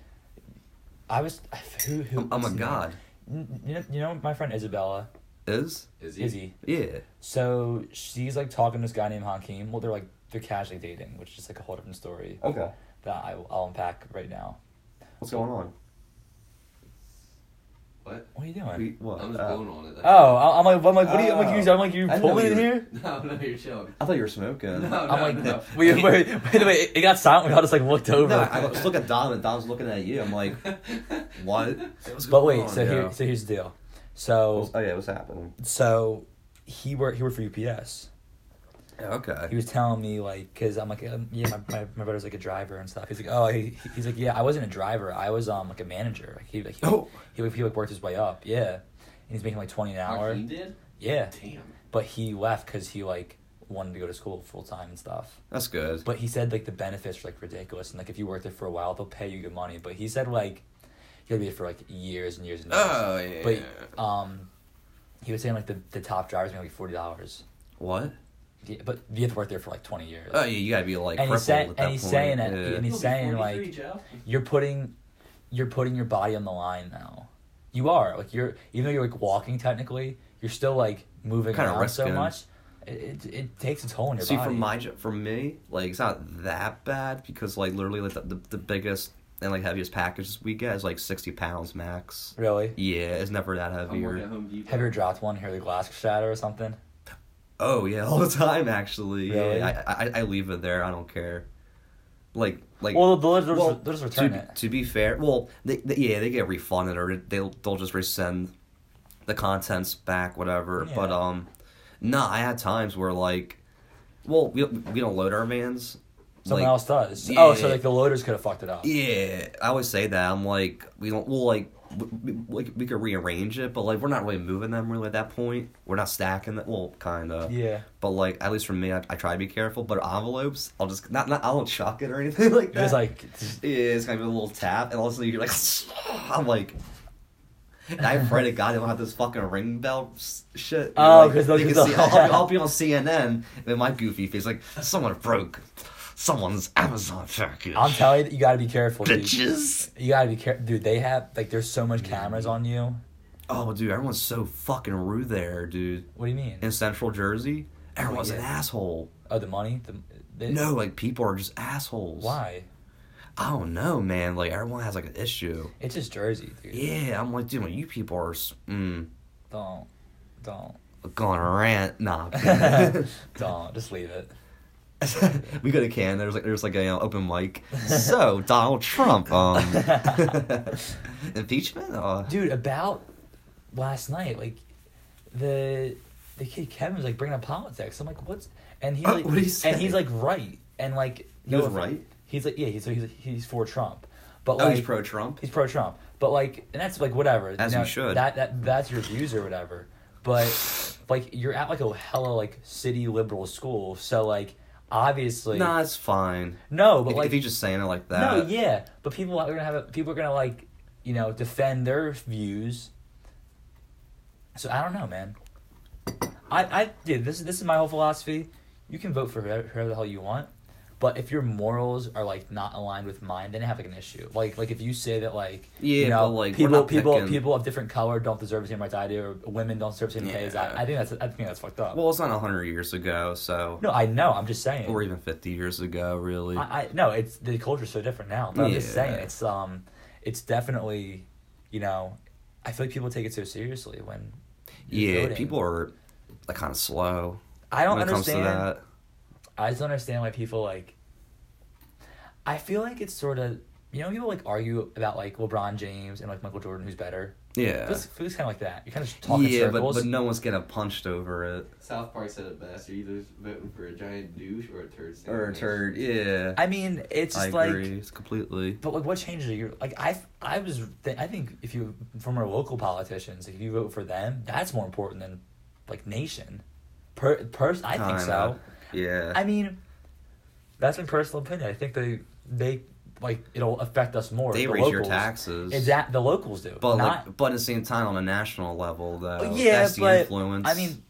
[SPEAKER 1] I was who who.
[SPEAKER 2] I'm, I'm a
[SPEAKER 1] what's her name?
[SPEAKER 2] god.
[SPEAKER 1] N- You know, you know, my friend Isabella.
[SPEAKER 2] Is?
[SPEAKER 4] Is he?
[SPEAKER 1] Izzy.
[SPEAKER 2] Yeah.
[SPEAKER 1] So she's like talking to this guy named Hakeem. Well, they're like they're casually dating, which is like a whole different story
[SPEAKER 2] Okay.
[SPEAKER 1] that I, I'll unpack right now.
[SPEAKER 2] What's going on?
[SPEAKER 4] What?
[SPEAKER 1] What are you doing?
[SPEAKER 2] We, what?
[SPEAKER 4] I'm just
[SPEAKER 2] uh,
[SPEAKER 4] blown on it. <laughs>
[SPEAKER 1] Oh, I- I'm like, I'm like, what are you, I'm like,
[SPEAKER 2] Oh.
[SPEAKER 1] you, I'm like, you
[SPEAKER 2] I didn't
[SPEAKER 1] pulling
[SPEAKER 2] know
[SPEAKER 1] in
[SPEAKER 2] you were-
[SPEAKER 1] here?
[SPEAKER 2] <laughs>
[SPEAKER 4] No, no, you're chilling.
[SPEAKER 2] I thought you were smoking.
[SPEAKER 4] No, no,
[SPEAKER 1] I'm like,
[SPEAKER 2] <laughs>
[SPEAKER 4] no.
[SPEAKER 1] we, wait, <laughs> wait, wait, wait, it got silent. We all just like looked over.
[SPEAKER 2] No, I was looking at Dom and Dom's looking at you. I'm
[SPEAKER 4] <laughs>
[SPEAKER 2] like, what? What's
[SPEAKER 1] but
[SPEAKER 2] going
[SPEAKER 1] wait,
[SPEAKER 2] on?
[SPEAKER 1] so here, so here's the deal. So,
[SPEAKER 2] oh yeah, what's happening?
[SPEAKER 1] so he worked, he worked for UPS.
[SPEAKER 2] Yeah,
[SPEAKER 1] He
[SPEAKER 2] okay.
[SPEAKER 1] was telling me like, cause I'm like, um, yeah, my, my, my brother's like a driver and stuff. He's like, oh, he, he's like, yeah, I wasn't a driver. I was um like a manager. Like he like he,
[SPEAKER 2] Oh.
[SPEAKER 1] he, he like worked his way up. Yeah, and he's making like twenty an hour.
[SPEAKER 4] Hakeem did?
[SPEAKER 1] Yeah,
[SPEAKER 4] Damn.
[SPEAKER 1] but he left because he like wanted to go to school full time and stuff.
[SPEAKER 2] That's good.
[SPEAKER 1] But he said like the benefits were like ridiculous, and like if you work there for a while, they'll pay you good money. But he said like you gotta be there for like years and years and years.
[SPEAKER 2] oh yeah.
[SPEAKER 1] but um, he was saying like the, the top drivers make like forty dollars,
[SPEAKER 2] what?
[SPEAKER 1] yeah, but you have to work there for like twenty years.
[SPEAKER 2] Oh yeah, you gotta be like
[SPEAKER 1] And he's
[SPEAKER 2] crippled
[SPEAKER 1] sa-
[SPEAKER 2] at that
[SPEAKER 1] and he's
[SPEAKER 2] point.
[SPEAKER 1] saying that-
[SPEAKER 2] yeah.
[SPEAKER 1] and he's
[SPEAKER 4] You'll be
[SPEAKER 1] saying,
[SPEAKER 4] 43,
[SPEAKER 1] like-
[SPEAKER 4] Joe.
[SPEAKER 1] You're putting, you're putting your body on the line now. You are like you're even though you're like walking technically, you're still like moving
[SPEAKER 2] Kinda
[SPEAKER 1] around so
[SPEAKER 2] risking.
[SPEAKER 1] much. It, it it takes a toll on your
[SPEAKER 2] See,
[SPEAKER 1] body.
[SPEAKER 2] for my jo- for me, like it's not that bad because like literally like the, the, the biggest and like heaviest package we get is like sixty pounds max.
[SPEAKER 1] really,
[SPEAKER 2] Yeah, it's never that
[SPEAKER 4] I'm
[SPEAKER 2] heavy.
[SPEAKER 4] working
[SPEAKER 2] or-
[SPEAKER 4] at Home Depot.
[SPEAKER 1] have you ever dropped one? Hear the glass shatter or something?
[SPEAKER 2] Oh yeah, all the time actually.
[SPEAKER 1] Really?
[SPEAKER 2] Yeah, I, I I leave it there. I don't care. Like like.
[SPEAKER 1] Well, they'll, they'll,
[SPEAKER 2] well,
[SPEAKER 1] just, they'll just return
[SPEAKER 2] to,
[SPEAKER 1] it.
[SPEAKER 2] To be fair, well, they, they, yeah, they get refunded or they'll they'll just resend the contents back, whatever.
[SPEAKER 1] Yeah.
[SPEAKER 2] But um, no, I had times where like, well, we we don't load our vans.
[SPEAKER 1] Someone
[SPEAKER 2] Like,
[SPEAKER 1] else does. Oh, so
[SPEAKER 2] yeah.
[SPEAKER 1] like the loaders could have fucked it up.
[SPEAKER 2] Yeah, I always say that. I'm like, we don't. Well, like, we, we, we could rearrange it, but like, we're not really moving them really at that point. We're not stacking them. Well, kind of.
[SPEAKER 1] Yeah.
[SPEAKER 2] But like, at least for me, I, I try to be careful. But envelopes, I'll just not not I won't chuck it or anything <laughs> like that.
[SPEAKER 1] It was like,
[SPEAKER 2] yeah, it's gonna be a little tap, and all of a sudden you're like, <laughs> I'm like. And I pray to God they don't have this fucking ring bell s- shit.
[SPEAKER 1] Oh,
[SPEAKER 2] Like,
[SPEAKER 1] 'cause they'll-
[SPEAKER 2] they can
[SPEAKER 1] 'cause <laughs>
[SPEAKER 2] see-
[SPEAKER 1] they'll-
[SPEAKER 2] I'll, I'll be on CNN, and then my goofy face like, someone broke someone's Amazon package.
[SPEAKER 1] I'm telling you, you gotta be careful, dude.
[SPEAKER 2] bitches.
[SPEAKER 1] You gotta be careful, dude. They have like, there's so much cameras on you.
[SPEAKER 2] Oh, dude, everyone's so fucking rude there, dude.
[SPEAKER 1] What do you mean?
[SPEAKER 2] In Central Jersey, everyone's an
[SPEAKER 1] yeah.
[SPEAKER 2] asshole.
[SPEAKER 1] oh, the money. The, the-
[SPEAKER 2] No, like people are just assholes.
[SPEAKER 1] Why?
[SPEAKER 2] I don't know, man. Like everyone has like an issue.
[SPEAKER 1] It's just Jersey, dude.
[SPEAKER 2] Yeah, I'm like, dude, when you people are s- mm,
[SPEAKER 1] Don't,
[SPEAKER 2] <laughs>
[SPEAKER 1] don't,
[SPEAKER 2] going rant,
[SPEAKER 1] <laughs>
[SPEAKER 2] nah.
[SPEAKER 1] don't. Just leave it.
[SPEAKER 2] <laughs> we go to Canada. There's like there's like a you know, open mic. So Donald
[SPEAKER 1] <laughs>
[SPEAKER 2] Trump, um, <laughs> impeachment. Uh,
[SPEAKER 1] Dude, about last night, like the the kid Kevin was like bringing up politics. I'm like, what's and he's
[SPEAKER 2] Oh,
[SPEAKER 1] like,
[SPEAKER 2] what'd he say?
[SPEAKER 1] and he's like right, and like
[SPEAKER 2] He was
[SPEAKER 1] offense-
[SPEAKER 2] right?
[SPEAKER 1] He's like, yeah, he's he's he's for Trump, but
[SPEAKER 2] oh,
[SPEAKER 1] like
[SPEAKER 2] he's pro Trump.
[SPEAKER 1] he's pro Trump, but like, and that's like whatever.
[SPEAKER 2] As
[SPEAKER 1] Now,
[SPEAKER 2] you should.
[SPEAKER 1] That that that's your views or whatever. But like, you're at like a hella like city liberal school, so like obviously
[SPEAKER 2] Nah, it's fine.
[SPEAKER 1] no, but
[SPEAKER 2] If,
[SPEAKER 1] like
[SPEAKER 2] if he's just saying it like that.
[SPEAKER 1] no, yeah, but people are gonna have a, people are gonna like you know defend their views. So I don't know, man. I I dude, this is this is my whole philosophy. You can vote for whoever, whoever the hell you want, but if your morals are like not aligned with mine, then I have like an issue. Like like if you say that like
[SPEAKER 2] Yeah,
[SPEAKER 1] you know,
[SPEAKER 2] but, like, we're
[SPEAKER 1] people
[SPEAKER 2] not
[SPEAKER 1] people
[SPEAKER 2] picking-
[SPEAKER 1] people of different color don't deserve the same rights I do, or women don't deserve the same pay as I.
[SPEAKER 2] Yeah.
[SPEAKER 1] I think that's I think that's fucked up.
[SPEAKER 2] Well, it's not 100 years ago, so.
[SPEAKER 1] no, I know. I'm just saying.
[SPEAKER 2] Or even 50 years ago, really.
[SPEAKER 1] I, I no, it's the culture's so different now. But I'm just saying,
[SPEAKER 2] Yeah.
[SPEAKER 1] it's um, it's definitely, you know, I feel like people take it so seriously when. you're
[SPEAKER 2] yeah,
[SPEAKER 1] voting.
[SPEAKER 2] people are like, kind of slow.
[SPEAKER 1] I don't
[SPEAKER 2] when it
[SPEAKER 1] understand.
[SPEAKER 2] Comes to
[SPEAKER 1] I just don't understand why people like. I feel like it's sort of you know people like argue about like LeBron James and like Michael Jordan who's better.
[SPEAKER 2] that. Yeah.
[SPEAKER 1] This feels kind of like that. You're kind of talking
[SPEAKER 2] yeah, but,
[SPEAKER 1] circles.
[SPEAKER 2] but no one's getting punched over it.
[SPEAKER 4] South Park said it best. You're either voting for a giant douche or a turd sandwich.
[SPEAKER 2] Or a turd. Yeah.
[SPEAKER 1] I mean, it's
[SPEAKER 2] I
[SPEAKER 1] just like.
[SPEAKER 2] agree. It's completely.
[SPEAKER 1] But like, what changes are you like? I I was th- I think if you from our local politicians, if you vote for them, that's more important than like nation. Per person, I think so.
[SPEAKER 2] Kinda. Yeah.
[SPEAKER 1] I mean, that's my personal opinion. I think they they like it'll affect us more.
[SPEAKER 2] they
[SPEAKER 1] the
[SPEAKER 2] raise your
[SPEAKER 1] locals.
[SPEAKER 2] taxes.
[SPEAKER 1] Exact the locals do,
[SPEAKER 2] But,
[SPEAKER 1] not.
[SPEAKER 2] like, but at the same time, on a national level, though,
[SPEAKER 1] yeah,
[SPEAKER 2] that's the
[SPEAKER 1] but
[SPEAKER 2] influence.
[SPEAKER 1] I mean,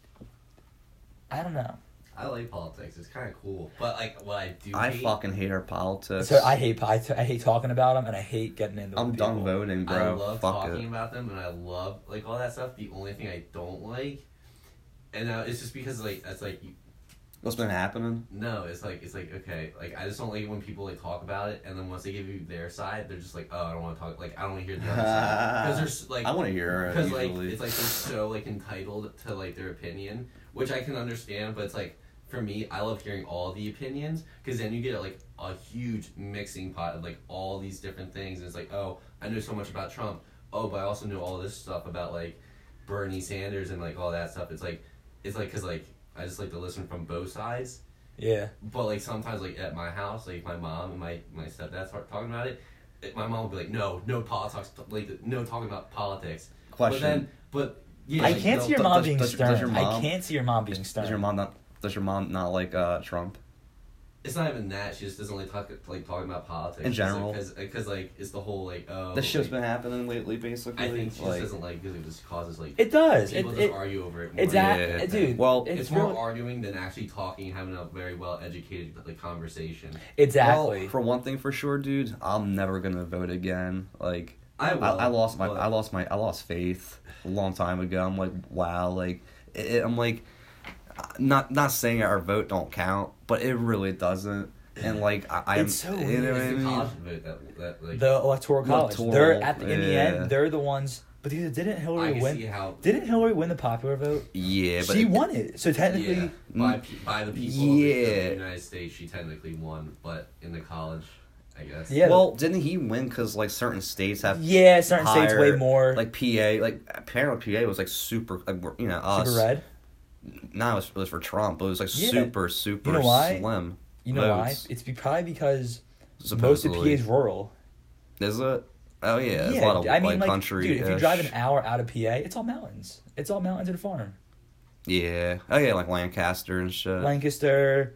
[SPEAKER 1] I don't know.
[SPEAKER 4] I like politics. It's kind of cool. But, like, what I do
[SPEAKER 2] I
[SPEAKER 4] hate,
[SPEAKER 2] fucking hate our politics.
[SPEAKER 1] So I hate I, I hate talking about them, and I hate getting into.
[SPEAKER 2] I'm
[SPEAKER 1] people.
[SPEAKER 2] done voting,
[SPEAKER 4] I
[SPEAKER 2] bro.
[SPEAKER 4] love
[SPEAKER 2] Fuck
[SPEAKER 4] talking
[SPEAKER 2] it.
[SPEAKER 4] about them and I love, like, all that stuff. The only thing I don't like and now it's just because like that's like you,
[SPEAKER 2] What's been happening?
[SPEAKER 4] no, it's like it's like okay, like I just don't like when people like talk about it, and then once they give you their side, they're just like, oh, I don't want to talk. Like I don't want to hear the
[SPEAKER 2] <laughs>
[SPEAKER 4] other side because there's like
[SPEAKER 2] I want to hear
[SPEAKER 1] <laughs>
[SPEAKER 2] it
[SPEAKER 4] because like
[SPEAKER 2] usually.
[SPEAKER 4] it's like they're so like entitled to like their opinion, which I can understand, but it's like for me, I love hearing all the opinions because then you get like a huge mixing pot of like all these different things, and it's like oh, I know so much about Trump. Oh, but I also know all this stuff about like Bernie Sanders and like all that stuff. It's like it's like because like I just like to listen from both sides
[SPEAKER 1] Yeah.
[SPEAKER 4] but like sometimes like at my house like my mom and my my stepdad start talking about it it- my mom would be like no no politics like no talking about politics
[SPEAKER 2] Question.
[SPEAKER 4] but then but yeah
[SPEAKER 1] I
[SPEAKER 4] like,
[SPEAKER 1] can't
[SPEAKER 4] no,
[SPEAKER 1] see your
[SPEAKER 2] does-
[SPEAKER 1] mom
[SPEAKER 2] does-
[SPEAKER 1] being
[SPEAKER 2] does-
[SPEAKER 1] stern.
[SPEAKER 2] does your
[SPEAKER 1] I
[SPEAKER 2] mom-
[SPEAKER 1] can't see your mom being stern.
[SPEAKER 2] does your mom not? Does your mom not like uh, Trump?
[SPEAKER 4] it's not even that she just doesn't like talk like talking about politics
[SPEAKER 2] In general.
[SPEAKER 4] because like it's the whole like oh
[SPEAKER 2] this shit's
[SPEAKER 4] like,
[SPEAKER 2] been happening lately, basically.
[SPEAKER 4] I think she
[SPEAKER 2] like,
[SPEAKER 4] just doesn't like because it just causes like
[SPEAKER 1] It does. It,
[SPEAKER 4] people just
[SPEAKER 1] it,
[SPEAKER 4] argue over it more.
[SPEAKER 1] it's that,
[SPEAKER 2] Yeah.
[SPEAKER 1] dude.
[SPEAKER 2] Well,
[SPEAKER 1] it's,
[SPEAKER 4] it's, more
[SPEAKER 1] real-
[SPEAKER 4] arguing than actually talking and having a very well educated like conversation
[SPEAKER 1] exactly.
[SPEAKER 2] Well, for one thing, for sure, dude, I'm never gonna vote again. Like,
[SPEAKER 4] I will,
[SPEAKER 2] I, lost my,
[SPEAKER 4] but-
[SPEAKER 2] I lost my, I lost faith a long time ago. I'm like, wow, like, it, it- I'm like, not, not saying our vote don't count, but it really doesn't. And like, I, I'm,
[SPEAKER 1] It's so
[SPEAKER 2] you know
[SPEAKER 1] weird.
[SPEAKER 2] what I
[SPEAKER 4] it's the
[SPEAKER 2] mean?
[SPEAKER 4] college vote that, that like
[SPEAKER 1] the electoral college.
[SPEAKER 2] Electoral,
[SPEAKER 1] they're at the, in the
[SPEAKER 2] yeah.
[SPEAKER 1] end. They're the ones. But dude, didn't
[SPEAKER 4] I
[SPEAKER 1] Hillary
[SPEAKER 4] can
[SPEAKER 1] win?
[SPEAKER 4] see how
[SPEAKER 1] Didn't Hillary win the popular vote?
[SPEAKER 2] Yeah, but
[SPEAKER 1] she
[SPEAKER 2] it-
[SPEAKER 1] won it. So technically,
[SPEAKER 4] Yeah, by, pe- by the people of the- of
[SPEAKER 2] Yeah.
[SPEAKER 4] the United States, she technically won, but in the college, I guess.
[SPEAKER 1] Yeah.
[SPEAKER 2] Well, didn't he win? Cause like certain states have
[SPEAKER 1] Yeah, certain states way
[SPEAKER 2] higher-
[SPEAKER 1] more.
[SPEAKER 2] Like PA, like apparently PA was like super, like we're- you know us.
[SPEAKER 1] super red.
[SPEAKER 2] No, it was, it was for Trump. It was like
[SPEAKER 1] Yeah.
[SPEAKER 2] super, super
[SPEAKER 1] You know why?
[SPEAKER 2] slim.
[SPEAKER 1] You know why?
[SPEAKER 2] votes,
[SPEAKER 1] It's be- probably because most of PA
[SPEAKER 2] Supposedly.
[SPEAKER 1] is rural.
[SPEAKER 2] Is it? Oh yeah, it's a lot of
[SPEAKER 1] I mean,
[SPEAKER 2] like, country. uh,
[SPEAKER 1] dude, if you drive an hour out of PA, it's all mountains. It's all mountains and farm.
[SPEAKER 2] yeah. Oh yeah, like Lancaster and shit.
[SPEAKER 1] Lancaster,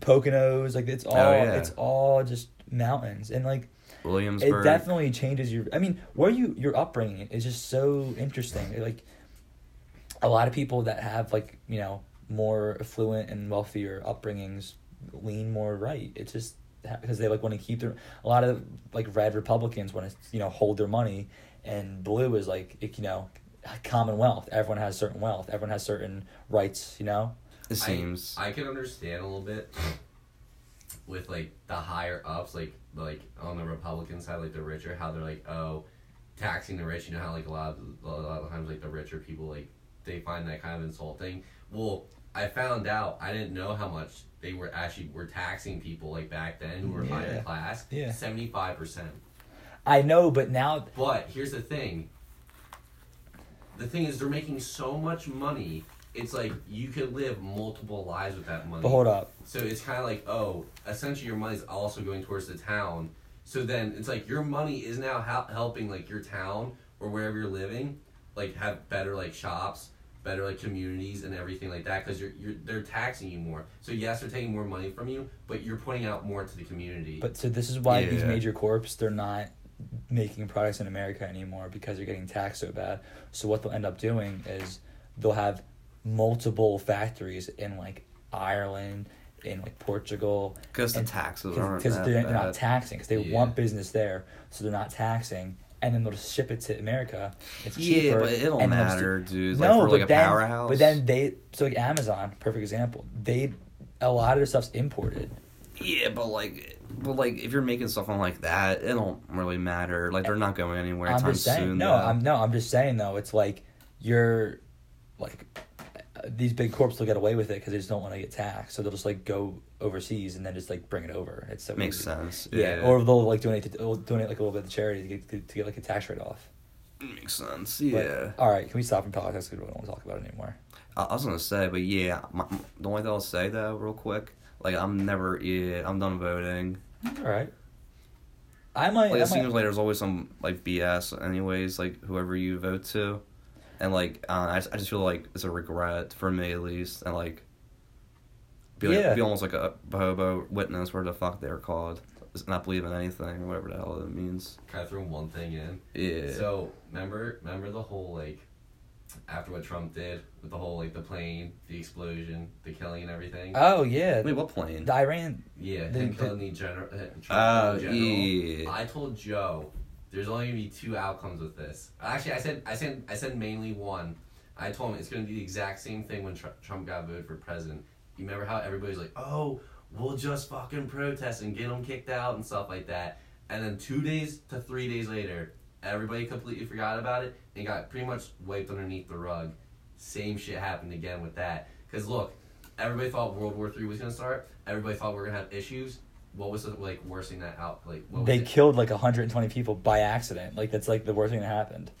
[SPEAKER 1] Poconos, like it's all
[SPEAKER 2] Oh, yeah.
[SPEAKER 1] it's all just mountains and like it
[SPEAKER 2] Williamsburg.
[SPEAKER 1] definitely changes your. I mean, where you your upbringing is just so interesting. Like a lot of people that have like you know more affluent and wealthier upbringings lean more right. It's just because they like want to keep their a lot of like red Republicans want to you know hold their money, and blue is like it, you know commonwealth. Everyone has certain wealth. Everyone has certain rights. You know.
[SPEAKER 2] it
[SPEAKER 4] I-
[SPEAKER 2] seems.
[SPEAKER 4] I, can understand a little bit with like the higher ups, like like on the Republican side, like the richer, how they're like, oh, taxing the rich. You know how like a lot of a lot of times like the richer people like they find that kind of insulting. Well, I found out I didn't know how much they were actually were taxing people like back then who were
[SPEAKER 1] Yeah.
[SPEAKER 4] higher class.
[SPEAKER 1] Yeah.
[SPEAKER 4] seventy five percent.
[SPEAKER 1] I know, but now
[SPEAKER 4] But here's the thing. The thing is, they're making so much money. It's like you could live multiple lives with that money.
[SPEAKER 1] but hold up.
[SPEAKER 4] So it's kind of like, oh, essentially your money's also going towards the town. So then it's like your money is now hel- helping like your town or wherever you're living, like have better like shops, better like communities and everything like that because you're, you're they're taxing you more. So yes, they're taking more money from you, but you're putting out more to the community.
[SPEAKER 1] But so this is why these
[SPEAKER 2] Yeah.
[SPEAKER 1] major corps they're not making products in America anymore because they're getting taxed so bad. So what they'll end up doing is they'll have multiple factories in like Ireland, in like Portugal,
[SPEAKER 2] Because the
[SPEAKER 1] and-
[SPEAKER 2] taxes aren't
[SPEAKER 1] because
[SPEAKER 2] that
[SPEAKER 1] they're, they're not
[SPEAKER 2] bad.
[SPEAKER 1] taxing because they
[SPEAKER 4] Yeah.
[SPEAKER 1] want business there, so they're not taxing. And then they'll just ship it to America. It's
[SPEAKER 2] yeah,
[SPEAKER 1] cheaper,
[SPEAKER 2] but it don't
[SPEAKER 1] and they'll just do-
[SPEAKER 2] matter, dude. Like, we're like a
[SPEAKER 1] then,
[SPEAKER 2] powerhouse.
[SPEAKER 1] But then they so like Amazon, perfect example. They a lot of their stuff's imported.
[SPEAKER 2] yeah, but like, but like, if you're making something like that, it don't really matter. Like, they're not going anywhere
[SPEAKER 1] I'm
[SPEAKER 2] anytime
[SPEAKER 1] just saying.
[SPEAKER 2] soon.
[SPEAKER 1] no,
[SPEAKER 2] though.
[SPEAKER 1] I'm no, I'm just saying though. It's like you're, like, uh, these big corps will get away with it because they just don't want to get taxed, so they'll just like go overseas and then just like bring it over. It's so
[SPEAKER 2] Makes
[SPEAKER 1] easy.
[SPEAKER 2] sense.
[SPEAKER 1] Yeah.
[SPEAKER 2] Yeah.
[SPEAKER 1] or they'll like donate to they'll donate like a little bit to charity to get to, get like a tax rate off.
[SPEAKER 2] Makes sense.
[SPEAKER 1] But,
[SPEAKER 2] Yeah.
[SPEAKER 1] all right, can we stop from politics? 'cause we don't want to talk about it anymore.
[SPEAKER 2] I, I was gonna say, but yeah, my, my- the only thing I'll say though, real quick, like I'm never, yeah, I'm done voting.
[SPEAKER 1] All right. I might.
[SPEAKER 2] Like
[SPEAKER 1] I
[SPEAKER 2] it seems
[SPEAKER 1] might-
[SPEAKER 2] like there's always some like BS, anyways. Like whoever you vote to, and like uh, I, just- I just feel like it's a regret for me at least, and like be like,
[SPEAKER 1] Yeah.
[SPEAKER 2] be almost like a hobo witness, where the fuck they're called, just not believing anything, whatever the hell it means.
[SPEAKER 4] Can I throw one thing in?
[SPEAKER 2] Yeah.
[SPEAKER 4] So remember, remember the whole like, after what Trump did with the whole like the plane, the explosion, the killing and everything.
[SPEAKER 2] Uh,
[SPEAKER 1] oh yeah,
[SPEAKER 2] Wait, what plane?
[SPEAKER 1] the Iran.
[SPEAKER 4] yeah,
[SPEAKER 1] the-
[SPEAKER 4] him killing the general. uh, Trump
[SPEAKER 2] Oh,
[SPEAKER 4] killing the
[SPEAKER 2] yeah.
[SPEAKER 4] I told Joe, there's only gonna be two outcomes with this. Actually, I said, I said, I said mainly one. I told him it's going to be the exact same thing when Tr- Trump got voted for president. You remember how everybody's like, oh, we'll just fucking protest and get them kicked out and stuff like that. And then two days to three days later, everybody completely forgot about it and got pretty much wiped underneath the rug. Same shit happened again with that. Because look, everybody thought World War Three was going to start. Everybody thought we were going to have issues. What was the like worst thing that out like? What was
[SPEAKER 1] They
[SPEAKER 4] it?
[SPEAKER 1] killed like 120 people by accident. Like that's like the worst thing that happened.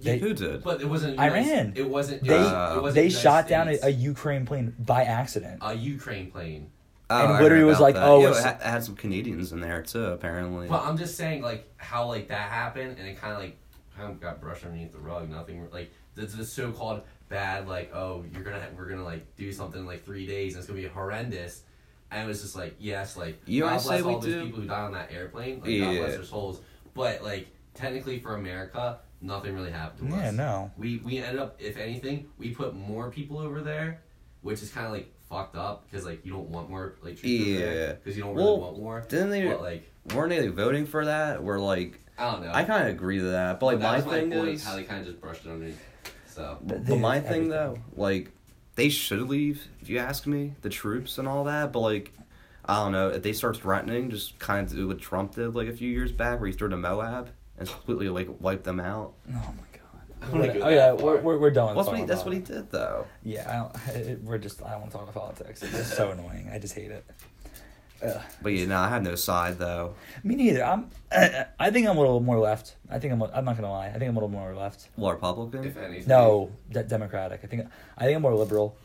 [SPEAKER 1] They-
[SPEAKER 2] Who did?
[SPEAKER 4] But it wasn't
[SPEAKER 1] Iran.
[SPEAKER 4] United- It wasn't.
[SPEAKER 1] They
[SPEAKER 4] it wasn't, it wasn't
[SPEAKER 1] they
[SPEAKER 4] United
[SPEAKER 1] shot down a,
[SPEAKER 4] States.
[SPEAKER 1] a Ukraine plane by accident.
[SPEAKER 4] a Ukraine plane.
[SPEAKER 2] Oh,
[SPEAKER 1] and
[SPEAKER 2] I
[SPEAKER 1] literally
[SPEAKER 2] heard
[SPEAKER 1] was
[SPEAKER 2] about
[SPEAKER 1] like,
[SPEAKER 2] that.
[SPEAKER 1] oh,
[SPEAKER 2] Yeah, it
[SPEAKER 1] it's-
[SPEAKER 2] had, it had some Canadians in there too, apparently.
[SPEAKER 4] But I'm just saying, like how like that happened, and it kind of like kind of got brushed underneath the rug. Nothing like the, the so-called bad, like oh you're gonna we're gonna like do something in, like three days, and it's gonna be horrendous. And it was just like yes, like
[SPEAKER 2] You
[SPEAKER 4] God
[SPEAKER 2] wanna
[SPEAKER 4] bless
[SPEAKER 2] say we
[SPEAKER 4] all those
[SPEAKER 2] do-
[SPEAKER 4] people who died on that airplane. Like God
[SPEAKER 2] Yeah.
[SPEAKER 4] bless their souls. But like technically for America, nothing really happened to us.
[SPEAKER 1] Yeah, no.
[SPEAKER 4] We we ended up, if anything, we put more people over there, which is kind of like fucked up because like you don't want more like troops over
[SPEAKER 2] Yeah.
[SPEAKER 4] there because you don't really
[SPEAKER 2] Well,
[SPEAKER 4] want war.
[SPEAKER 2] didn't they-
[SPEAKER 4] But, like
[SPEAKER 2] Weren't they like, voting for that? Or like,
[SPEAKER 4] I don't know.
[SPEAKER 2] I kind of agree to that. But like,
[SPEAKER 4] But that
[SPEAKER 2] my
[SPEAKER 4] was
[SPEAKER 2] thing
[SPEAKER 4] point,
[SPEAKER 2] is,
[SPEAKER 4] how they kind of just brushed it underneath. So
[SPEAKER 2] but
[SPEAKER 1] They-
[SPEAKER 2] my
[SPEAKER 1] everything.
[SPEAKER 2] thing though, like, they should leave. If you ask me, the troops and all that. But like, I don't know. If they start threatening, just kind of do what Trump did like a few years back, where he threw to Moab and completely like wiped them out.
[SPEAKER 1] Oh my god.
[SPEAKER 4] I
[SPEAKER 1] What-
[SPEAKER 4] wouldn't go
[SPEAKER 1] oh yeah,
[SPEAKER 4] that
[SPEAKER 1] we're,
[SPEAKER 4] far.
[SPEAKER 1] we're, we're done. with
[SPEAKER 2] That's what he,
[SPEAKER 1] talking
[SPEAKER 2] that's
[SPEAKER 1] about
[SPEAKER 2] what he
[SPEAKER 1] it.
[SPEAKER 2] did though.
[SPEAKER 1] Yeah, I don't, it, we're just I don't want to talk about politics. It's just so annoying. I just hate it. Ugh.
[SPEAKER 2] But yeah, no, I have no side though.
[SPEAKER 1] Me neither. I'm. I think I'm a little more left. I think I'm. I'm not gonna lie. I think I'm a little more left.
[SPEAKER 2] Well, Republican.
[SPEAKER 4] If anything,
[SPEAKER 1] No, de- Democratic. I think. I think I'm more liberal.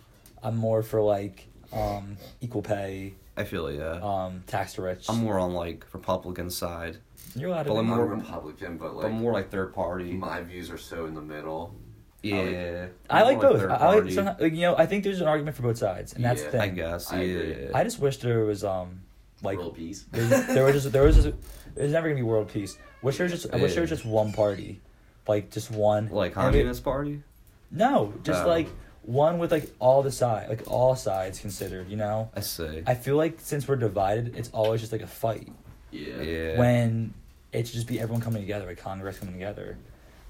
[SPEAKER 1] I'm more for like um, equal pay,
[SPEAKER 2] I feel yeah.
[SPEAKER 4] Uh,
[SPEAKER 1] um, tax to rich.
[SPEAKER 2] I'm more on like Republican side,
[SPEAKER 1] You're allowed to.
[SPEAKER 2] but
[SPEAKER 1] be-
[SPEAKER 2] I'm
[SPEAKER 4] I'm
[SPEAKER 2] more-
[SPEAKER 4] a Republican,
[SPEAKER 2] but
[SPEAKER 4] but like
[SPEAKER 2] more like third party.
[SPEAKER 4] my views are so in the middle.
[SPEAKER 2] yeah,
[SPEAKER 1] I like
[SPEAKER 2] More
[SPEAKER 1] both. I,
[SPEAKER 2] third
[SPEAKER 1] I like
[SPEAKER 2] party,
[SPEAKER 1] sometimes, like, you know. I think there's an argument for both sides, and that's
[SPEAKER 4] Yeah,
[SPEAKER 1] the thing.
[SPEAKER 2] I guess.
[SPEAKER 4] I
[SPEAKER 2] yeah.
[SPEAKER 4] agree.
[SPEAKER 1] I just wish there was um, like
[SPEAKER 4] World peace.
[SPEAKER 1] there, there was just there was just there's never gonna be world peace. Wish there was just I wish there was
[SPEAKER 2] Yeah.
[SPEAKER 1] just one party, like just one.
[SPEAKER 2] like
[SPEAKER 1] and we-
[SPEAKER 2] communist party.
[SPEAKER 1] No, just
[SPEAKER 2] Oh.
[SPEAKER 1] like one with like all the side, like all sides considered. You know,
[SPEAKER 2] I see.
[SPEAKER 1] I feel like since we're divided, it's always just like a fight.
[SPEAKER 4] <laughs> Yeah.
[SPEAKER 2] yeah.
[SPEAKER 1] When it should just be everyone coming together, like Congress coming together,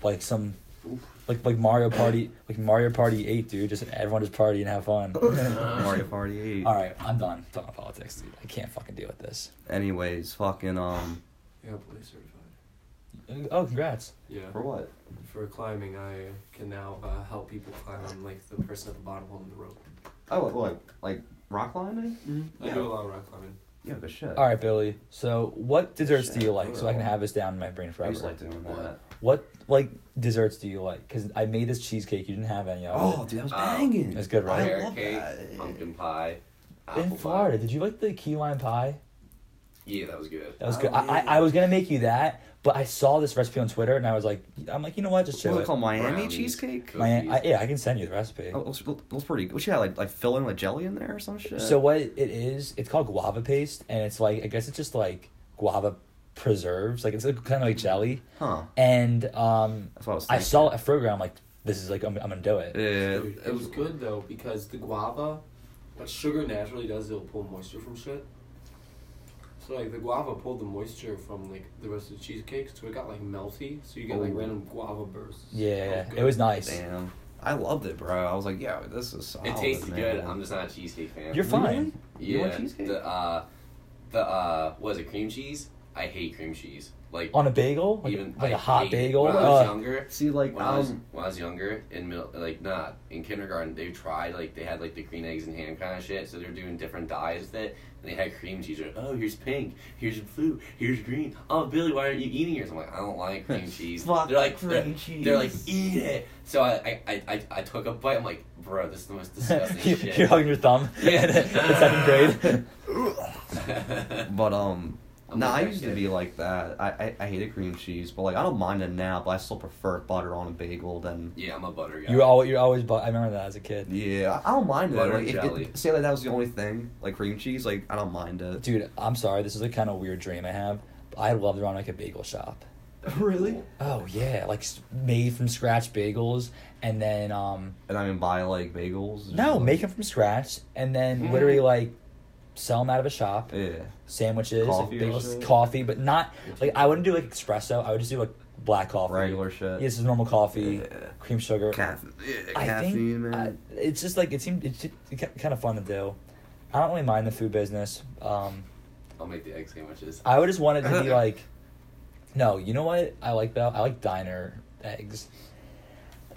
[SPEAKER 1] like some, like like Mario Party, like Mario Party Eight, dude. Just everyone just party and have
[SPEAKER 2] <laughs>
[SPEAKER 1] fun.
[SPEAKER 2] Mario Party Eight.
[SPEAKER 1] all right, I'm done talking politics, dude. I can't fucking deal with this.
[SPEAKER 2] Anyways, fucking um.
[SPEAKER 3] I got police certified.
[SPEAKER 1] Oh, congrats!
[SPEAKER 3] Yeah.
[SPEAKER 2] For what?
[SPEAKER 3] For climbing, I can now uh, help people climb. I'm like the person at the bottom holding the rope.
[SPEAKER 2] Oh, like like rock climbing.
[SPEAKER 4] Mm-hmm.
[SPEAKER 3] I do a lot of rock climbing.
[SPEAKER 2] Yeah, but shit.
[SPEAKER 1] All right, Billy. So, what desserts do you like? So I can
[SPEAKER 2] Sure.
[SPEAKER 1] have this down in my brain
[SPEAKER 2] I
[SPEAKER 1] forever.
[SPEAKER 2] used to like doing that.
[SPEAKER 1] What like desserts do you like? Because I made this cheesecake. You didn't have any of it.
[SPEAKER 2] Oh, dude, that was banging.
[SPEAKER 1] That's good, right?
[SPEAKER 2] I
[SPEAKER 4] Carrot
[SPEAKER 2] love
[SPEAKER 4] cake,
[SPEAKER 2] that.
[SPEAKER 4] pumpkin pie. apple
[SPEAKER 1] in
[SPEAKER 4] pie.
[SPEAKER 1] Florida, did you like the key lime pie?
[SPEAKER 4] Yeah, that was good.
[SPEAKER 1] That was
[SPEAKER 2] Oh,
[SPEAKER 1] good. I, I
[SPEAKER 2] yeah.
[SPEAKER 1] I was gonna make you that, but I saw this recipe on Twitter and I was like, I'm like, you know what? Just
[SPEAKER 2] What
[SPEAKER 1] chill.
[SPEAKER 2] was it
[SPEAKER 1] It.
[SPEAKER 2] called? Miami
[SPEAKER 4] Brownies.
[SPEAKER 2] cheesecake.
[SPEAKER 1] My, I, yeah, I can send you the recipe.
[SPEAKER 2] Oh, it was, it was pretty. good. What you had like like filling like jelly in there or some shit.
[SPEAKER 1] So what it is? It's called guava paste, and it's like I guess it's just like guava preserves. Like it's like, kind of like jelly.
[SPEAKER 2] Huh.
[SPEAKER 1] And um,
[SPEAKER 2] That's what I was.
[SPEAKER 1] I
[SPEAKER 2] Thinking.
[SPEAKER 1] saw it at Froger. I'm like, this is like I'm, I'm gonna do it.
[SPEAKER 2] Yeah,
[SPEAKER 3] Dude, it was good though because the guava, what sugar naturally does, it'll pull moisture from shit. So like the guava pulled the moisture from like the rest of the cheesecake, so it got like melty. So you get like
[SPEAKER 2] Oh.
[SPEAKER 3] random guava bursts.
[SPEAKER 1] Yeah,
[SPEAKER 3] Oh,
[SPEAKER 1] it was nice.
[SPEAKER 2] Damn. I loved it, bro. I was like, yo, this is solid.
[SPEAKER 4] It tasted
[SPEAKER 2] man.
[SPEAKER 4] good. I'm just not a cheesecake fan.
[SPEAKER 1] You're fine.
[SPEAKER 4] Yeah.
[SPEAKER 2] You want cheesecake?
[SPEAKER 4] The uh, the uh, was it cream cheese? I hate cream cheese. Like
[SPEAKER 1] On a bagel, like,
[SPEAKER 4] even
[SPEAKER 1] like
[SPEAKER 4] I
[SPEAKER 1] a hot
[SPEAKER 4] hate-
[SPEAKER 1] bagel.
[SPEAKER 4] When I was
[SPEAKER 1] uh,
[SPEAKER 4] younger,
[SPEAKER 2] See, like,
[SPEAKER 4] when I was
[SPEAKER 2] um,
[SPEAKER 4] when I was younger in middle like not in kindergarten they tried like they had like the green eggs and ham kind of shit so they're doing different dyes with it and they had cream cheese like, oh here's pink here's blue here's green oh Billy why aren't you eating yours I'm like I don't like cream cheese
[SPEAKER 2] Fuck
[SPEAKER 4] they're like
[SPEAKER 2] cream
[SPEAKER 4] they're,
[SPEAKER 2] cheese.
[SPEAKER 4] they're like eat it so I I, I, I I took a bite I'm like bro this is the
[SPEAKER 1] <laughs>
[SPEAKER 4] most disgusting
[SPEAKER 1] you,
[SPEAKER 4] shit
[SPEAKER 1] You're
[SPEAKER 4] <laughs>
[SPEAKER 1] hugging your thumb. <laughs>
[SPEAKER 4] Yeah.
[SPEAKER 1] in second grade. <laughs>
[SPEAKER 2] But, um,
[SPEAKER 4] I'm
[SPEAKER 2] nah,
[SPEAKER 4] not
[SPEAKER 2] I
[SPEAKER 4] that
[SPEAKER 2] used to
[SPEAKER 4] kid.
[SPEAKER 2] be like that. I, I, I hated cream cheese, but, like, I don't mind it now, but I still prefer butter on a bagel than.
[SPEAKER 4] yeah I'm a butter guy
[SPEAKER 1] You always, you always. bu- I remember that as a kid,
[SPEAKER 2] Yeah, I, I don't mind it.
[SPEAKER 4] Butter
[SPEAKER 2] Like,
[SPEAKER 4] and
[SPEAKER 2] if
[SPEAKER 4] jelly.
[SPEAKER 2] it, say, like, that was the only thing, like, cream cheese, like, I don't mind it.
[SPEAKER 1] dude. I'm sorry. This is a kind of weird dream I have. but I loved running like a bagel shop. <laughs>
[SPEAKER 2] really?
[SPEAKER 1] Oh yeah, like s- made from scratch bagels, and then um
[SPEAKER 2] And I mean, buy, like, bagels. and
[SPEAKER 1] no,
[SPEAKER 2] just,
[SPEAKER 1] make
[SPEAKER 2] like,
[SPEAKER 1] them from scratch, and then literally like sell them out of a shop.
[SPEAKER 2] Yeah.
[SPEAKER 1] Sandwiches,
[SPEAKER 2] Coffee
[SPEAKER 1] like
[SPEAKER 2] or
[SPEAKER 1] bagels,
[SPEAKER 2] shit?
[SPEAKER 1] coffee, but not like I wouldn't do like espresso. I would just do like black coffee.
[SPEAKER 2] regular shit.
[SPEAKER 1] Yes, it's normal coffee,
[SPEAKER 2] Yeah.
[SPEAKER 1] cream sugar.
[SPEAKER 2] Caff- yeah,
[SPEAKER 1] I
[SPEAKER 2] caffeine,
[SPEAKER 1] think
[SPEAKER 2] man.
[SPEAKER 1] I, it's just like it seemed it's just kind of fun to do. I don't really mind the food business. Um,
[SPEAKER 4] I'll make the egg sandwiches.
[SPEAKER 1] I would just want it to
[SPEAKER 2] <laughs>
[SPEAKER 4] <laughs>
[SPEAKER 1] be like, no, you know what I like about I like diner eggs.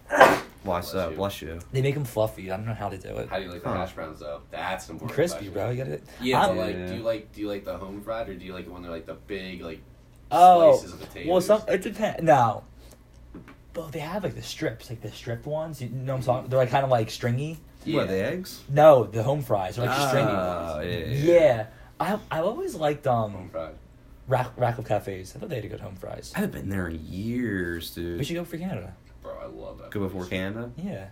[SPEAKER 2] Why
[SPEAKER 4] Bless
[SPEAKER 2] so?
[SPEAKER 4] you.
[SPEAKER 2] Bless you.
[SPEAKER 1] They make them fluffy. I don't know how they do it.
[SPEAKER 4] How do you like the
[SPEAKER 2] Huh.
[SPEAKER 4] hash browns though? That's important.
[SPEAKER 1] Crispy,
[SPEAKER 4] question.
[SPEAKER 1] bro. You got it.
[SPEAKER 4] Yeah, but
[SPEAKER 2] I'm-
[SPEAKER 4] like,
[SPEAKER 2] Yeah.
[SPEAKER 4] do you like do you like the home fried or do you like it when they're like the big like
[SPEAKER 1] Oh,
[SPEAKER 4] slices of potatoes?
[SPEAKER 1] well, some it depends. No, but they have like the strips, like the stripped ones. You know what I'm talking? They're like kind of like stringy.
[SPEAKER 4] Yeah.
[SPEAKER 2] What, the eggs?
[SPEAKER 1] No, the home fries are like
[SPEAKER 2] Ah,
[SPEAKER 1] stringy
[SPEAKER 2] yeah,
[SPEAKER 1] ones.
[SPEAKER 2] yeah, yeah.
[SPEAKER 1] I I've always liked
[SPEAKER 4] home
[SPEAKER 1] um
[SPEAKER 4] fried.
[SPEAKER 1] rack rack of cafes. I thought they had a good home fries.
[SPEAKER 2] I haven't been there in years, dude.
[SPEAKER 1] We should go for Canada.
[SPEAKER 4] Bro, I love that.
[SPEAKER 2] go before
[SPEAKER 4] place.
[SPEAKER 2] Canada.
[SPEAKER 1] Yeah.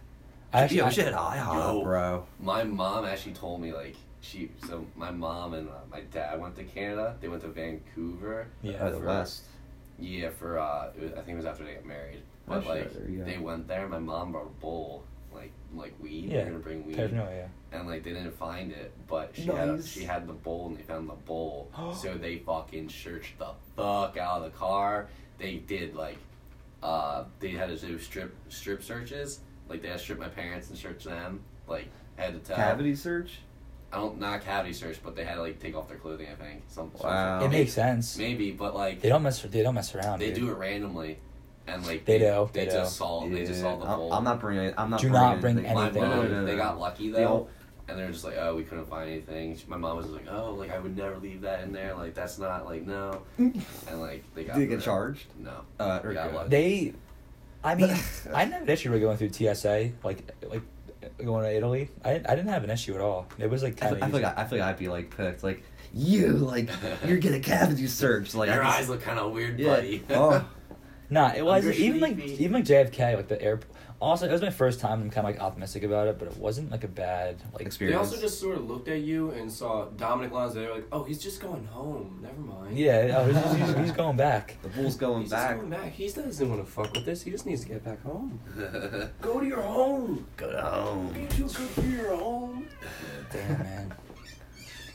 [SPEAKER 2] yeah, we should hit IHOP,
[SPEAKER 4] Yo.
[SPEAKER 2] bro.
[SPEAKER 4] My mom actually told me like she so my mom and uh, my dad went to Canada. They went to Vancouver.
[SPEAKER 2] Oh, the
[SPEAKER 1] Yeah.
[SPEAKER 4] for-
[SPEAKER 2] West.
[SPEAKER 4] Yeah, for uh, it was, I think it was after they got married.
[SPEAKER 2] Oh,
[SPEAKER 4] But
[SPEAKER 2] shit,
[SPEAKER 4] like
[SPEAKER 2] there you go.
[SPEAKER 4] they went there. My mom brought a bowl like like weed.
[SPEAKER 1] Yeah,
[SPEAKER 4] They're gonna bring weed.
[SPEAKER 1] Paranoia.
[SPEAKER 4] and like they didn't find it, but she had
[SPEAKER 2] Nice.
[SPEAKER 4] she had the bowl and they found the
[SPEAKER 1] <gasps>
[SPEAKER 4] bowl, so they fucking searched the fuck out of the car. They did like, uh, they had to do strip strip searches. Like they had to strip my parents and search them. Like had to tell.
[SPEAKER 2] Cavity search?
[SPEAKER 4] I don't not cavity search, but they had to like take off their clothing. I think some. some-
[SPEAKER 2] Wow.
[SPEAKER 1] It makes sense.
[SPEAKER 4] Maybe, but like
[SPEAKER 1] They don't mess. They don't mess around.
[SPEAKER 4] they
[SPEAKER 1] dude.
[SPEAKER 4] do it randomly, and like
[SPEAKER 1] They do,
[SPEAKER 4] They,
[SPEAKER 1] they
[SPEAKER 4] just
[SPEAKER 1] do.
[SPEAKER 4] saw. They just saw the
[SPEAKER 2] I'm-
[SPEAKER 4] bowl.
[SPEAKER 2] I'm not bringing. I'm not.
[SPEAKER 1] Do not
[SPEAKER 2] bringing
[SPEAKER 1] bring
[SPEAKER 4] My
[SPEAKER 1] anything.
[SPEAKER 2] No, no,
[SPEAKER 4] mom,
[SPEAKER 2] no, no.
[SPEAKER 4] they got lucky
[SPEAKER 2] They
[SPEAKER 4] though,
[SPEAKER 2] all-
[SPEAKER 4] and they're just like, oh, we couldn't find anything. She- My mom was like, oh, like I would never leave that in there. Like that's not like
[SPEAKER 2] <laughs>
[SPEAKER 4] no, and like they got
[SPEAKER 2] Did you get
[SPEAKER 4] the-
[SPEAKER 2] charged?
[SPEAKER 4] No,
[SPEAKER 2] Uh, or
[SPEAKER 4] Yeah,
[SPEAKER 2] good.
[SPEAKER 4] lucky.
[SPEAKER 1] They, I
[SPEAKER 2] <laughs>
[SPEAKER 1] mean, I didn't have an issue with going through TSA, like like going to Italy. I didn't, I didn't have an issue at all. It was like
[SPEAKER 2] I,
[SPEAKER 1] kind
[SPEAKER 2] feel,
[SPEAKER 1] of.
[SPEAKER 2] I feel like I feel like I'd be like picked. Like you,
[SPEAKER 4] <laughs>
[SPEAKER 2] like you're getting a cavity search. Like
[SPEAKER 4] Your
[SPEAKER 2] I
[SPEAKER 4] eyes look kind of weird,
[SPEAKER 2] yeah.
[SPEAKER 4] buddy.
[SPEAKER 2] <laughs>
[SPEAKER 4] <laughs>
[SPEAKER 2] Oh.
[SPEAKER 1] Nah, it was
[SPEAKER 4] Under
[SPEAKER 1] even like
[SPEAKER 4] sleepy.
[SPEAKER 1] even like JFK, like the airport. Also, it was my first time. I'm kind of like optimistic about it, but it wasn't like a bad like
[SPEAKER 2] Experience.
[SPEAKER 3] They also just sort of looked at you and saw Dominic Lanza. They were like, "Oh, he's just going home. Never mind."
[SPEAKER 1] Yeah, oh, he's- he's,
[SPEAKER 2] <laughs>
[SPEAKER 3] <laughs>
[SPEAKER 1] he's going back.
[SPEAKER 2] The bull's going
[SPEAKER 3] he's
[SPEAKER 2] back.
[SPEAKER 3] Just going back. He doesn't want to fuck with this. He just needs to get back home. Go to your home.
[SPEAKER 2] Go to home.
[SPEAKER 3] Get you good for your home.
[SPEAKER 1] Damn man.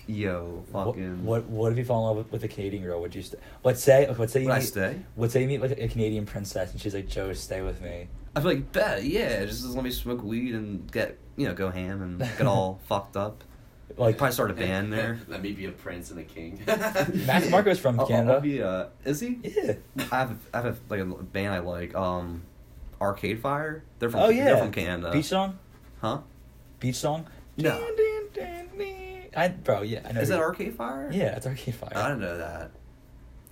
[SPEAKER 2] Yo,
[SPEAKER 1] What,
[SPEAKER 2] fucking.
[SPEAKER 1] what what if you fall in love with, with a Canadian girl? Would you st- let's say let's say you
[SPEAKER 2] Would I
[SPEAKER 1] meet-
[SPEAKER 2] stay?
[SPEAKER 1] let's say you meet like a Canadian princess and she's like Joe, stay with me.
[SPEAKER 2] I feel like bet. Yeah, just let me smoke weed and get you know go ham and
[SPEAKER 1] <laughs>
[SPEAKER 2] get all fucked up.
[SPEAKER 1] Like
[SPEAKER 2] probably start a band there.
[SPEAKER 4] <laughs> Let me be a prince and a king. <laughs>
[SPEAKER 1] Max Marco's from
[SPEAKER 2] <laughs> I'll- I'll
[SPEAKER 1] Canada.
[SPEAKER 2] be, uh, is he?
[SPEAKER 1] yeah.
[SPEAKER 2] I have I have like a band I like. Um, Arcade Fire. They're from
[SPEAKER 1] Oh yeah.
[SPEAKER 2] they're from Canada.
[SPEAKER 1] Beach song.
[SPEAKER 2] Huh?
[SPEAKER 1] Beach song.
[SPEAKER 2] No.
[SPEAKER 1] Dun, dun, dun, dun. I bro yeah I know.
[SPEAKER 2] Is
[SPEAKER 1] who-
[SPEAKER 2] that Arcade Fire?
[SPEAKER 1] Yeah, it's Arcade Fire.
[SPEAKER 2] I didn't know that.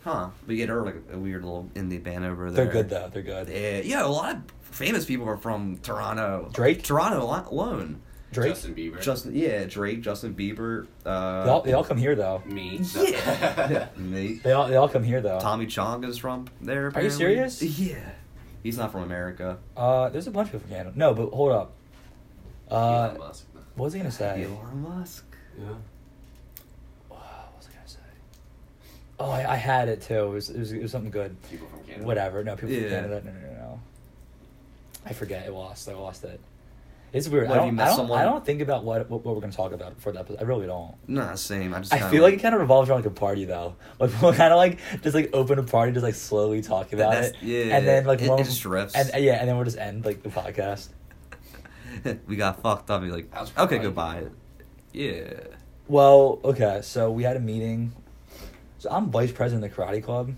[SPEAKER 2] Huh. But yeah, they're like a weird little indie band over there.
[SPEAKER 1] They're good though. They're good.
[SPEAKER 2] Yeah, yeah, a lot of famous people are from Toronto.
[SPEAKER 1] Drake?
[SPEAKER 2] Toronto al- alone.
[SPEAKER 1] Drake.
[SPEAKER 4] Justin Bieber.
[SPEAKER 2] Justin, yeah, Drake, Justin Bieber, uh,
[SPEAKER 1] They all, they all come here though.
[SPEAKER 4] me.
[SPEAKER 2] <laughs>
[SPEAKER 4] <laughs>
[SPEAKER 2] yeah, <laughs> Nate.
[SPEAKER 1] They all they all come here though.
[SPEAKER 2] Tommy Chong is from there.
[SPEAKER 1] Are you
[SPEAKER 2] apparently.
[SPEAKER 1] serious?
[SPEAKER 2] Yeah, he's not from America.
[SPEAKER 1] Uh, there's a bunch of people from Canada. No, but hold up. Uh,
[SPEAKER 4] Elon Musk.
[SPEAKER 1] what was I gonna say?
[SPEAKER 2] Elon Musk.
[SPEAKER 3] Yeah.
[SPEAKER 1] Oh, what was I gonna say? Oh, I, I had it too. It was, it was it was something good.
[SPEAKER 4] People from Canada.
[SPEAKER 1] Whatever. No, people
[SPEAKER 2] Yeah.
[SPEAKER 1] from Canada. No, no, no, no. I forget. It lost. I lost it. It's weird.
[SPEAKER 2] What,
[SPEAKER 1] I
[SPEAKER 2] have you
[SPEAKER 1] don't.
[SPEAKER 2] met
[SPEAKER 1] I don't,
[SPEAKER 2] someone?
[SPEAKER 1] I don't think about what what, what we're gonna talk about before that. But I really don't.
[SPEAKER 2] Nah, same. I just.
[SPEAKER 1] I
[SPEAKER 2] kinda
[SPEAKER 1] feel like it kind of revolves around like a party though. <laughs> Like we'll kind of like just like open a party, just like slowly talk about
[SPEAKER 2] that's-
[SPEAKER 1] it,
[SPEAKER 2] yeah,
[SPEAKER 1] and then like
[SPEAKER 2] it-
[SPEAKER 1] one
[SPEAKER 2] it
[SPEAKER 1] of-
[SPEAKER 2] just drifts.
[SPEAKER 1] and yeah, and then we'll just end like the podcast.
[SPEAKER 2] <laughs> we got fucked up. You're like,
[SPEAKER 4] I was
[SPEAKER 2] okay,
[SPEAKER 4] probably-
[SPEAKER 2] goodbye. Yeah.
[SPEAKER 1] Well, okay, so we had a meeting. So I'm vice president of the karate club,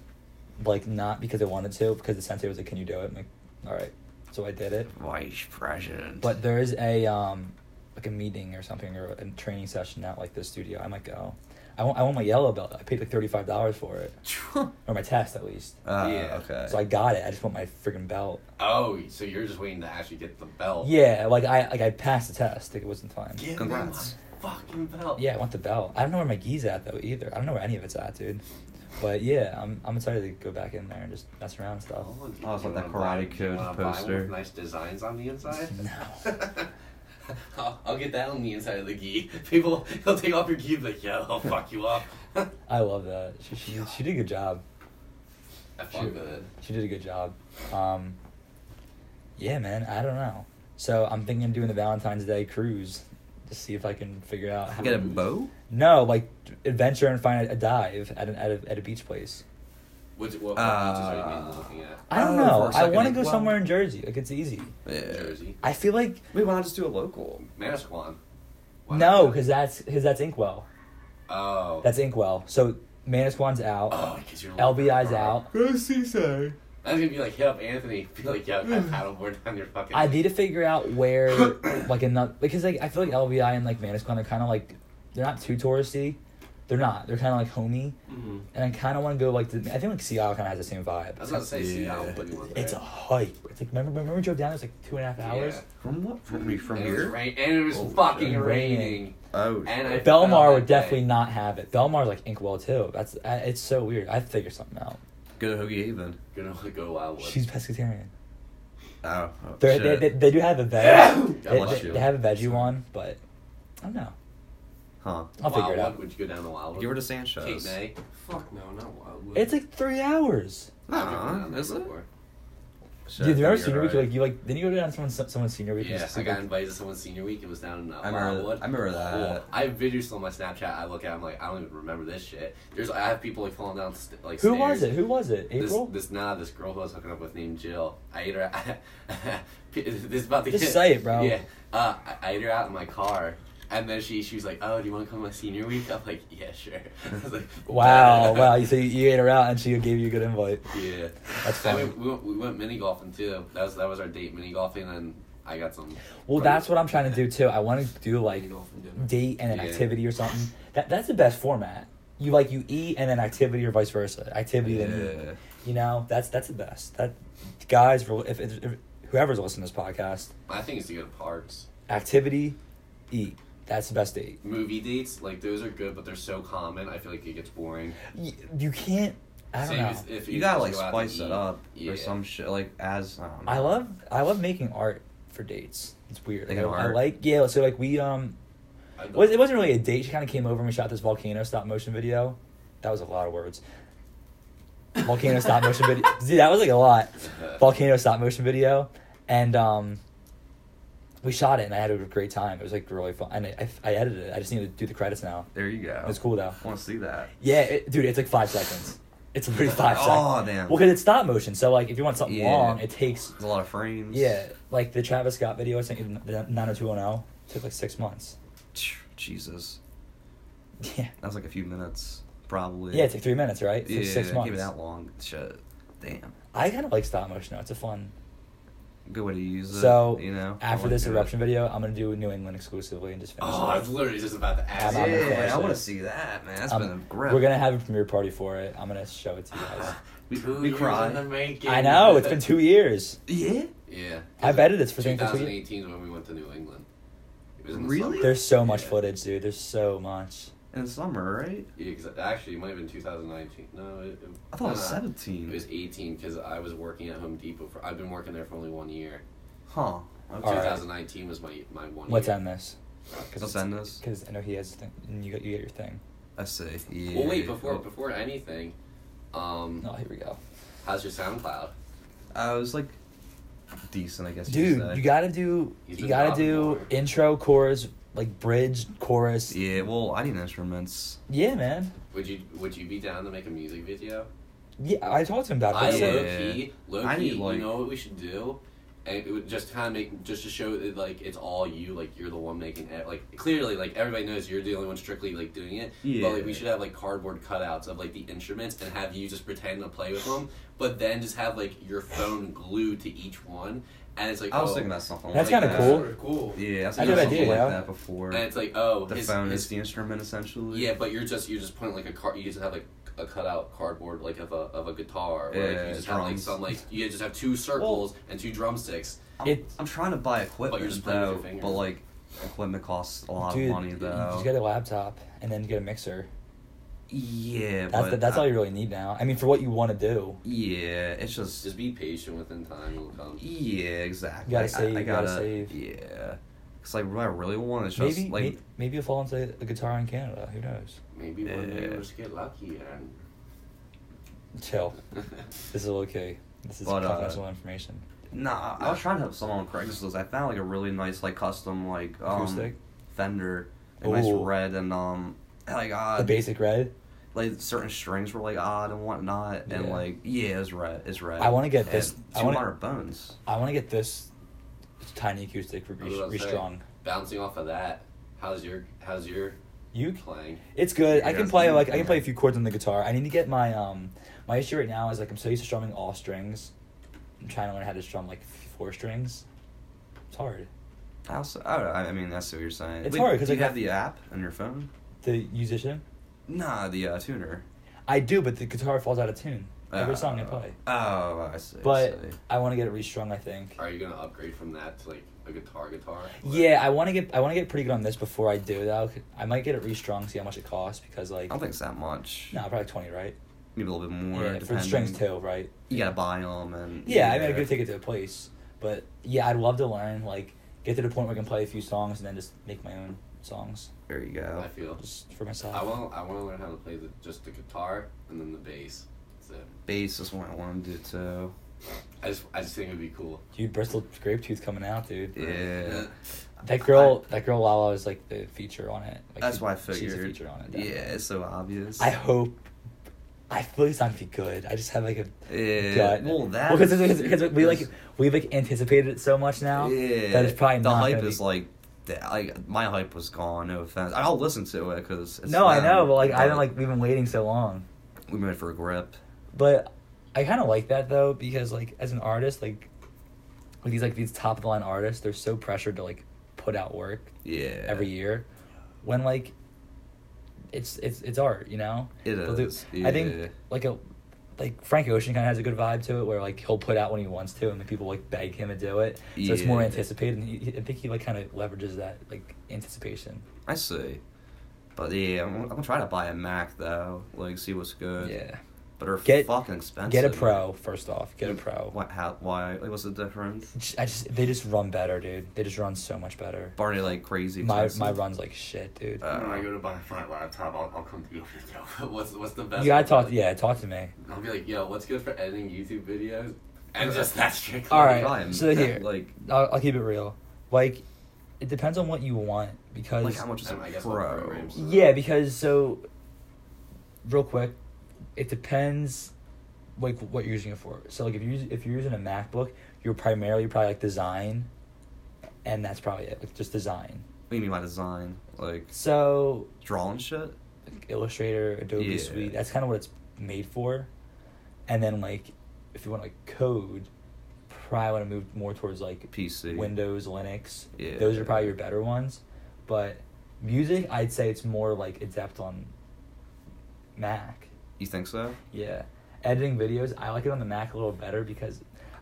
[SPEAKER 1] like not because I wanted to, because the sensei was like, "Can you do it?" I'm like, "All right," so I did it.
[SPEAKER 2] Vice president.
[SPEAKER 1] But there is a um like a meeting or something or a training session at like the studio. I might go. I want I want my yellow belt. I paid like thirty five dollars for it
[SPEAKER 4] <laughs>
[SPEAKER 2] uh,
[SPEAKER 1] or my test at least.
[SPEAKER 4] Yeah.
[SPEAKER 2] Ah, Okay.
[SPEAKER 1] So I got it. I just want my freaking belt.
[SPEAKER 4] Oh, so you're just waiting to actually get the belt.
[SPEAKER 1] Yeah, like I like I passed the test. Like it wasn't time.
[SPEAKER 4] Give me
[SPEAKER 2] Congrats.
[SPEAKER 4] my fucking belt.
[SPEAKER 1] Yeah, I want the belt. I don't know where my gee's at though either. I don't know where any of it's at, dude. But yeah, I'm I'm excited to go back in there and just mess around and stuff.
[SPEAKER 2] I was Oh, like that Karate Kid poster.
[SPEAKER 4] With nice designs on the inside.
[SPEAKER 1] No.
[SPEAKER 4] <laughs> I'll, I'll get that on the inside of the gi. People, they'll take off your gi, and be like, yo, I'll fuck you up. I
[SPEAKER 1] <laughs> I
[SPEAKER 4] <laughs>
[SPEAKER 1] love that. She she, she did a good job.
[SPEAKER 4] fuck with it.
[SPEAKER 1] She did a good job. Um, yeah, man. I don't know. So I'm thinking of doing the Valentine's Day cruise to see if I can figure out how
[SPEAKER 2] get a bow.
[SPEAKER 1] No, like adventure and find a dive at an at a, at a beach place.
[SPEAKER 4] What's it, what
[SPEAKER 2] Uh,
[SPEAKER 4] beaches are you mainly looking at?
[SPEAKER 1] I don't
[SPEAKER 2] Oh, for
[SPEAKER 1] know.
[SPEAKER 2] a
[SPEAKER 1] I
[SPEAKER 2] second,
[SPEAKER 1] want to
[SPEAKER 2] like,
[SPEAKER 1] go
[SPEAKER 2] wow.
[SPEAKER 1] somewhere in Jersey. Like it's easy.
[SPEAKER 2] Yeah.
[SPEAKER 4] Jersey,
[SPEAKER 1] I feel like
[SPEAKER 2] We want to just do a local.
[SPEAKER 4] Manasquan. Why
[SPEAKER 1] no,
[SPEAKER 4] not?
[SPEAKER 1] because that's because that's Inkwell.
[SPEAKER 4] oh,
[SPEAKER 1] That's Inkwell. So Manasquan's out.
[SPEAKER 4] oh, because you're
[SPEAKER 1] LBI's out.
[SPEAKER 2] Go seaside.
[SPEAKER 4] I was gonna be like, hit up Anthony. <laughs> Be like, yeah, I paddleboard down your fucking.
[SPEAKER 1] I need to figure out where <coughs> like another because like I feel like LBI and like Manasquan are kind of like they're not too touristy. They're not. They're kind of like homey,
[SPEAKER 3] Mhm.
[SPEAKER 1] and I kind of want to go like to, I think like Seattle kind of has the same
[SPEAKER 4] I
[SPEAKER 1] vibe.
[SPEAKER 4] was gonna say Seattle,
[SPEAKER 2] Yeah.
[SPEAKER 4] but you want
[SPEAKER 1] It's a hike. It's like remember remember we drove down. It was like two and a half hours.
[SPEAKER 2] From what? From me? From
[SPEAKER 4] and It was
[SPEAKER 2] here?
[SPEAKER 4] rain- and it was
[SPEAKER 2] Holy
[SPEAKER 4] fucking
[SPEAKER 1] shit.
[SPEAKER 4] raining.
[SPEAKER 2] Oh.
[SPEAKER 4] And I-
[SPEAKER 2] shit.
[SPEAKER 1] Belmar
[SPEAKER 4] Oh,
[SPEAKER 1] would
[SPEAKER 4] okay.
[SPEAKER 1] definitely not have it. Belmar's like Inkwell too. That's I- it's so weird. I have to figure something out.
[SPEAKER 2] Go to Hoagie Haven.
[SPEAKER 4] Gonna go to Wildwood.
[SPEAKER 1] She's pescatarian.
[SPEAKER 2] Oh. oh
[SPEAKER 1] They're- They,
[SPEAKER 2] shit.
[SPEAKER 1] they, they do have a veg.
[SPEAKER 4] God bless
[SPEAKER 1] they, they,
[SPEAKER 4] you.
[SPEAKER 1] they have a veggie one, but I don't know.
[SPEAKER 2] huh.
[SPEAKER 1] I'll figure it
[SPEAKER 4] Wildwood,
[SPEAKER 1] out.
[SPEAKER 4] Would you go down to Wildwood?
[SPEAKER 2] You were to
[SPEAKER 4] Cape
[SPEAKER 2] Sanchez.
[SPEAKER 4] May.
[SPEAKER 3] <coughs> Fuck no, not Wildwood.
[SPEAKER 1] It's like three hours.
[SPEAKER 2] Nah, is it? Shit,
[SPEAKER 1] Dude, remember
[SPEAKER 2] you're
[SPEAKER 1] senior week?
[SPEAKER 2] right.
[SPEAKER 1] Like you like didn't you go down someone someone's senior week? and
[SPEAKER 4] Yeah,
[SPEAKER 1] just,
[SPEAKER 4] I
[SPEAKER 1] like,
[SPEAKER 4] got invited to someone's senior week. It was down in uh,
[SPEAKER 2] I remember-
[SPEAKER 4] Wildwood.
[SPEAKER 2] I remember that.
[SPEAKER 4] Cool. I have videos still on my Snapchat. I look at. it, I'm like, I don't even remember this shit. There's, I have people like falling down st- like.
[SPEAKER 1] who
[SPEAKER 4] stairs.
[SPEAKER 1] was it? Who was it?
[SPEAKER 4] This,
[SPEAKER 1] April.
[SPEAKER 4] this nah, this girl who I was hooking up with named Jill. I ate <laughs> her. this is about to
[SPEAKER 1] Just
[SPEAKER 4] get-
[SPEAKER 1] say it, bro.
[SPEAKER 4] Yeah, uh, I, I ate her out in my car, and then she she was like, "Oh, do you want to come to my senior week?" <laughs> I'm like, "Yeah, sure." I was like, <laughs>
[SPEAKER 1] wow, wow. You so you, you ate her out and she gave you a good invite.
[SPEAKER 4] Yeah,
[SPEAKER 1] That's
[SPEAKER 4] Then we,
[SPEAKER 1] funny.
[SPEAKER 4] we, went, we went mini golfing too. That was that was our date mini golfing, and I got some.
[SPEAKER 1] Well, that's what I'm trying to do too. I want to do like
[SPEAKER 3] You know, from dinner.
[SPEAKER 1] date and an
[SPEAKER 4] Yeah.
[SPEAKER 1] activity or something. That that's the best format. You like you eat and then activity or vice versa. Activity then
[SPEAKER 2] Yeah.
[SPEAKER 1] eat. You know that's that's the best. That guys, if, if, if whoever's listening to this podcast,
[SPEAKER 4] I think it's to go to parks,
[SPEAKER 1] activity, eat. That's the best date.
[SPEAKER 4] movie dates. Like those are good, but they're so common. I feel like it gets boring.
[SPEAKER 1] You, you can't. I don't
[SPEAKER 4] Same
[SPEAKER 1] know.
[SPEAKER 4] as if
[SPEAKER 2] You gotta like
[SPEAKER 4] just go out to
[SPEAKER 2] spice
[SPEAKER 4] eat.
[SPEAKER 2] it up
[SPEAKER 4] Yeah.
[SPEAKER 2] or some shit. Like as um,
[SPEAKER 1] I love I love making art for dates. It's weird. Like, I,
[SPEAKER 2] Making
[SPEAKER 1] I
[SPEAKER 2] art?
[SPEAKER 1] like yeah. So like we um,
[SPEAKER 4] I don't-
[SPEAKER 1] was, it wasn't really a date. She kind of came over and we shot this volcano stop motion video. That was a lot of words. Volcano stop motion video. Dude, that was like a lot. Volcano stop motion video, and um, we shot it and I had a great time. It was like really fun. And I, I, I edited it. I just need to do the credits now.
[SPEAKER 2] There you go.
[SPEAKER 1] It's cool though.
[SPEAKER 2] I want to see that.
[SPEAKER 1] Yeah, it, dude, it's like five seconds. It's literally five
[SPEAKER 2] Oh,
[SPEAKER 1] seconds.
[SPEAKER 2] damn.
[SPEAKER 1] Well, because it's stop motion, so like if you want something
[SPEAKER 2] Yeah.
[SPEAKER 1] long, it takes.
[SPEAKER 2] There's a lot of frames.
[SPEAKER 1] Yeah, like the Travis Scott video I sent you, the 90210, took like six months. <laughs>
[SPEAKER 2] Phew, Jesus,
[SPEAKER 1] Yeah.
[SPEAKER 2] that was like a few minutes probably.
[SPEAKER 1] Yeah, it took three minutes, right? It
[SPEAKER 2] Yeah,
[SPEAKER 1] took six
[SPEAKER 2] Give it
[SPEAKER 1] months.
[SPEAKER 2] that long. Shit, damn.
[SPEAKER 1] I kind of like stop motion though. It's a fun.
[SPEAKER 2] Good way to use it.
[SPEAKER 1] so
[SPEAKER 2] you know, I
[SPEAKER 1] after
[SPEAKER 2] wanna
[SPEAKER 1] this
[SPEAKER 2] do it.
[SPEAKER 1] eruption video, I'm gonna do New England exclusively and just finish.
[SPEAKER 4] Oh,
[SPEAKER 1] it.
[SPEAKER 4] I was literally just about to ask.
[SPEAKER 1] I'm not gonna
[SPEAKER 2] Yeah,
[SPEAKER 1] finish
[SPEAKER 2] I want
[SPEAKER 1] it.
[SPEAKER 2] to see that man. That's
[SPEAKER 1] Um,
[SPEAKER 2] been a grip.
[SPEAKER 1] We're gonna have a premiere party for it. I'm gonna show it to you
[SPEAKER 2] <sighs>
[SPEAKER 1] guys.
[SPEAKER 4] we,
[SPEAKER 2] We cried.
[SPEAKER 1] I know it's been two years.
[SPEAKER 2] Yeah.
[SPEAKER 4] Yeah.
[SPEAKER 1] I bet it is for things for two years.
[SPEAKER 4] 2018 is when we went to New England. It was in the
[SPEAKER 2] Really?
[SPEAKER 4] summer.
[SPEAKER 1] There's so much
[SPEAKER 4] Yeah.
[SPEAKER 1] footage, dude. There's so much.
[SPEAKER 2] In the summer, right?
[SPEAKER 4] Yeah, 'cause actually, it might have been 2019. No, it, it-
[SPEAKER 2] I thought it was
[SPEAKER 4] nah, It
[SPEAKER 2] seventeen.
[SPEAKER 4] was 18 because I was working at Home Depot for. I've been working there for only one year.
[SPEAKER 2] Huh. Okay.
[SPEAKER 1] All right.
[SPEAKER 4] 2019 was my my one.
[SPEAKER 1] Let's
[SPEAKER 4] year.
[SPEAKER 1] end this.
[SPEAKER 2] Let's end this.
[SPEAKER 1] Because I know he has a thing, and you get you get your thing.
[SPEAKER 2] I see. Yeah.
[SPEAKER 4] Well, wait before before anything. Um,
[SPEAKER 1] Oh, here we go,
[SPEAKER 4] how's your SoundCloud?
[SPEAKER 2] I was like decent, I guess.
[SPEAKER 1] dude.
[SPEAKER 2] say.
[SPEAKER 1] You gotta do
[SPEAKER 4] He's
[SPEAKER 1] you
[SPEAKER 4] been
[SPEAKER 1] gotta
[SPEAKER 4] dropping
[SPEAKER 1] do
[SPEAKER 4] more.
[SPEAKER 1] intro, chorus, like bridge, chorus. Yeah,
[SPEAKER 2] Yeah. Well, I need instruments.
[SPEAKER 1] man.
[SPEAKER 4] Would you would you be down to make a music video?
[SPEAKER 1] Yeah, I talked to him about
[SPEAKER 4] I
[SPEAKER 1] that.
[SPEAKER 2] Yeah.
[SPEAKER 4] low
[SPEAKER 1] said-
[SPEAKER 4] key, low
[SPEAKER 2] I
[SPEAKER 4] key.
[SPEAKER 2] need, like-
[SPEAKER 4] you know what we should do? And it would just kind of make just to show that like it's all you, like you're the one making it. Like clearly, like everybody knows you're the only one strictly like doing it. But like we
[SPEAKER 2] Yeah.
[SPEAKER 4] should have like cardboard cutouts of like the instruments and have you just pretend to play with them, but then just have like your phone glued to each one, and it's like
[SPEAKER 2] I was
[SPEAKER 4] oh,
[SPEAKER 2] thinking that's something.
[SPEAKER 1] That's
[SPEAKER 2] like
[SPEAKER 1] kinda
[SPEAKER 2] that.
[SPEAKER 1] cool.
[SPEAKER 3] Sort of cool.
[SPEAKER 2] Yeah, I was
[SPEAKER 1] That's
[SPEAKER 2] thinking
[SPEAKER 1] a good
[SPEAKER 2] something
[SPEAKER 1] idea,
[SPEAKER 2] like
[SPEAKER 1] yeah.
[SPEAKER 2] that before.
[SPEAKER 4] and it's like oh
[SPEAKER 2] the
[SPEAKER 4] his-
[SPEAKER 2] phone
[SPEAKER 4] his
[SPEAKER 2] is the instrument essentially.
[SPEAKER 4] Yeah, but you're just you're just putting like a car. You just have like a cutout cardboard like of a of a guitar. Or, like,
[SPEAKER 2] Yeah,
[SPEAKER 4] you just have like
[SPEAKER 2] drums.
[SPEAKER 4] some like you just have two circles and two drumsticks.
[SPEAKER 2] I'm,
[SPEAKER 1] It-
[SPEAKER 2] I'm trying to buy
[SPEAKER 4] But
[SPEAKER 2] equipment
[SPEAKER 4] you're just playing with
[SPEAKER 2] though,
[SPEAKER 4] your fingers.
[SPEAKER 2] but like equipment costs a lot
[SPEAKER 1] dude,
[SPEAKER 2] of money
[SPEAKER 1] you
[SPEAKER 2] though.
[SPEAKER 1] just get a laptop and then get a mixer.
[SPEAKER 2] yeah,
[SPEAKER 1] That's
[SPEAKER 2] but
[SPEAKER 1] the, that's
[SPEAKER 2] I-
[SPEAKER 1] all you really need now. I mean, for what you want to do,
[SPEAKER 2] Yeah, it's just.
[SPEAKER 4] Just be patient. Within time, it'll come.
[SPEAKER 2] yeah, exactly.
[SPEAKER 1] You gotta
[SPEAKER 2] I-
[SPEAKER 1] save,
[SPEAKER 2] I,
[SPEAKER 1] you gotta
[SPEAKER 2] gotta,
[SPEAKER 1] save.
[SPEAKER 2] Yeah, because like what I really want is just
[SPEAKER 1] maybe
[SPEAKER 2] like
[SPEAKER 1] may- maybe you'll fall into a guitar in Canada. Who knows?
[SPEAKER 4] Maybe one day
[SPEAKER 2] Yeah.
[SPEAKER 4] we'll just get lucky and.
[SPEAKER 1] Chill. <laughs> This is
[SPEAKER 4] <laughs>
[SPEAKER 1] okay. This is
[SPEAKER 2] But, uh,
[SPEAKER 1] confidential information.
[SPEAKER 2] Nah, I was trying to help someone on Craigslist. I found like a really nice like custom like um
[SPEAKER 1] Acoustic?
[SPEAKER 2] Fender, a nice
[SPEAKER 1] Ooh.
[SPEAKER 2] red and um like uh
[SPEAKER 1] the basic red.
[SPEAKER 2] like certain strings were like odd and whatnot, and
[SPEAKER 1] Yeah.
[SPEAKER 2] like yeah, it's red, it's red.
[SPEAKER 1] I wanna get
[SPEAKER 2] And
[SPEAKER 1] this- I
[SPEAKER 2] two
[SPEAKER 1] wanna-
[SPEAKER 2] modern bones.
[SPEAKER 1] I want to get this tiny acoustic re-
[SPEAKER 4] I was about to say.
[SPEAKER 1] restrung.
[SPEAKER 4] Bouncing off of that, how's your how's your
[SPEAKER 1] You
[SPEAKER 4] playing?
[SPEAKER 1] It's good. I
[SPEAKER 2] Yeah,
[SPEAKER 1] can
[SPEAKER 2] it's
[SPEAKER 1] play
[SPEAKER 2] neat,
[SPEAKER 1] like I can play a
[SPEAKER 2] yeah.
[SPEAKER 1] few chords on the guitar. I need to get my um my issue right now is like I'm so used to strumming all strings. I'm trying to learn how to strum like f- four strings. It's hard
[SPEAKER 2] I also, I, don't know, I mean, that's what you're saying.
[SPEAKER 1] It's hard, 'cause,
[SPEAKER 2] do you
[SPEAKER 1] like,
[SPEAKER 2] have
[SPEAKER 1] I-
[SPEAKER 2] the app on your phone.
[SPEAKER 1] The musician.
[SPEAKER 2] Nah, the uh, tuner.
[SPEAKER 1] I do, but the guitar falls out of tune every
[SPEAKER 2] Uh,
[SPEAKER 1] song I play.
[SPEAKER 2] Oh, I see. I
[SPEAKER 1] But
[SPEAKER 2] see.
[SPEAKER 1] I want to get it restrung. I think.
[SPEAKER 4] Are you gonna upgrade from that to like a guitar guitar?
[SPEAKER 1] Yeah, I want to get I want to get pretty good on this before I do though. I might get it restrung, see how much it costs because
[SPEAKER 2] I
[SPEAKER 1] like
[SPEAKER 2] don't think it's that much.
[SPEAKER 1] no, probably twenty, right?
[SPEAKER 2] maybe a little bit more.
[SPEAKER 1] yeah, for the strings
[SPEAKER 2] depending.
[SPEAKER 1] too, right?
[SPEAKER 2] You gotta buy them and.
[SPEAKER 1] Yeah, I mean, I could take it to a place, but yeah, I'd love to learn. Like, get to the point where I can play a few songs and then just make my own songs
[SPEAKER 2] There you go.
[SPEAKER 4] I feel.
[SPEAKER 1] just for myself.
[SPEAKER 4] I want I want to learn how to play the, just the guitar and then the bass. That's it.
[SPEAKER 2] Bass is what I want to do too.
[SPEAKER 4] I just I just think it'd be cool.
[SPEAKER 1] Dude, Bristol grape tooth coming out, dude.
[SPEAKER 2] Yeah.
[SPEAKER 1] That girl, that girl Lala is like the feature on it. Like,
[SPEAKER 2] That's
[SPEAKER 1] she-
[SPEAKER 2] why I figured.
[SPEAKER 1] she's a feature on it.
[SPEAKER 2] yeah,
[SPEAKER 1] definitely.
[SPEAKER 2] it's so obvious.
[SPEAKER 1] I hope. I feel like it's not gonna be good. I just have like a
[SPEAKER 2] Yeah.
[SPEAKER 1] gut.
[SPEAKER 2] Well, that.
[SPEAKER 1] well, because
[SPEAKER 2] is-
[SPEAKER 1] we like we like anticipated it so much now
[SPEAKER 2] Yeah.
[SPEAKER 1] that it's probably
[SPEAKER 2] the
[SPEAKER 1] not
[SPEAKER 2] hype
[SPEAKER 1] gonna
[SPEAKER 2] is
[SPEAKER 1] be-
[SPEAKER 2] like. the- Like my hype was gone. No offense. I'll listen to it because.
[SPEAKER 1] no, I know, but like I don't like we've been waiting so long.
[SPEAKER 2] We made for a grip.
[SPEAKER 1] But I kind of like that though because like as an artist, like with these like these top of the line artists, they're so pressured to like put out work
[SPEAKER 2] Yeah.
[SPEAKER 1] every year. When like it's it's it's art, you know.
[SPEAKER 2] It
[SPEAKER 1] They'll do-
[SPEAKER 2] is,
[SPEAKER 1] I
[SPEAKER 2] yeah.
[SPEAKER 1] think like a like Frank Ocean kind of has a good vibe to it, where like he'll put out when he wants to, and the people like beg him to do it. So it's more
[SPEAKER 2] Yeah.
[SPEAKER 1] anticipated, and he, he- I think he like kind of leverages that like anticipation.
[SPEAKER 2] I see. But yeah, I'm, I'm gonna try to buy a Mac though. Like, see what's good.
[SPEAKER 1] yeah.
[SPEAKER 2] But they're
[SPEAKER 1] Get-
[SPEAKER 2] fucking expensive.
[SPEAKER 1] Get a pro first off. Get a pro.
[SPEAKER 2] What? How? Why? Like, what's the difference?
[SPEAKER 1] J- I just they just run better, dude. They just run so much better.
[SPEAKER 2] Barney like crazy.
[SPEAKER 1] My
[SPEAKER 2] expensive?
[SPEAKER 1] my run's like shit, dude.
[SPEAKER 2] Uh,
[SPEAKER 4] <laughs> when I go to buy my laptop, I'll, I'll come to you for yourself. <laughs> what's what's the best?
[SPEAKER 1] you gotta
[SPEAKER 4] way?
[SPEAKER 1] talk. Yeah, talk to me.
[SPEAKER 4] I'll be like, yo, what's good for editing YouTube videos? And just that strictly.
[SPEAKER 1] All right.
[SPEAKER 2] Time.
[SPEAKER 1] so here-
[SPEAKER 2] <laughs> like,
[SPEAKER 1] I'll, I'll keep it real. Like, it depends on what you want because
[SPEAKER 2] like how much is a
[SPEAKER 4] Um, I guess what
[SPEAKER 2] pro?
[SPEAKER 4] programs-
[SPEAKER 1] yeah, because so real quick, it depends like what you're using it for. So like if you if you're using a MacBook, you're primarily probably like design, and that's probably it. Like just design.
[SPEAKER 2] What do you mean by design? Like
[SPEAKER 1] So
[SPEAKER 2] drawing shit?
[SPEAKER 1] like Illustrator, Adobe
[SPEAKER 2] Yeah.
[SPEAKER 1] Suite. That's kind of what it's made for. And then like, if you want like code, probably want to move more towards like
[SPEAKER 2] PC.
[SPEAKER 1] Windows, Linux.
[SPEAKER 2] Yeah.
[SPEAKER 1] Those are probably your better ones. But music, I'd say it's more like adept on Mac.
[SPEAKER 2] You think so?
[SPEAKER 1] Yeah. Editing videos, I like it on the Mac a little better because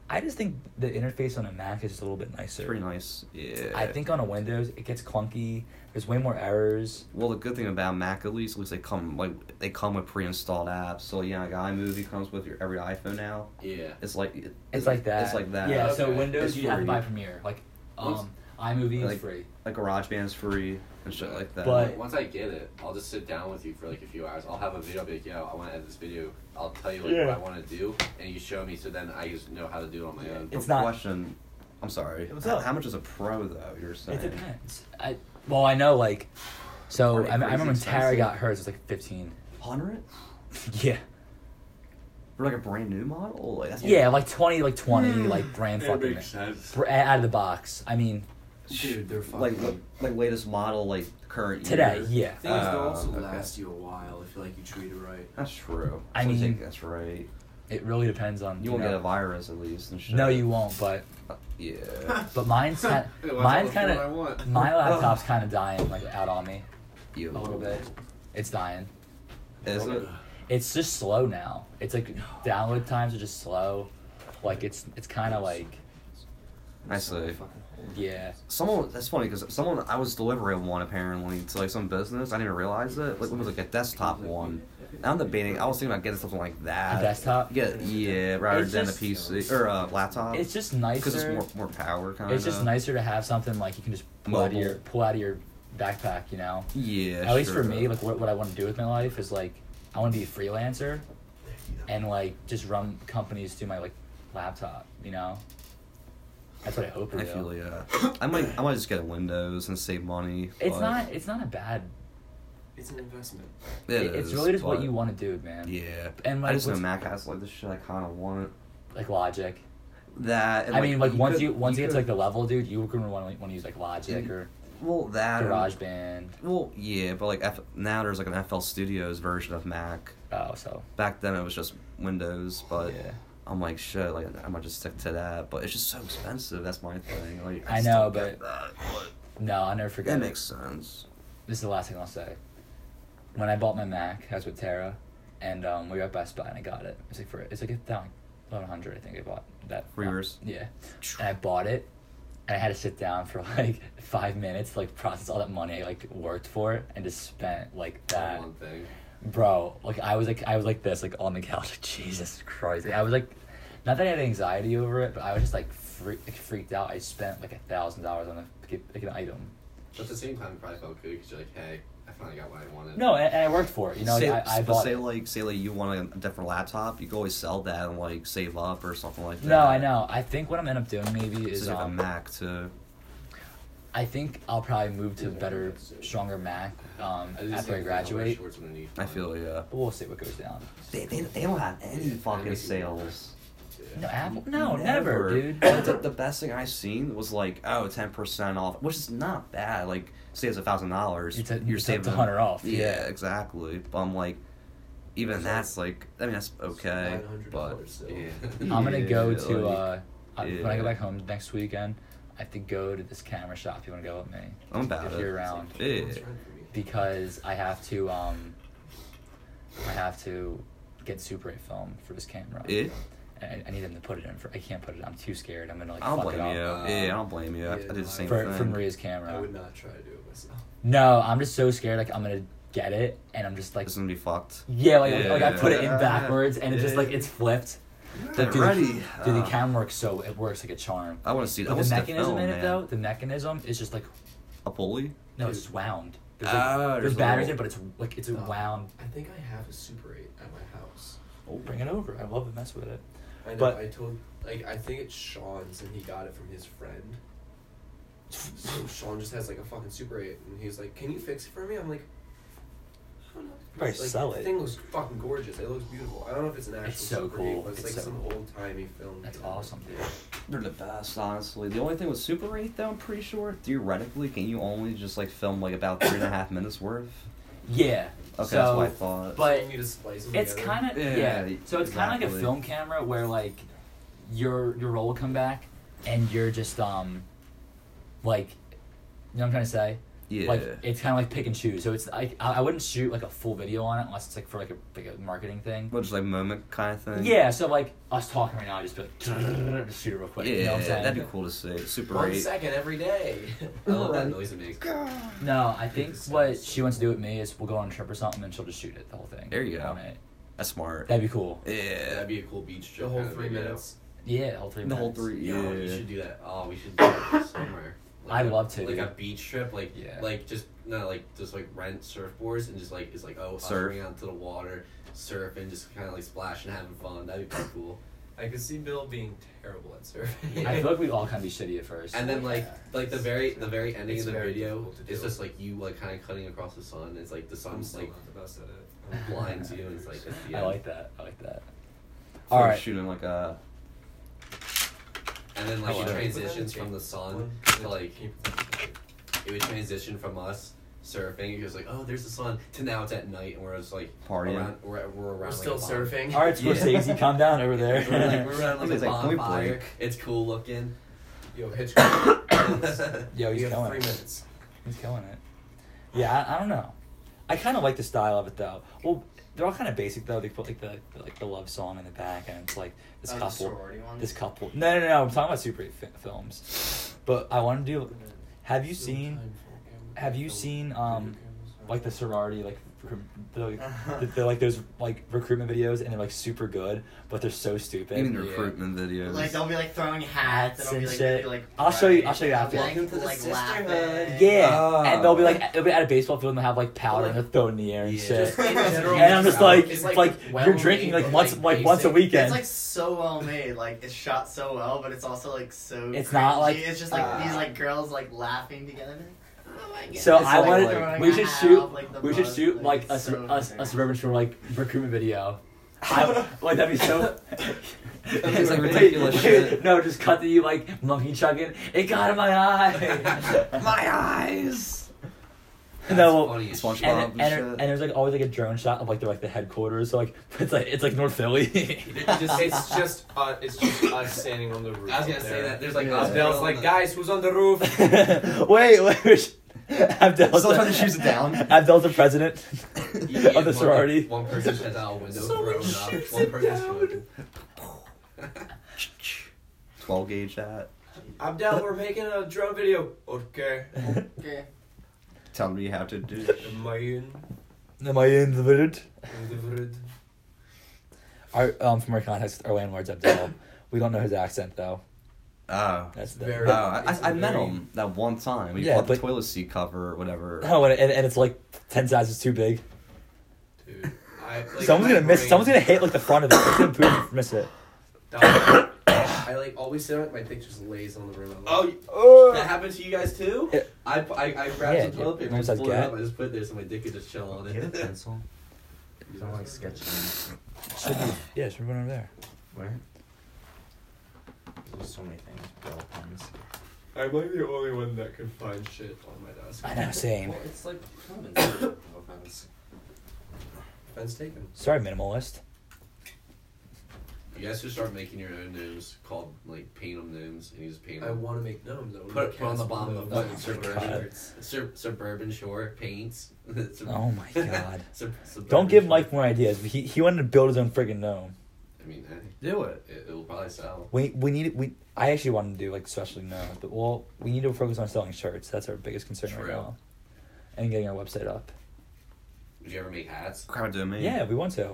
[SPEAKER 1] I just think the interface on a Mac is just a little bit nicer.
[SPEAKER 2] It's pretty nice. Yeah.
[SPEAKER 1] I think on a Windows it gets clunky. There's way more errors.
[SPEAKER 2] Well, the good thing about Mac at least, at least they come like they come with pre-installed apps. So yeah, like iMovie comes with your every iPhone now.
[SPEAKER 4] Yeah.
[SPEAKER 2] It's like it-
[SPEAKER 1] It's like that.
[SPEAKER 2] It's like that.
[SPEAKER 1] Yeah. So
[SPEAKER 4] Okay.
[SPEAKER 1] Windows,
[SPEAKER 2] It's
[SPEAKER 1] you have to
[SPEAKER 2] free.
[SPEAKER 1] buy Premiere. Like,
[SPEAKER 4] Once-
[SPEAKER 1] um, iMovie
[SPEAKER 2] Like-
[SPEAKER 1] is free.
[SPEAKER 2] Like GarageBand's free and shit like that.
[SPEAKER 1] But-
[SPEAKER 4] Once I get it, I'll just sit down with you for like a few hours. I'll have a video, I'll be like, yo, I want to edit this video. I'll tell you like
[SPEAKER 1] Yeah.
[SPEAKER 4] what I want to do, and you show me, so then I just know how to do it on my own.
[SPEAKER 1] It's
[SPEAKER 2] Quick
[SPEAKER 1] not-
[SPEAKER 2] Question. I'm sorry.
[SPEAKER 1] What's
[SPEAKER 2] H-
[SPEAKER 1] up?
[SPEAKER 2] How much is a pro though? You're saying.
[SPEAKER 1] It depends. I well, I know like, so
[SPEAKER 2] Pretty
[SPEAKER 1] I, I remember when
[SPEAKER 2] crazy
[SPEAKER 1] Tara
[SPEAKER 2] expensive.
[SPEAKER 1] got hers it was like fifteen. <laughs>
[SPEAKER 2] Hundred?
[SPEAKER 1] yeah.
[SPEAKER 2] For like a brand new model? Like, that's
[SPEAKER 1] Yeah, like twenty, like twenty, like grand fucking
[SPEAKER 4] sense.
[SPEAKER 1] br- out of the box. I mean,
[SPEAKER 3] Dude, they're fucking.
[SPEAKER 2] like la- like latest model, like current
[SPEAKER 1] today,
[SPEAKER 2] year.
[SPEAKER 1] yeah.
[SPEAKER 3] Things don't
[SPEAKER 2] Oh,
[SPEAKER 3] also
[SPEAKER 2] okay.
[SPEAKER 3] last you a while if like you treat it right.
[SPEAKER 2] That's true.
[SPEAKER 1] I
[SPEAKER 2] So
[SPEAKER 1] mean-
[SPEAKER 2] think that's right.
[SPEAKER 1] It really depends on.
[SPEAKER 2] You won't
[SPEAKER 1] know.
[SPEAKER 2] get a virus at least and shit. Uh,
[SPEAKER 1] No, you won't. But
[SPEAKER 2] Yeah.
[SPEAKER 1] <laughs> but
[SPEAKER 4] <laughs>
[SPEAKER 1] mine's kind,
[SPEAKER 4] Hey, watch
[SPEAKER 1] mine's
[SPEAKER 4] out,
[SPEAKER 1] kind
[SPEAKER 4] what I
[SPEAKER 1] of
[SPEAKER 2] <laughs>
[SPEAKER 4] want.
[SPEAKER 1] my laptop's kind of dying like out on me a
[SPEAKER 2] you
[SPEAKER 1] little bit. It's dying.
[SPEAKER 2] Is it?
[SPEAKER 1] It's just slow now. It's like download times are just slow. Like it's it's kind of like
[SPEAKER 2] I see.
[SPEAKER 1] yeah.
[SPEAKER 2] Someone that's funny because someone I was delivering one apparently to like some business. I didn't even realize it. Like it was like a desktop one. And I'm debating. I was thinking about getting something like that.
[SPEAKER 1] A desktop?
[SPEAKER 2] Yeah, yeah, rather
[SPEAKER 1] It's
[SPEAKER 2] than
[SPEAKER 1] just-
[SPEAKER 2] a PC or a laptop.
[SPEAKER 1] It's just nicer.
[SPEAKER 2] because Um, it's more more power kind of.
[SPEAKER 1] It's just nicer to have something like you can just pull out of
[SPEAKER 2] Mobile.
[SPEAKER 1] your pull out of your backpack, you know.
[SPEAKER 2] Yeah.
[SPEAKER 1] At least for
[SPEAKER 2] sure.
[SPEAKER 1] me, like what, what I want to do with my life is like I want to be a freelancer and like just run companies through my like laptop, you know. That's what I hope.
[SPEAKER 2] I
[SPEAKER 1] to do.
[SPEAKER 2] feel yeah. I might I might just get a Windows and save money.
[SPEAKER 1] It's
[SPEAKER 2] but-
[SPEAKER 1] not. It's not a bad.
[SPEAKER 3] It's it's an investment.
[SPEAKER 1] It-
[SPEAKER 2] It
[SPEAKER 1] it's
[SPEAKER 2] is,
[SPEAKER 1] really just what
[SPEAKER 2] but-
[SPEAKER 1] you want to do, man.
[SPEAKER 2] Yeah.
[SPEAKER 1] And
[SPEAKER 2] I
[SPEAKER 1] like,
[SPEAKER 2] just know
[SPEAKER 1] what's-
[SPEAKER 2] Mac has like the shit I kind of want.
[SPEAKER 1] like logic.
[SPEAKER 2] That. and,
[SPEAKER 1] I mean, like once
[SPEAKER 2] could-
[SPEAKER 1] you once you get to
[SPEAKER 2] could-
[SPEAKER 1] like the level, dude, you can want to want to use like Logic or
[SPEAKER 2] well that and-
[SPEAKER 1] GarageBand.
[SPEAKER 2] Well, yeah, but like F- now there's like an FL Studios version of Mac.
[SPEAKER 1] Oh, so
[SPEAKER 2] Back then it was just Windows, but
[SPEAKER 1] yeah.
[SPEAKER 2] I'm like shit. Like I might just stick to that, but it's just so expensive. That's my thing. Like
[SPEAKER 1] I
[SPEAKER 2] just
[SPEAKER 1] know,
[SPEAKER 2] don't get
[SPEAKER 1] but-
[SPEAKER 2] that, but
[SPEAKER 1] No, I'll never forget.
[SPEAKER 2] that
[SPEAKER 1] it.
[SPEAKER 2] makes sense.
[SPEAKER 1] This is the last thing I'll say. When I bought my Mac, I was with Tara, and um, we were at Best Buy and I got it. It's like for it's like a down eleven hundred. I think I bought that.
[SPEAKER 2] For yours?
[SPEAKER 1] Yeah, and I bought it, and I had to sit down for <laughs> like five minutes, to, like process all that money I like worked for, and just spent like that.
[SPEAKER 4] one thing.
[SPEAKER 1] bro like i was like i was like this like on the couch <laughs> like jesus christ Like, i was like not that i had anxiety over it but i was just like freak, like, freaked out i spent like a thousand dollars on a, like an item
[SPEAKER 4] But at the same time, you probably felt good because you're like, hey, I finally got what I wanted.
[SPEAKER 1] no and, and i worked for it you know
[SPEAKER 2] say,
[SPEAKER 1] like, i, I
[SPEAKER 2] but
[SPEAKER 1] bought
[SPEAKER 2] say
[SPEAKER 1] it.
[SPEAKER 2] like say like you want like, a different laptop, you can always sell that and like save up or something like that.
[SPEAKER 1] no i know i think what i'm gonna end up doing maybe
[SPEAKER 2] This
[SPEAKER 1] is
[SPEAKER 2] is like a
[SPEAKER 1] um,
[SPEAKER 2] Mac too.
[SPEAKER 1] i think i'll probably move to a better stronger mac um,
[SPEAKER 4] I just
[SPEAKER 1] after i
[SPEAKER 4] think I'll wear
[SPEAKER 1] graduate
[SPEAKER 4] Shorts underneath
[SPEAKER 2] I
[SPEAKER 4] mine.
[SPEAKER 2] feel yeah.
[SPEAKER 1] but we'll see what goes down
[SPEAKER 2] They, they, they don't have any
[SPEAKER 4] Yeah,
[SPEAKER 2] fucking
[SPEAKER 4] maybe.
[SPEAKER 2] sales.
[SPEAKER 4] Yeah.
[SPEAKER 1] no apple no never, dude
[SPEAKER 2] That's like the best thing I've seen was like, oh, 10% off, which is not bad. Like, saves a thousand dollars.
[SPEAKER 1] It's a- it's up to 100 off,
[SPEAKER 2] Yeah,
[SPEAKER 1] yeah.
[SPEAKER 2] exactly. But I'm like, even
[SPEAKER 3] It's
[SPEAKER 2] that's like, I mean, that's okay. But
[SPEAKER 3] $900 still.
[SPEAKER 4] Yeah.
[SPEAKER 1] I'm gonna go
[SPEAKER 2] Yeah,
[SPEAKER 1] to
[SPEAKER 2] like,
[SPEAKER 1] uh, I- when I
[SPEAKER 2] yeah.
[SPEAKER 1] go back home next weekend. I have to go to this camera shop. You wanna go with me?
[SPEAKER 2] I'm about
[SPEAKER 1] if
[SPEAKER 2] it.
[SPEAKER 1] you're around,
[SPEAKER 2] Yeah.
[SPEAKER 3] It's right for me.
[SPEAKER 1] because I have to um, I have to get Super 8 film for this camera.
[SPEAKER 2] Yeah.
[SPEAKER 1] And I, I need them to put it in. For I can't put it. I'm too scared. I'm gonna like
[SPEAKER 2] I don't
[SPEAKER 1] fuck
[SPEAKER 2] blame
[SPEAKER 1] it
[SPEAKER 2] you.
[SPEAKER 1] up
[SPEAKER 2] yeah, I don't blame you. I, I
[SPEAKER 3] Yeah,
[SPEAKER 2] did the
[SPEAKER 3] no, I-
[SPEAKER 2] same
[SPEAKER 1] for
[SPEAKER 2] thing.
[SPEAKER 1] for Maria's
[SPEAKER 3] I
[SPEAKER 1] camera.
[SPEAKER 3] would not try to do it myself.
[SPEAKER 1] No, I'm just so scared. Like I'm gonna get it, and I'm just like.
[SPEAKER 2] It's gonna be fucked.
[SPEAKER 1] Yeah, like, like I
[SPEAKER 2] Yeah.
[SPEAKER 1] put it in backwards, and it's just like
[SPEAKER 2] Yeah.
[SPEAKER 1] it's flipped.
[SPEAKER 2] They're
[SPEAKER 1] Like, dude,
[SPEAKER 2] ready.
[SPEAKER 1] the, dude, the
[SPEAKER 2] Uh,
[SPEAKER 1] camera works so it works like a charm.
[SPEAKER 2] I want to see. I
[SPEAKER 1] But
[SPEAKER 2] wanna
[SPEAKER 1] the
[SPEAKER 2] see
[SPEAKER 1] mechanism
[SPEAKER 2] film,
[SPEAKER 1] in it
[SPEAKER 2] man.
[SPEAKER 1] though, the mechanism is just like
[SPEAKER 2] A pulley.
[SPEAKER 1] no, it's wound. There's, like,
[SPEAKER 2] Ah,
[SPEAKER 1] there's,
[SPEAKER 2] there's a
[SPEAKER 1] batteries
[SPEAKER 2] little-
[SPEAKER 1] in, it, but it's like it's a
[SPEAKER 3] Oh.
[SPEAKER 1] wound.
[SPEAKER 3] I think I have a Super 8 at my house.
[SPEAKER 1] Oh, bring it over. I love to mess with it.
[SPEAKER 3] I know,
[SPEAKER 1] But-
[SPEAKER 3] I told, like, I think it's Sean's and he got it from his friend.
[SPEAKER 1] <laughs>
[SPEAKER 3] So Sean just has, like, a fucking Super 8 and he's like, can you fix it for me? I'm like, I don't know.
[SPEAKER 1] Probably
[SPEAKER 3] It's like,
[SPEAKER 1] sell
[SPEAKER 3] The
[SPEAKER 1] it.
[SPEAKER 3] thing looks fucking gorgeous. It looks beautiful. I don't know if it's an actual
[SPEAKER 1] It's so
[SPEAKER 3] Super
[SPEAKER 1] cool.
[SPEAKER 3] 8, but it's,
[SPEAKER 1] It's
[SPEAKER 3] like
[SPEAKER 1] so
[SPEAKER 3] some
[SPEAKER 1] cool.
[SPEAKER 3] old timey film.
[SPEAKER 1] That's
[SPEAKER 3] camera.
[SPEAKER 1] awesome, dude.
[SPEAKER 2] They're the best, honestly. The only thing with Super 8, though, I'm pretty sure, theoretically, can you only just like film like about three and a half minutes worth?
[SPEAKER 1] Yeah.
[SPEAKER 2] Okay,
[SPEAKER 1] so,
[SPEAKER 2] that's what I thought.
[SPEAKER 1] But
[SPEAKER 3] you need to splice them
[SPEAKER 1] it's
[SPEAKER 3] together.
[SPEAKER 1] kind of yeah,
[SPEAKER 2] Yeah,
[SPEAKER 1] So it's kind of like a
[SPEAKER 2] exactly.
[SPEAKER 1] film camera where like your your roll will come back, and you're just um, like, you know what I'm trying to say.
[SPEAKER 2] yeah,
[SPEAKER 1] Like it's kind of like pick and choose. So it's like I, I wouldn't shoot like a full video on it unless it's like for like a like a marketing thing.
[SPEAKER 2] but just like moment kind of thing.
[SPEAKER 1] Yeah, so like us talking right now, I just be like, <laughs> just shoot it real quick.
[SPEAKER 2] yeah,
[SPEAKER 1] you know what I'm saying?
[SPEAKER 2] that'd be cool to see. Super
[SPEAKER 3] One
[SPEAKER 2] 8.
[SPEAKER 3] second every day.
[SPEAKER 4] I
[SPEAKER 3] <laughs>
[SPEAKER 4] love that noise it makes.
[SPEAKER 1] No, I think
[SPEAKER 3] This
[SPEAKER 1] what
[SPEAKER 3] sounds
[SPEAKER 1] she wants to do with me is we'll go on a trip or something, and she'll just shoot it the whole thing.
[SPEAKER 2] There you go.
[SPEAKER 1] on it.
[SPEAKER 2] That's smart.
[SPEAKER 1] That'd be cool.
[SPEAKER 2] yeah,
[SPEAKER 4] That'd be a cool beach
[SPEAKER 3] The
[SPEAKER 4] trip.
[SPEAKER 3] whole
[SPEAKER 4] kind of
[SPEAKER 3] three
[SPEAKER 4] video.
[SPEAKER 3] minutes.
[SPEAKER 1] Yeah, all three.
[SPEAKER 2] the whole
[SPEAKER 1] minutes.
[SPEAKER 2] three.
[SPEAKER 4] Yo,
[SPEAKER 2] Yeah,
[SPEAKER 4] you should do that. Oh, we should do
[SPEAKER 3] <laughs>
[SPEAKER 4] that somewhere.
[SPEAKER 1] I'd
[SPEAKER 4] a-
[SPEAKER 1] love to,
[SPEAKER 4] Like
[SPEAKER 1] dude.
[SPEAKER 4] a beach trip, like
[SPEAKER 1] Yeah.
[SPEAKER 4] like just no, like just like rent surfboards and just like it's like oh,
[SPEAKER 2] Surf.
[SPEAKER 4] surfing out to the water, surf and just kind of like splash and having fun. That'd be pretty cool.
[SPEAKER 3] I could see Bill being terrible at surfing. <laughs>
[SPEAKER 1] I feel like we all kind of be shitty at first.
[SPEAKER 4] And then like
[SPEAKER 3] Yeah.
[SPEAKER 4] like the very the very ending
[SPEAKER 3] It's
[SPEAKER 4] of the
[SPEAKER 3] very
[SPEAKER 4] video
[SPEAKER 3] difficult to
[SPEAKER 4] is
[SPEAKER 3] do.
[SPEAKER 4] just like you like kind of cutting across the sun. It's like the
[SPEAKER 3] I'm
[SPEAKER 4] sun's
[SPEAKER 3] still
[SPEAKER 4] like
[SPEAKER 3] not the best at it.
[SPEAKER 1] <laughs>
[SPEAKER 4] it blinds you, and it's like at the
[SPEAKER 1] I
[SPEAKER 4] end.
[SPEAKER 1] like that. I like that.
[SPEAKER 2] It's
[SPEAKER 1] All
[SPEAKER 2] like
[SPEAKER 1] right.
[SPEAKER 2] Shooting like a.
[SPEAKER 4] and then like
[SPEAKER 1] I
[SPEAKER 4] it
[SPEAKER 1] like it.
[SPEAKER 4] transitions from the sun to like it would transition from us surfing. It was like oh, there's the sun to now it's at night and we're just like
[SPEAKER 2] Partying.
[SPEAKER 4] Around, we're, we're around.
[SPEAKER 3] We're
[SPEAKER 4] like, a
[SPEAKER 3] still
[SPEAKER 4] bonfire.
[SPEAKER 3] surfing.
[SPEAKER 1] All right,
[SPEAKER 4] Yeah.
[SPEAKER 1] Scorsese, calm down over there. <laughs>
[SPEAKER 2] <laughs>
[SPEAKER 4] We're like we're around like a
[SPEAKER 2] It's like, can we
[SPEAKER 4] bonfire.
[SPEAKER 2] break?
[SPEAKER 4] It's cool looking.
[SPEAKER 3] Yo, <coughs> Hitchcock.
[SPEAKER 1] Yo, he's
[SPEAKER 3] you have
[SPEAKER 1] killing
[SPEAKER 3] three
[SPEAKER 1] it.
[SPEAKER 3] minutes.
[SPEAKER 1] He's killing it. Yeah, I, I don't know. I kind of like the style of it though. Well, they're all kind of basic though. They put like the, the like the love song in the back, and it's like this
[SPEAKER 3] Oh, the
[SPEAKER 1] couple,
[SPEAKER 3] sorority one?
[SPEAKER 1] this couple. No, no, no, no. I'm talking about super eight fi- films. But I want to do. Have you seen? Have you seen um, like the sorority like recruit- the, the, the like those like recruitment videos, and they're like super good, but they're so stupid.
[SPEAKER 2] Even the
[SPEAKER 4] Yeah.
[SPEAKER 2] recruitment videos.
[SPEAKER 5] Like they'll be like throwing hats
[SPEAKER 1] and
[SPEAKER 5] and, I'll be, like,
[SPEAKER 1] shit.
[SPEAKER 5] like
[SPEAKER 1] I'll show you- I'll show you
[SPEAKER 5] like,
[SPEAKER 1] after.
[SPEAKER 5] Like,
[SPEAKER 4] Welcome to the
[SPEAKER 5] like
[SPEAKER 4] sisterhood.
[SPEAKER 5] laughing.
[SPEAKER 1] Yeah,
[SPEAKER 2] Oh.
[SPEAKER 1] and they'll be like, they'll be at a baseball field and they'll have like powder and they'll
[SPEAKER 4] Like-
[SPEAKER 1] throw it in the air and
[SPEAKER 4] Yeah.
[SPEAKER 1] shit.
[SPEAKER 5] Just in general,
[SPEAKER 1] and I'm just like,
[SPEAKER 5] it's
[SPEAKER 1] like, <laughs>
[SPEAKER 3] well
[SPEAKER 1] you're drinking like
[SPEAKER 3] made,
[SPEAKER 1] once,
[SPEAKER 3] but,
[SPEAKER 1] like,
[SPEAKER 3] like,
[SPEAKER 1] once a
[SPEAKER 3] basic.
[SPEAKER 1] weekend.
[SPEAKER 5] It's like so well made. Like it's shot so well, but it's also like so.
[SPEAKER 1] It's not,
[SPEAKER 5] cringy.
[SPEAKER 1] like-
[SPEAKER 5] it's just like
[SPEAKER 2] Ah.
[SPEAKER 5] these like girls like laughing together.
[SPEAKER 1] So
[SPEAKER 2] It's
[SPEAKER 1] I
[SPEAKER 2] like-
[SPEAKER 1] wanted.
[SPEAKER 2] like-
[SPEAKER 1] we should shoot.
[SPEAKER 5] Like the
[SPEAKER 1] we should
[SPEAKER 5] mud,
[SPEAKER 1] shoot like a,
[SPEAKER 5] so
[SPEAKER 1] sub- a, a suburban shore like Raccoon video. I, like that'd be so. <laughs>
[SPEAKER 2] It's like
[SPEAKER 1] Wait,
[SPEAKER 2] ridiculous
[SPEAKER 1] wait,
[SPEAKER 2] shit.
[SPEAKER 1] No, just cut to you like monkey chugging. It got in my eye.
[SPEAKER 2] <laughs> My <laughs> eyes.
[SPEAKER 1] no.
[SPEAKER 4] funny as
[SPEAKER 2] SpongeBob
[SPEAKER 4] shit.
[SPEAKER 1] And, and,
[SPEAKER 2] and shit.
[SPEAKER 1] and there's like always like a drone shot of like the like the headquarters. So like <laughs> it's like it's like North Philly.
[SPEAKER 3] <laughs> It just- it's just uh, it's just us standing on the roof.
[SPEAKER 4] I was gonna
[SPEAKER 3] up
[SPEAKER 4] say
[SPEAKER 3] there.
[SPEAKER 4] that there's like
[SPEAKER 2] Yeah.
[SPEAKER 4] us
[SPEAKER 3] Abdel's
[SPEAKER 4] built
[SPEAKER 3] like,
[SPEAKER 4] on the- <laughs>
[SPEAKER 3] guys, who's on the roof?
[SPEAKER 1] <laughs> wait, wait. we should- Abdel's
[SPEAKER 2] Still
[SPEAKER 1] the-
[SPEAKER 2] trying to shoot it down.
[SPEAKER 1] Abdel's the president
[SPEAKER 4] Yeah, yeah,
[SPEAKER 1] of the
[SPEAKER 4] one-
[SPEAKER 1] sorority.
[SPEAKER 4] One person shoots out a window,
[SPEAKER 1] Someone
[SPEAKER 4] throws it up.
[SPEAKER 1] shoots
[SPEAKER 4] One
[SPEAKER 1] it
[SPEAKER 4] person's
[SPEAKER 1] down.
[SPEAKER 4] smoking.
[SPEAKER 2] Twelve gauge that.
[SPEAKER 3] <laughs> Abdel, we're making a drum video. Okay.
[SPEAKER 5] Okay.
[SPEAKER 2] Tell me how to do. it.
[SPEAKER 3] Am I in
[SPEAKER 1] Am I in the village?
[SPEAKER 3] the vid?
[SPEAKER 1] Our um from our context, our landlord's Abdel. We don't know his accent though.
[SPEAKER 2] Oh.
[SPEAKER 1] That's the,
[SPEAKER 2] Oh,
[SPEAKER 3] Very-
[SPEAKER 2] I,
[SPEAKER 3] It's
[SPEAKER 2] I, I met
[SPEAKER 3] very-
[SPEAKER 2] him that one time. We
[SPEAKER 1] Yeah,
[SPEAKER 2] bought the
[SPEAKER 1] but-
[SPEAKER 2] toilet seat cover or whatever.
[SPEAKER 1] Oh, and, and, and it's like ten sizes too big.
[SPEAKER 3] Dude, I, like,
[SPEAKER 1] someone's
[SPEAKER 3] my
[SPEAKER 1] gonna miss.
[SPEAKER 3] brain-
[SPEAKER 1] Someone's gonna hate like the front of it. It's gonna poop, miss it.
[SPEAKER 3] Dog, I like always sit on it. My dick just lays on the rim. I'm like,
[SPEAKER 4] Oh, that happened to you guys too?
[SPEAKER 1] Uh. Yeah.
[SPEAKER 4] I, I, I grabbed
[SPEAKER 1] Yeah,
[SPEAKER 4] some toilet
[SPEAKER 1] yeah.
[SPEAKER 4] paper,
[SPEAKER 1] Almost
[SPEAKER 4] just
[SPEAKER 1] like
[SPEAKER 4] pulled it
[SPEAKER 1] that.
[SPEAKER 4] up, I just put it there so my dick could just chill on
[SPEAKER 6] Get a
[SPEAKER 4] <laughs> it.
[SPEAKER 6] pencil. Don't like sketchy.
[SPEAKER 1] Should be, yeah, should be one over there.
[SPEAKER 6] Where? There's so many things. Bell pens.
[SPEAKER 3] I'm like Oh, the only one that can find shit on my desk.
[SPEAKER 1] I know, same.
[SPEAKER 6] Well, it's like common. No offense.
[SPEAKER 3] Fence taken.
[SPEAKER 1] Sorry, minimalist.
[SPEAKER 4] You guys should start making your own gnomes called like paint 'em gnomes, and you just paint
[SPEAKER 3] I
[SPEAKER 4] 'em.
[SPEAKER 3] want to make gnomes. I wanna
[SPEAKER 4] Put
[SPEAKER 3] make
[SPEAKER 4] it- put it on the
[SPEAKER 3] cats
[SPEAKER 4] bottom
[SPEAKER 3] with
[SPEAKER 4] of
[SPEAKER 3] gnomes.
[SPEAKER 4] the
[SPEAKER 3] Oh,
[SPEAKER 4] fucking
[SPEAKER 3] God.
[SPEAKER 4] shirts. Sur- suburban shore paints. <laughs> Sub-
[SPEAKER 1] Oh my God.
[SPEAKER 4] Sub- suburban
[SPEAKER 1] Don't give
[SPEAKER 4] shore.
[SPEAKER 1] Mike more ideas. He he wanted to build his own friggin' gnome.
[SPEAKER 4] I mean, eh,
[SPEAKER 2] Do it.
[SPEAKER 4] it, it'll probably sell.
[SPEAKER 1] We we need we. I actually wanted to do like especially gnomes, but well, we need to focus on selling shirts. That's our biggest concern
[SPEAKER 4] True.
[SPEAKER 1] right now, and getting our website up.
[SPEAKER 4] Would you ever make hats?
[SPEAKER 2] Crowd domain.
[SPEAKER 1] Yeah, we want to.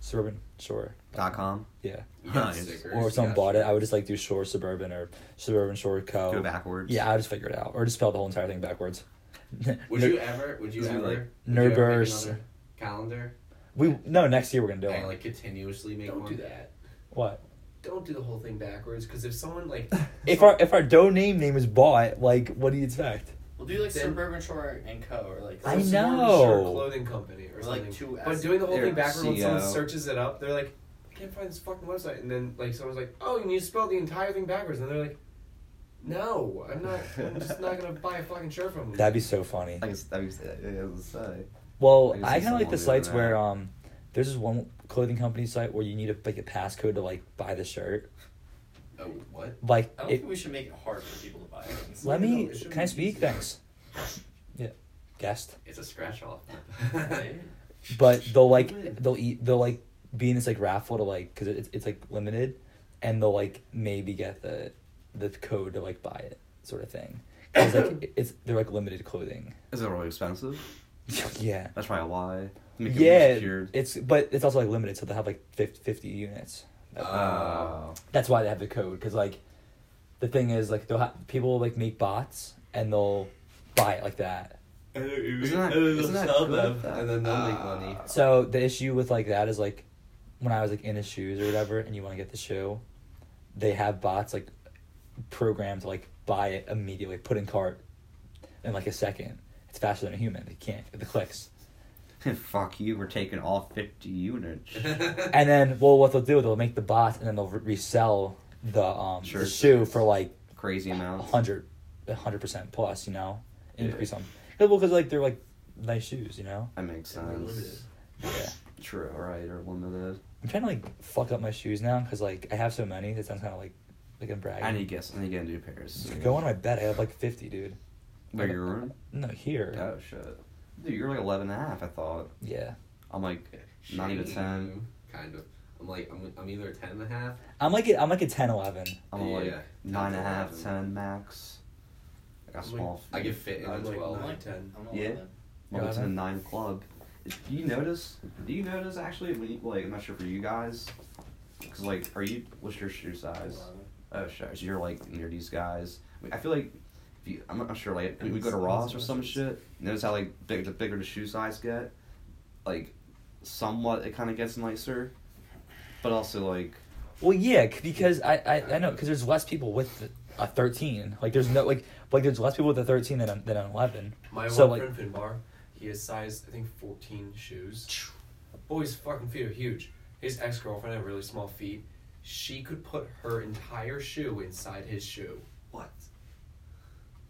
[SPEAKER 1] Suburban Shore.
[SPEAKER 2] Dot com.
[SPEAKER 1] Yeah.
[SPEAKER 4] You got
[SPEAKER 2] Nice.
[SPEAKER 4] stickers,
[SPEAKER 1] Or
[SPEAKER 4] you
[SPEAKER 1] if someone
[SPEAKER 4] got
[SPEAKER 1] bought it,
[SPEAKER 4] shirts.
[SPEAKER 1] I would just like do Shore Suburban or Suburban Shore Co.
[SPEAKER 2] Go backwards.
[SPEAKER 1] Oh, Yeah, I would just figure it out, or just spell the whole entire thing backwards. <laughs>
[SPEAKER 4] Would you ever? Would you
[SPEAKER 2] Is it
[SPEAKER 4] ever?
[SPEAKER 2] like
[SPEAKER 4] would you ever make
[SPEAKER 1] Nerdburst?
[SPEAKER 4] another Calendar
[SPEAKER 1] We no next year we're gonna do
[SPEAKER 4] and
[SPEAKER 1] it.
[SPEAKER 4] like continuously make
[SPEAKER 3] Don't
[SPEAKER 4] one.
[SPEAKER 3] do that.
[SPEAKER 1] What
[SPEAKER 3] Don't do the whole thing backwards. Because if someone like,
[SPEAKER 1] <laughs> if our if our dough name name is bought? Like, what do you expect?
[SPEAKER 5] We'll do like
[SPEAKER 3] Then-
[SPEAKER 5] Suburban Shore and Co. Or like.
[SPEAKER 1] I
[SPEAKER 3] some sort of
[SPEAKER 1] know.
[SPEAKER 3] shirt clothing company or
[SPEAKER 5] Or,
[SPEAKER 3] something.
[SPEAKER 5] like, two
[SPEAKER 3] but
[SPEAKER 5] S-
[SPEAKER 3] doing the whole
[SPEAKER 2] They're
[SPEAKER 3] thing backwards when someone
[SPEAKER 2] CO.
[SPEAKER 3] searches it up, they're like, I can't find this fucking website. And then like someone's like, oh, you need to spell the entire thing backwards. And they're like, no, I'm not. I'm just not
[SPEAKER 5] <laughs>
[SPEAKER 3] gonna buy a fucking shirt from them.
[SPEAKER 1] That'd be so funny.
[SPEAKER 2] I guess that was, that was say.
[SPEAKER 1] Well,
[SPEAKER 2] I can see
[SPEAKER 1] I kind of like
[SPEAKER 2] someone
[SPEAKER 1] the
[SPEAKER 2] doing
[SPEAKER 1] sites
[SPEAKER 2] that.
[SPEAKER 1] where um, there's this one clothing company site where you need to like a passcode to like buy the shirt.
[SPEAKER 4] Oh, what?
[SPEAKER 1] Like,
[SPEAKER 5] I don't
[SPEAKER 1] it,
[SPEAKER 5] think we should make it hard for people to buy things.
[SPEAKER 1] let me.
[SPEAKER 3] No, it shouldn't
[SPEAKER 1] Can I
[SPEAKER 3] be
[SPEAKER 1] speak?
[SPEAKER 3] easy.
[SPEAKER 1] Thanks. Yeah, guest.
[SPEAKER 4] It's a scratch off.
[SPEAKER 5] Right?
[SPEAKER 4] <laughs>
[SPEAKER 1] but they'll like they'll eat they'll like be in this like raffle to like because it's it's like limited, and they'll like maybe get the the code to like buy it sort of thing. It's like it's they're like limited clothing. <laughs>
[SPEAKER 2] Is it really expensive?
[SPEAKER 1] yeah.
[SPEAKER 2] That's probably why. Make it more
[SPEAKER 1] Yeah,
[SPEAKER 2] secured.
[SPEAKER 1] it's but it's also like limited, so they have like 50, 50 units.
[SPEAKER 2] Oh.
[SPEAKER 1] That's why they have the code, because like, the thing is like they'll have people will, like make bots and they'll buy it like that.
[SPEAKER 2] Isn't that, isn't that good?
[SPEAKER 4] And then they'll make money.
[SPEAKER 1] So the issue with like that is like when I was like in his shoes or whatever and you want to get the shoe, they have bots like programmed to like buy it immediately, put in cart in like a second. It's faster than a human. They can't get the clicks.
[SPEAKER 2] Ah. <laughs> Fuck you, we're taking all
[SPEAKER 6] <laughs>
[SPEAKER 2] 50
[SPEAKER 4] <laughs>
[SPEAKER 2] units.
[SPEAKER 1] And then well what they'll do, they'll make the bots and then they'll re- resell the um
[SPEAKER 2] Sure.
[SPEAKER 1] the shoe for like
[SPEAKER 2] Crazy amount.
[SPEAKER 1] 100 percent plus, you know.
[SPEAKER 4] Yeah.
[SPEAKER 1] Increase on. Cuz well, 'cause, like they're like nice shoes, you know.
[SPEAKER 2] That makes
[SPEAKER 4] And they're limited.
[SPEAKER 2] sense.
[SPEAKER 1] Yeah.
[SPEAKER 2] True, right, or limited.
[SPEAKER 1] I'm trying to like fuck up my shoes now cuz like I have so many that sounds kind of like like I'm bragging.
[SPEAKER 2] I need to guess. I need to get a new pair. soon.
[SPEAKER 1] Go on my bed. I have like 50, dude.
[SPEAKER 2] Wait, you're wearing?
[SPEAKER 1] No, here.
[SPEAKER 2] Oh, shit. Dude, you're like 11 and a half, I thought.
[SPEAKER 1] Yeah.
[SPEAKER 2] I'm like, not even 10.
[SPEAKER 4] Kind of. I'm like, I'm, I'm either 10 and a half.
[SPEAKER 1] I'm like, a, I'm like a 10, 11.
[SPEAKER 2] I'm like
[SPEAKER 4] Yeah,
[SPEAKER 2] nine and a half,
[SPEAKER 4] 11.
[SPEAKER 2] ten max. I got
[SPEAKER 3] I'm
[SPEAKER 2] small.
[SPEAKER 4] I
[SPEAKER 2] feet.
[SPEAKER 4] get fit in
[SPEAKER 3] I'm
[SPEAKER 4] at
[SPEAKER 3] like
[SPEAKER 4] 12.
[SPEAKER 5] I'm
[SPEAKER 3] nine.
[SPEAKER 5] like ten. I'm
[SPEAKER 2] Yeah.
[SPEAKER 5] eleven.
[SPEAKER 2] Well, it's in a
[SPEAKER 1] Eleven.
[SPEAKER 2] nine club. Do you notice? Do you notice actually? When you, like, I'm not sure for you guys, because like, are you? What's your shoe size? Oh, sure. So you're like near these guys. I, mean, I feel like if you, I'm not sure. Like, when we go to Ross or some shit. Notice how like big the bigger the shoe size get, like, somewhat it kind of gets nicer, but also like
[SPEAKER 1] Well, yeah, c- because I, I, I know, because there's less people with the, a thirteen. Like there's no like like there's less people with a thirteen than a, than an eleven.
[SPEAKER 3] My
[SPEAKER 1] so
[SPEAKER 3] one
[SPEAKER 1] like
[SPEAKER 3] friend Finbar, he has size I think fourteen shoes. Boy's fucking feet are huge. His ex girlfriend had really small feet. She could put her entire shoe inside his shoe.
[SPEAKER 4] What?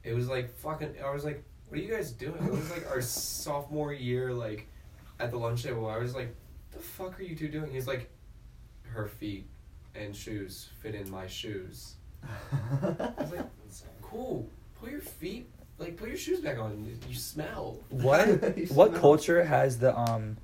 [SPEAKER 3] It was like fucking. I was like, what are you guys doing? It
[SPEAKER 1] <laughs>
[SPEAKER 3] was like our sophomore year, like at the lunch table. I was like, the fuck are you two doing? He's like, her feet and shoes fit in my shoes. I was like, cool. Put your feet, like put your shoes back on. You smell. <laughs>
[SPEAKER 1] what
[SPEAKER 2] He's
[SPEAKER 1] what
[SPEAKER 2] not-
[SPEAKER 1] culture has the um,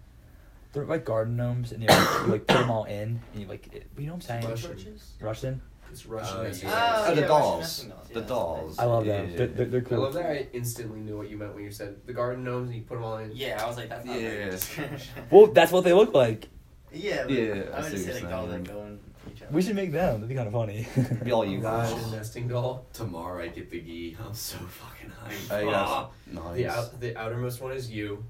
[SPEAKER 1] they're like garden gnomes and they like, you, like put them all in and you like it, you know what I'm saying?
[SPEAKER 3] Russian.
[SPEAKER 1] Russian.
[SPEAKER 3] It's Russian.
[SPEAKER 4] Oh,
[SPEAKER 3] that's
[SPEAKER 4] yeah.
[SPEAKER 2] <laughs>
[SPEAKER 3] right.
[SPEAKER 2] Oh, the
[SPEAKER 5] yeah,
[SPEAKER 2] dolls.
[SPEAKER 5] Russian Ethnos,
[SPEAKER 2] The
[SPEAKER 5] yeah.
[SPEAKER 2] dolls.
[SPEAKER 1] I love them.
[SPEAKER 2] Yeah.
[SPEAKER 1] They're, they're, they're
[SPEAKER 3] I
[SPEAKER 1] cool.
[SPEAKER 3] love that I instantly knew what you meant when you said the garden gnomes and you put them all in.
[SPEAKER 5] Yeah, I was like, that's not yeah.
[SPEAKER 2] Yeah. <laughs>
[SPEAKER 5] very description.
[SPEAKER 1] Well, that's what they look like.
[SPEAKER 5] yeah, but
[SPEAKER 2] Yeah, I
[SPEAKER 5] I
[SPEAKER 2] see
[SPEAKER 5] would just
[SPEAKER 2] what
[SPEAKER 5] say
[SPEAKER 2] you're
[SPEAKER 5] like all
[SPEAKER 2] saying.
[SPEAKER 5] that go in each other.
[SPEAKER 1] We should make them. That'd be kind of funny.
[SPEAKER 2] Be all you guys.
[SPEAKER 3] Russian nesting doll.
[SPEAKER 4] Tomorrow I get the gi. <laughs> I'm so fucking hyped.
[SPEAKER 2] I
[SPEAKER 4] Ah.
[SPEAKER 2] got Oh, nice.
[SPEAKER 3] The out, the outermost one is you,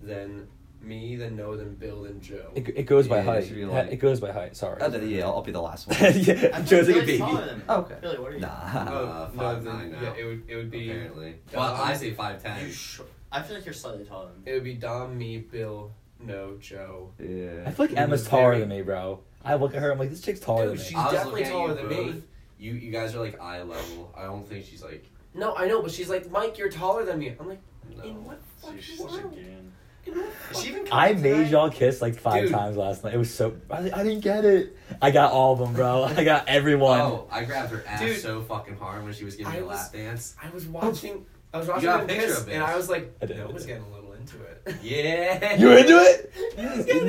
[SPEAKER 3] then me, then Noah, then Bill, then Joe.
[SPEAKER 1] <laughs> It, it goes by
[SPEAKER 2] Yeah, it
[SPEAKER 1] height.
[SPEAKER 2] should be like-
[SPEAKER 1] it goes by height. Sorry.
[SPEAKER 2] Oh, then, yeah, I'll, I'll be
[SPEAKER 1] <laughs>
[SPEAKER 2] the last one.
[SPEAKER 1] yeah,
[SPEAKER 5] I'm
[SPEAKER 1] Joe's like a
[SPEAKER 5] really
[SPEAKER 1] baby.
[SPEAKER 5] taller than me.
[SPEAKER 2] Oh, okay.
[SPEAKER 5] Billy, what are you?
[SPEAKER 2] Nah.
[SPEAKER 4] Uh,
[SPEAKER 3] Oh, no,
[SPEAKER 4] five
[SPEAKER 3] then-
[SPEAKER 4] nine now.
[SPEAKER 3] Yeah, it would it would be
[SPEAKER 4] apparently. Well, I say five ten.
[SPEAKER 5] You sh- I feel like you're slightly taller than me.
[SPEAKER 3] it would be Dom, me, Bill, No, Joe.
[SPEAKER 1] I
[SPEAKER 2] <laughs> Yeah.
[SPEAKER 1] feel like
[SPEAKER 3] It
[SPEAKER 1] Emma's
[SPEAKER 3] was
[SPEAKER 1] taller
[SPEAKER 3] very-
[SPEAKER 1] than me, bro. I look at her. I'm like, this chick's taller
[SPEAKER 3] Dude,
[SPEAKER 1] than me.
[SPEAKER 3] she's definitely taller than me.
[SPEAKER 4] You you guys are like eye level. I don't think she's like.
[SPEAKER 3] No, I know, but she's like, Mike, you're taller than me. I'm like,
[SPEAKER 4] No.
[SPEAKER 3] in what fucking
[SPEAKER 7] She's such a
[SPEAKER 3] world?
[SPEAKER 7] gain.
[SPEAKER 3] In what
[SPEAKER 5] Is she
[SPEAKER 3] fucking-
[SPEAKER 5] even
[SPEAKER 1] I
[SPEAKER 5] coming
[SPEAKER 1] made
[SPEAKER 5] tonight?
[SPEAKER 1] y'all kiss like five
[SPEAKER 3] Dude.
[SPEAKER 1] times last night. It was so. I, was like, I didn't get it. I got all of them, bro. <laughs> I got everyone.
[SPEAKER 4] Oh, I grabbed her ass
[SPEAKER 3] Dude.
[SPEAKER 4] so fucking hard when she was giving
[SPEAKER 3] I
[SPEAKER 4] me a
[SPEAKER 3] was-
[SPEAKER 4] lap dance.
[SPEAKER 3] I was watching. I was watching
[SPEAKER 4] got a
[SPEAKER 3] them
[SPEAKER 4] picture
[SPEAKER 3] kiss,
[SPEAKER 4] of it.
[SPEAKER 3] and I was like,
[SPEAKER 1] I did, I
[SPEAKER 3] Noah's
[SPEAKER 1] did.
[SPEAKER 3] getting a little into it.
[SPEAKER 4] Yeah.
[SPEAKER 1] You into it?
[SPEAKER 3] he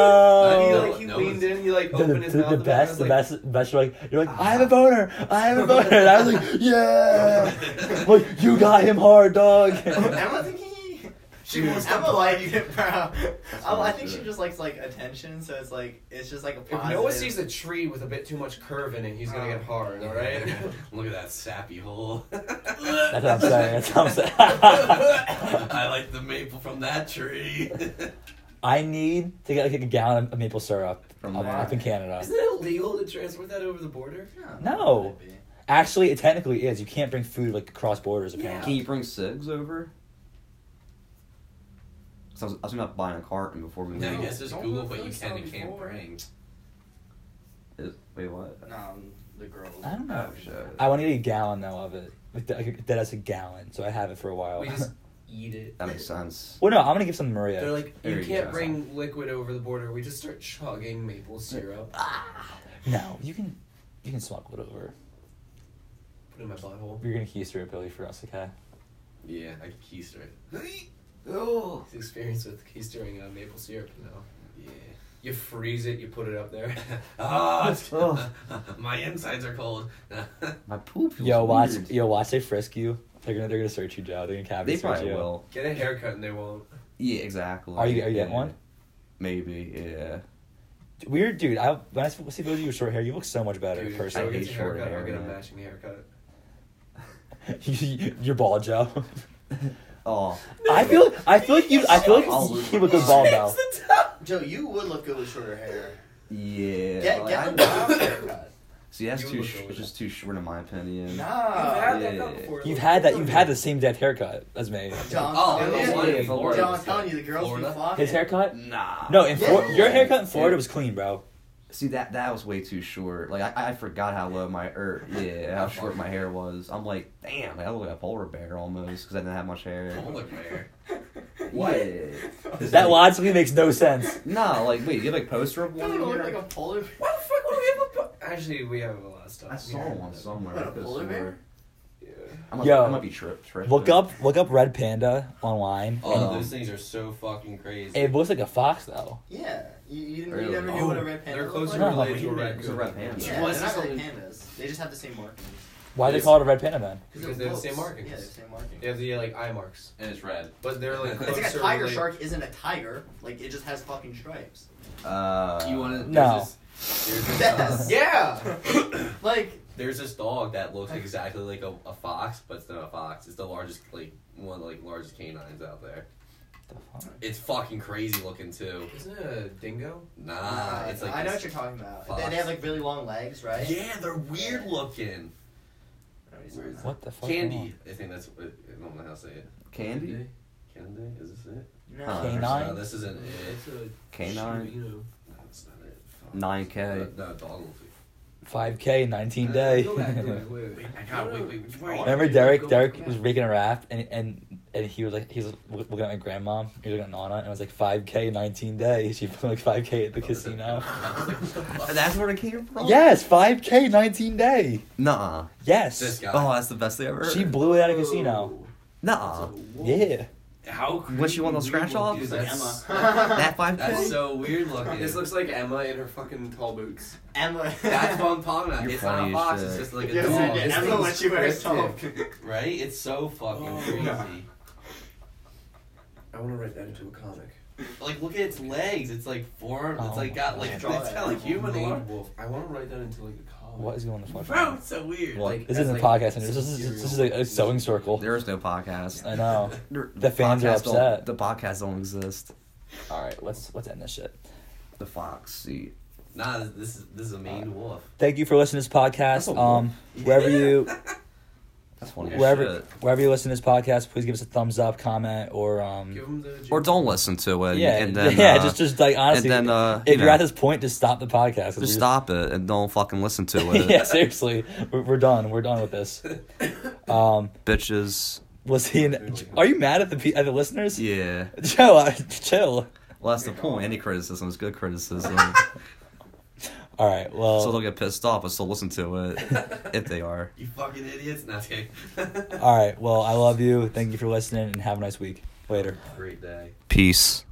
[SPEAKER 4] No,
[SPEAKER 3] like
[SPEAKER 1] No.
[SPEAKER 3] he
[SPEAKER 4] no
[SPEAKER 3] leaned
[SPEAKER 4] one's-
[SPEAKER 3] in, he like
[SPEAKER 1] The,
[SPEAKER 3] opened his
[SPEAKER 1] the-
[SPEAKER 3] mouth.
[SPEAKER 1] the
[SPEAKER 3] and I
[SPEAKER 1] best,
[SPEAKER 3] was
[SPEAKER 1] the
[SPEAKER 3] like, Ah.
[SPEAKER 1] best, best. You're like, you're like, I have a boner, I have a boner, and I was like,
[SPEAKER 3] <laughs>
[SPEAKER 1] yeah, like you got him hard, dog. <laughs>
[SPEAKER 5] Emma think he. She
[SPEAKER 3] Dude.
[SPEAKER 5] wants Emma like it, bro. Oh, I
[SPEAKER 2] what
[SPEAKER 5] think
[SPEAKER 2] she
[SPEAKER 5] she
[SPEAKER 2] did.
[SPEAKER 5] just likes like attention, so it's like it's just like a
[SPEAKER 3] If
[SPEAKER 5] positive.
[SPEAKER 3] Noah sees a tree with a bit too much curve in it, he's gonna get hard. All right.
[SPEAKER 4] <laughs> Look at that sappy hole.
[SPEAKER 1] <laughs> That's what I'm saying. That's what I'm saying.
[SPEAKER 4] <laughs> I like the maple from that tree. <laughs>
[SPEAKER 1] I need to get like a gallon of maple syrup
[SPEAKER 2] From
[SPEAKER 1] up,
[SPEAKER 2] there.
[SPEAKER 1] up in Canada.
[SPEAKER 3] <laughs> Isn't it illegal to transport that over the border?
[SPEAKER 5] Yeah,
[SPEAKER 1] No.
[SPEAKER 5] might be.
[SPEAKER 1] Actually, it technically is. You can't bring food like across borders.
[SPEAKER 2] Can
[SPEAKER 1] Apparently,
[SPEAKER 2] you bring cigs over? 'Cause I was, I was about buying a cart and before we
[SPEAKER 4] No,
[SPEAKER 2] leave.
[SPEAKER 4] I guess just
[SPEAKER 3] don't
[SPEAKER 4] Google
[SPEAKER 3] look
[SPEAKER 4] what you
[SPEAKER 3] those
[SPEAKER 4] can
[SPEAKER 3] songs
[SPEAKER 4] and can't
[SPEAKER 3] forward.
[SPEAKER 4] bring.
[SPEAKER 2] Is- Wait, what?
[SPEAKER 5] No, um, the girls.
[SPEAKER 1] I don't know.
[SPEAKER 2] Oh, shit.
[SPEAKER 1] I want to get a gallon though of it. Like that, like, that's a gallon, so I have it for a while.
[SPEAKER 3] We just eat it.
[SPEAKER 2] That makes sense.
[SPEAKER 1] <laughs> well, no, I'm gonna give some to Maria.
[SPEAKER 3] They're like,
[SPEAKER 2] There
[SPEAKER 3] you
[SPEAKER 2] you
[SPEAKER 3] can't
[SPEAKER 2] go.
[SPEAKER 3] bring liquid over the border. We just start chugging maple syrup.
[SPEAKER 1] no, you can, you can smuggle it over.
[SPEAKER 3] Put it in my butthole.
[SPEAKER 1] You're gonna keister it, Billy, for us, okay?
[SPEAKER 4] Yeah, I could keister it.
[SPEAKER 2] Oh.
[SPEAKER 3] It's experience with keystering uh, maple syrup. You know,
[SPEAKER 4] Yeah.
[SPEAKER 3] you freeze it, you put it up there.
[SPEAKER 4] <laughs> Ah,
[SPEAKER 2] Oh.
[SPEAKER 4] <laughs> my insides are cold. <laughs>
[SPEAKER 2] My poop. feels
[SPEAKER 1] Yo, watch,
[SPEAKER 2] weird.
[SPEAKER 1] yo, watch. They frisk you. They're gonna, they're gonna search you, Joe. They're gonna cavity
[SPEAKER 2] They
[SPEAKER 1] search
[SPEAKER 2] probably
[SPEAKER 1] you.
[SPEAKER 2] will.
[SPEAKER 3] Get a haircut and they won't.
[SPEAKER 2] Yeah, exactly.
[SPEAKER 1] Are you- are you getting
[SPEAKER 2] Yeah.
[SPEAKER 1] one?
[SPEAKER 2] Maybe,
[SPEAKER 5] <laughs>
[SPEAKER 2] yeah.
[SPEAKER 1] Weird, dude. I when I see Billy with short hair, you look so much better.
[SPEAKER 3] Dude, if Joe
[SPEAKER 1] personally,
[SPEAKER 2] I
[SPEAKER 3] gets a
[SPEAKER 2] hate short
[SPEAKER 3] haircut, I'll
[SPEAKER 2] hair,
[SPEAKER 3] get
[SPEAKER 2] man.
[SPEAKER 3] a matching haircut.
[SPEAKER 1] <laughs> you're bald, Joe.
[SPEAKER 2] Oh,
[SPEAKER 1] I feel I feel like you I feel
[SPEAKER 2] I'll
[SPEAKER 1] like
[SPEAKER 2] lose
[SPEAKER 1] you
[SPEAKER 2] my
[SPEAKER 1] look good
[SPEAKER 2] mind.
[SPEAKER 1] bald now. <laughs>
[SPEAKER 5] Joe, you would look good with shorter hair.
[SPEAKER 2] yeah.
[SPEAKER 5] Get
[SPEAKER 2] like,
[SPEAKER 5] get
[SPEAKER 2] I-
[SPEAKER 5] a brown haircut.
[SPEAKER 2] See, that's
[SPEAKER 3] You
[SPEAKER 2] too.
[SPEAKER 3] look
[SPEAKER 2] Sh-
[SPEAKER 3] good with
[SPEAKER 2] it's just too short, in my opinion.
[SPEAKER 5] Nah.
[SPEAKER 2] had that yeah, yeah. before.
[SPEAKER 1] You've had that you've had the same depth haircut as me.
[SPEAKER 5] John,
[SPEAKER 4] Oh,
[SPEAKER 5] I'm
[SPEAKER 4] yeah,
[SPEAKER 5] telling
[SPEAKER 2] yeah,
[SPEAKER 5] you,
[SPEAKER 2] yeah,
[SPEAKER 5] John,
[SPEAKER 4] Florida.
[SPEAKER 5] I'm telling you, the girls
[SPEAKER 4] Florida.
[SPEAKER 5] be flocking.
[SPEAKER 1] His haircut?
[SPEAKER 4] nah.
[SPEAKER 1] No, in Flor-
[SPEAKER 5] Yeah.
[SPEAKER 1] your haircut in Florida
[SPEAKER 2] Yeah.
[SPEAKER 1] was clean, bro.
[SPEAKER 2] See that that was way too short. Like I, I forgot how low my er yeah how short my hair was. I'm like damn, like, I look like a polar bear almost because I didn't have much hair.
[SPEAKER 4] <laughs> Polar bear.
[SPEAKER 1] <laughs>
[SPEAKER 2] What?
[SPEAKER 1] That logically makes no sense.
[SPEAKER 2] No, like wait, you have like poster of
[SPEAKER 5] Don't
[SPEAKER 2] one.
[SPEAKER 5] it
[SPEAKER 2] in
[SPEAKER 5] look
[SPEAKER 2] here?
[SPEAKER 5] like a polar bear?
[SPEAKER 3] Why the fuck would we have a po- Actually, we have a lot of stuff.
[SPEAKER 2] I saw
[SPEAKER 3] Yeah.
[SPEAKER 2] one somewhere.
[SPEAKER 5] What, a
[SPEAKER 2] I could've
[SPEAKER 5] polar
[SPEAKER 2] swore.
[SPEAKER 5] bear?
[SPEAKER 3] Yeah.
[SPEAKER 2] I might,
[SPEAKER 1] Yo.
[SPEAKER 2] I might be tripped. tripped
[SPEAKER 1] Look up look up red panda online.
[SPEAKER 4] Oh,
[SPEAKER 2] Um,
[SPEAKER 4] those things are so fucking crazy.
[SPEAKER 1] It looks like a fox though.
[SPEAKER 5] Yeah, you, you, didn't,
[SPEAKER 2] Really?
[SPEAKER 5] you never knew
[SPEAKER 2] Oh,
[SPEAKER 5] what a red panda
[SPEAKER 3] They're
[SPEAKER 5] looked like?
[SPEAKER 3] closer
[SPEAKER 1] No.
[SPEAKER 3] related to a
[SPEAKER 1] It's
[SPEAKER 3] raccoon.
[SPEAKER 2] a red panda.
[SPEAKER 5] Yeah,
[SPEAKER 3] Well, it's
[SPEAKER 5] they're not
[SPEAKER 3] just
[SPEAKER 5] really
[SPEAKER 3] like-
[SPEAKER 5] pandas. They just have the same markings.
[SPEAKER 1] Why they
[SPEAKER 4] Yes.
[SPEAKER 1] call it a red panda man?
[SPEAKER 3] Because they have the same markings.
[SPEAKER 5] Yeah, they're the same markings.
[SPEAKER 3] They have the like eye marks,
[SPEAKER 4] and it's red.
[SPEAKER 3] but they're like
[SPEAKER 4] It's
[SPEAKER 5] <laughs> It's
[SPEAKER 3] closer.
[SPEAKER 5] like a tiger
[SPEAKER 3] related-
[SPEAKER 5] shark isn't a tiger. Like it just has fucking stripes.
[SPEAKER 2] Uh,
[SPEAKER 4] You want to?
[SPEAKER 1] No.
[SPEAKER 4] There's this, uh,
[SPEAKER 5] Yes.
[SPEAKER 3] Yeah.
[SPEAKER 5] Like
[SPEAKER 4] there's this dog that looks exactly like a, a fox, but it's not a fox. It's the largest, like one of the like, largest canines out there.
[SPEAKER 1] The fuck?
[SPEAKER 4] It's fucking crazy looking too.
[SPEAKER 3] Isn't it a dingo?
[SPEAKER 4] Nah,
[SPEAKER 5] uh,
[SPEAKER 4] Ah, it's like
[SPEAKER 5] I know what
[SPEAKER 4] this-
[SPEAKER 5] you're talking about. They,
[SPEAKER 4] fox.
[SPEAKER 5] they have like really long legs, right?
[SPEAKER 4] yeah, they're weird looking.
[SPEAKER 5] place. I don't know.
[SPEAKER 1] What the fuck?
[SPEAKER 4] Candy. I think that's. I don't know how to say it.
[SPEAKER 2] Candy?
[SPEAKER 4] Candy? Is this it?
[SPEAKER 5] No.
[SPEAKER 2] Huh.
[SPEAKER 1] Canine?
[SPEAKER 4] No, this isn't it.
[SPEAKER 8] It's a
[SPEAKER 2] Canine?
[SPEAKER 8] You know.
[SPEAKER 4] No, it's not it. Fuck.
[SPEAKER 2] 9K.
[SPEAKER 4] No, no, Donald.
[SPEAKER 1] 5K, 19
[SPEAKER 8] Go back to
[SPEAKER 1] <laughs> day.
[SPEAKER 8] it. Wait, wait.
[SPEAKER 4] I got wait, wait, wait, wait.
[SPEAKER 1] Remember Derek?
[SPEAKER 8] Go
[SPEAKER 1] Derek
[SPEAKER 8] back.
[SPEAKER 1] was making a raft, and and and he was like, he was looking at my grandma, he was looking at Nana, and it was like 5K, 19 day. She put like 5K at the
[SPEAKER 4] <laughs>
[SPEAKER 1] casino.
[SPEAKER 2] <laughs> That's where it came from?
[SPEAKER 1] Yes, 5K, 19 day.
[SPEAKER 2] Nuh-uh.
[SPEAKER 4] This
[SPEAKER 1] Yes,
[SPEAKER 4] guy.
[SPEAKER 2] Oh, that's the best thing I've ever heard.
[SPEAKER 1] she blew it at a casino.
[SPEAKER 2] Nuh-uh.
[SPEAKER 1] Yeah,
[SPEAKER 4] How
[SPEAKER 2] What, she want those scratch offs?
[SPEAKER 4] Dude, that's,
[SPEAKER 5] <laughs>
[SPEAKER 2] That 5K?
[SPEAKER 4] that's so weird looking.
[SPEAKER 3] This looks like Emma in her fucking tall boots.
[SPEAKER 5] Emma.
[SPEAKER 4] That's what I'm talking about.
[SPEAKER 2] You're
[SPEAKER 4] it's not
[SPEAKER 2] funny
[SPEAKER 4] a
[SPEAKER 2] as
[SPEAKER 4] box.
[SPEAKER 2] shit.
[SPEAKER 4] It's just like a
[SPEAKER 5] Yes,
[SPEAKER 4] dog.
[SPEAKER 5] it
[SPEAKER 4] This
[SPEAKER 5] is. Emma
[SPEAKER 4] thing's
[SPEAKER 5] when she wears tall.
[SPEAKER 4] scripted, Right? It's so fucking
[SPEAKER 3] Oh,
[SPEAKER 4] crazy.
[SPEAKER 3] yeah. I want to write that into a comic.
[SPEAKER 4] Like, look at its legs. It's like forearms.
[SPEAKER 1] Oh
[SPEAKER 4] It's like
[SPEAKER 1] my
[SPEAKER 4] got like
[SPEAKER 5] God.
[SPEAKER 4] it's got like human arms.
[SPEAKER 3] wolf. I want to write that into like a comic.
[SPEAKER 1] what is going the fuck?
[SPEAKER 4] Bro,
[SPEAKER 1] on?
[SPEAKER 4] <laughs> it's so weird.
[SPEAKER 1] Look,
[SPEAKER 4] Like,
[SPEAKER 1] this
[SPEAKER 4] that's
[SPEAKER 1] isn't a
[SPEAKER 4] like-
[SPEAKER 1] podcast. This is this is a, a sewing <laughs> circle.
[SPEAKER 2] There is no podcast.
[SPEAKER 1] I know.
[SPEAKER 2] There-
[SPEAKER 1] The fans are
[SPEAKER 2] podcasts don't-
[SPEAKER 1] upset.
[SPEAKER 2] The podcast don't exist.
[SPEAKER 1] All right, let's let's end this shit.
[SPEAKER 2] The Fox seat.
[SPEAKER 4] Nah, this- this is this is a
[SPEAKER 1] Uh,
[SPEAKER 4] mean wolf.
[SPEAKER 1] Thank you for listening to this
[SPEAKER 2] That's a
[SPEAKER 1] podcast.
[SPEAKER 2] war.
[SPEAKER 1] Um, wherever you
[SPEAKER 2] That's funny as
[SPEAKER 1] wherever
[SPEAKER 2] shit.
[SPEAKER 1] wherever you listen to this podcast, please give us a thumbs up, comment, or
[SPEAKER 8] Give
[SPEAKER 1] um,
[SPEAKER 8] him the.
[SPEAKER 2] Or don't listen to it.
[SPEAKER 1] yeah,
[SPEAKER 2] and then,
[SPEAKER 1] yeah,
[SPEAKER 2] uh,
[SPEAKER 1] just just like honestly,
[SPEAKER 2] and then, uh,
[SPEAKER 1] if
[SPEAKER 2] you
[SPEAKER 1] you're
[SPEAKER 2] know,
[SPEAKER 1] at this point, just stop the podcast. 'cause we
[SPEAKER 2] just stop it and don't fucking
[SPEAKER 1] <laughs>
[SPEAKER 2] listen to it.
[SPEAKER 1] yeah, seriously, we're, we're done. We're done with
[SPEAKER 3] <laughs>
[SPEAKER 1] this. Um,
[SPEAKER 2] Bitches.
[SPEAKER 1] we'll see. You ne- are you mad at the pe- at the listeners?
[SPEAKER 2] Yeah.
[SPEAKER 1] Joe, I, <laughs> chill.
[SPEAKER 2] Well, that's the point. Any criticism is good criticism.
[SPEAKER 1] All right. <laughs> Well.
[SPEAKER 2] so they'll get pissed off, but still listen to it if they are.
[SPEAKER 4] You fucking idiots. Not kidding.
[SPEAKER 1] all right. Well, I love you. Thank you for listening, and have a nice week. Later.
[SPEAKER 4] Great day.
[SPEAKER 2] Peace.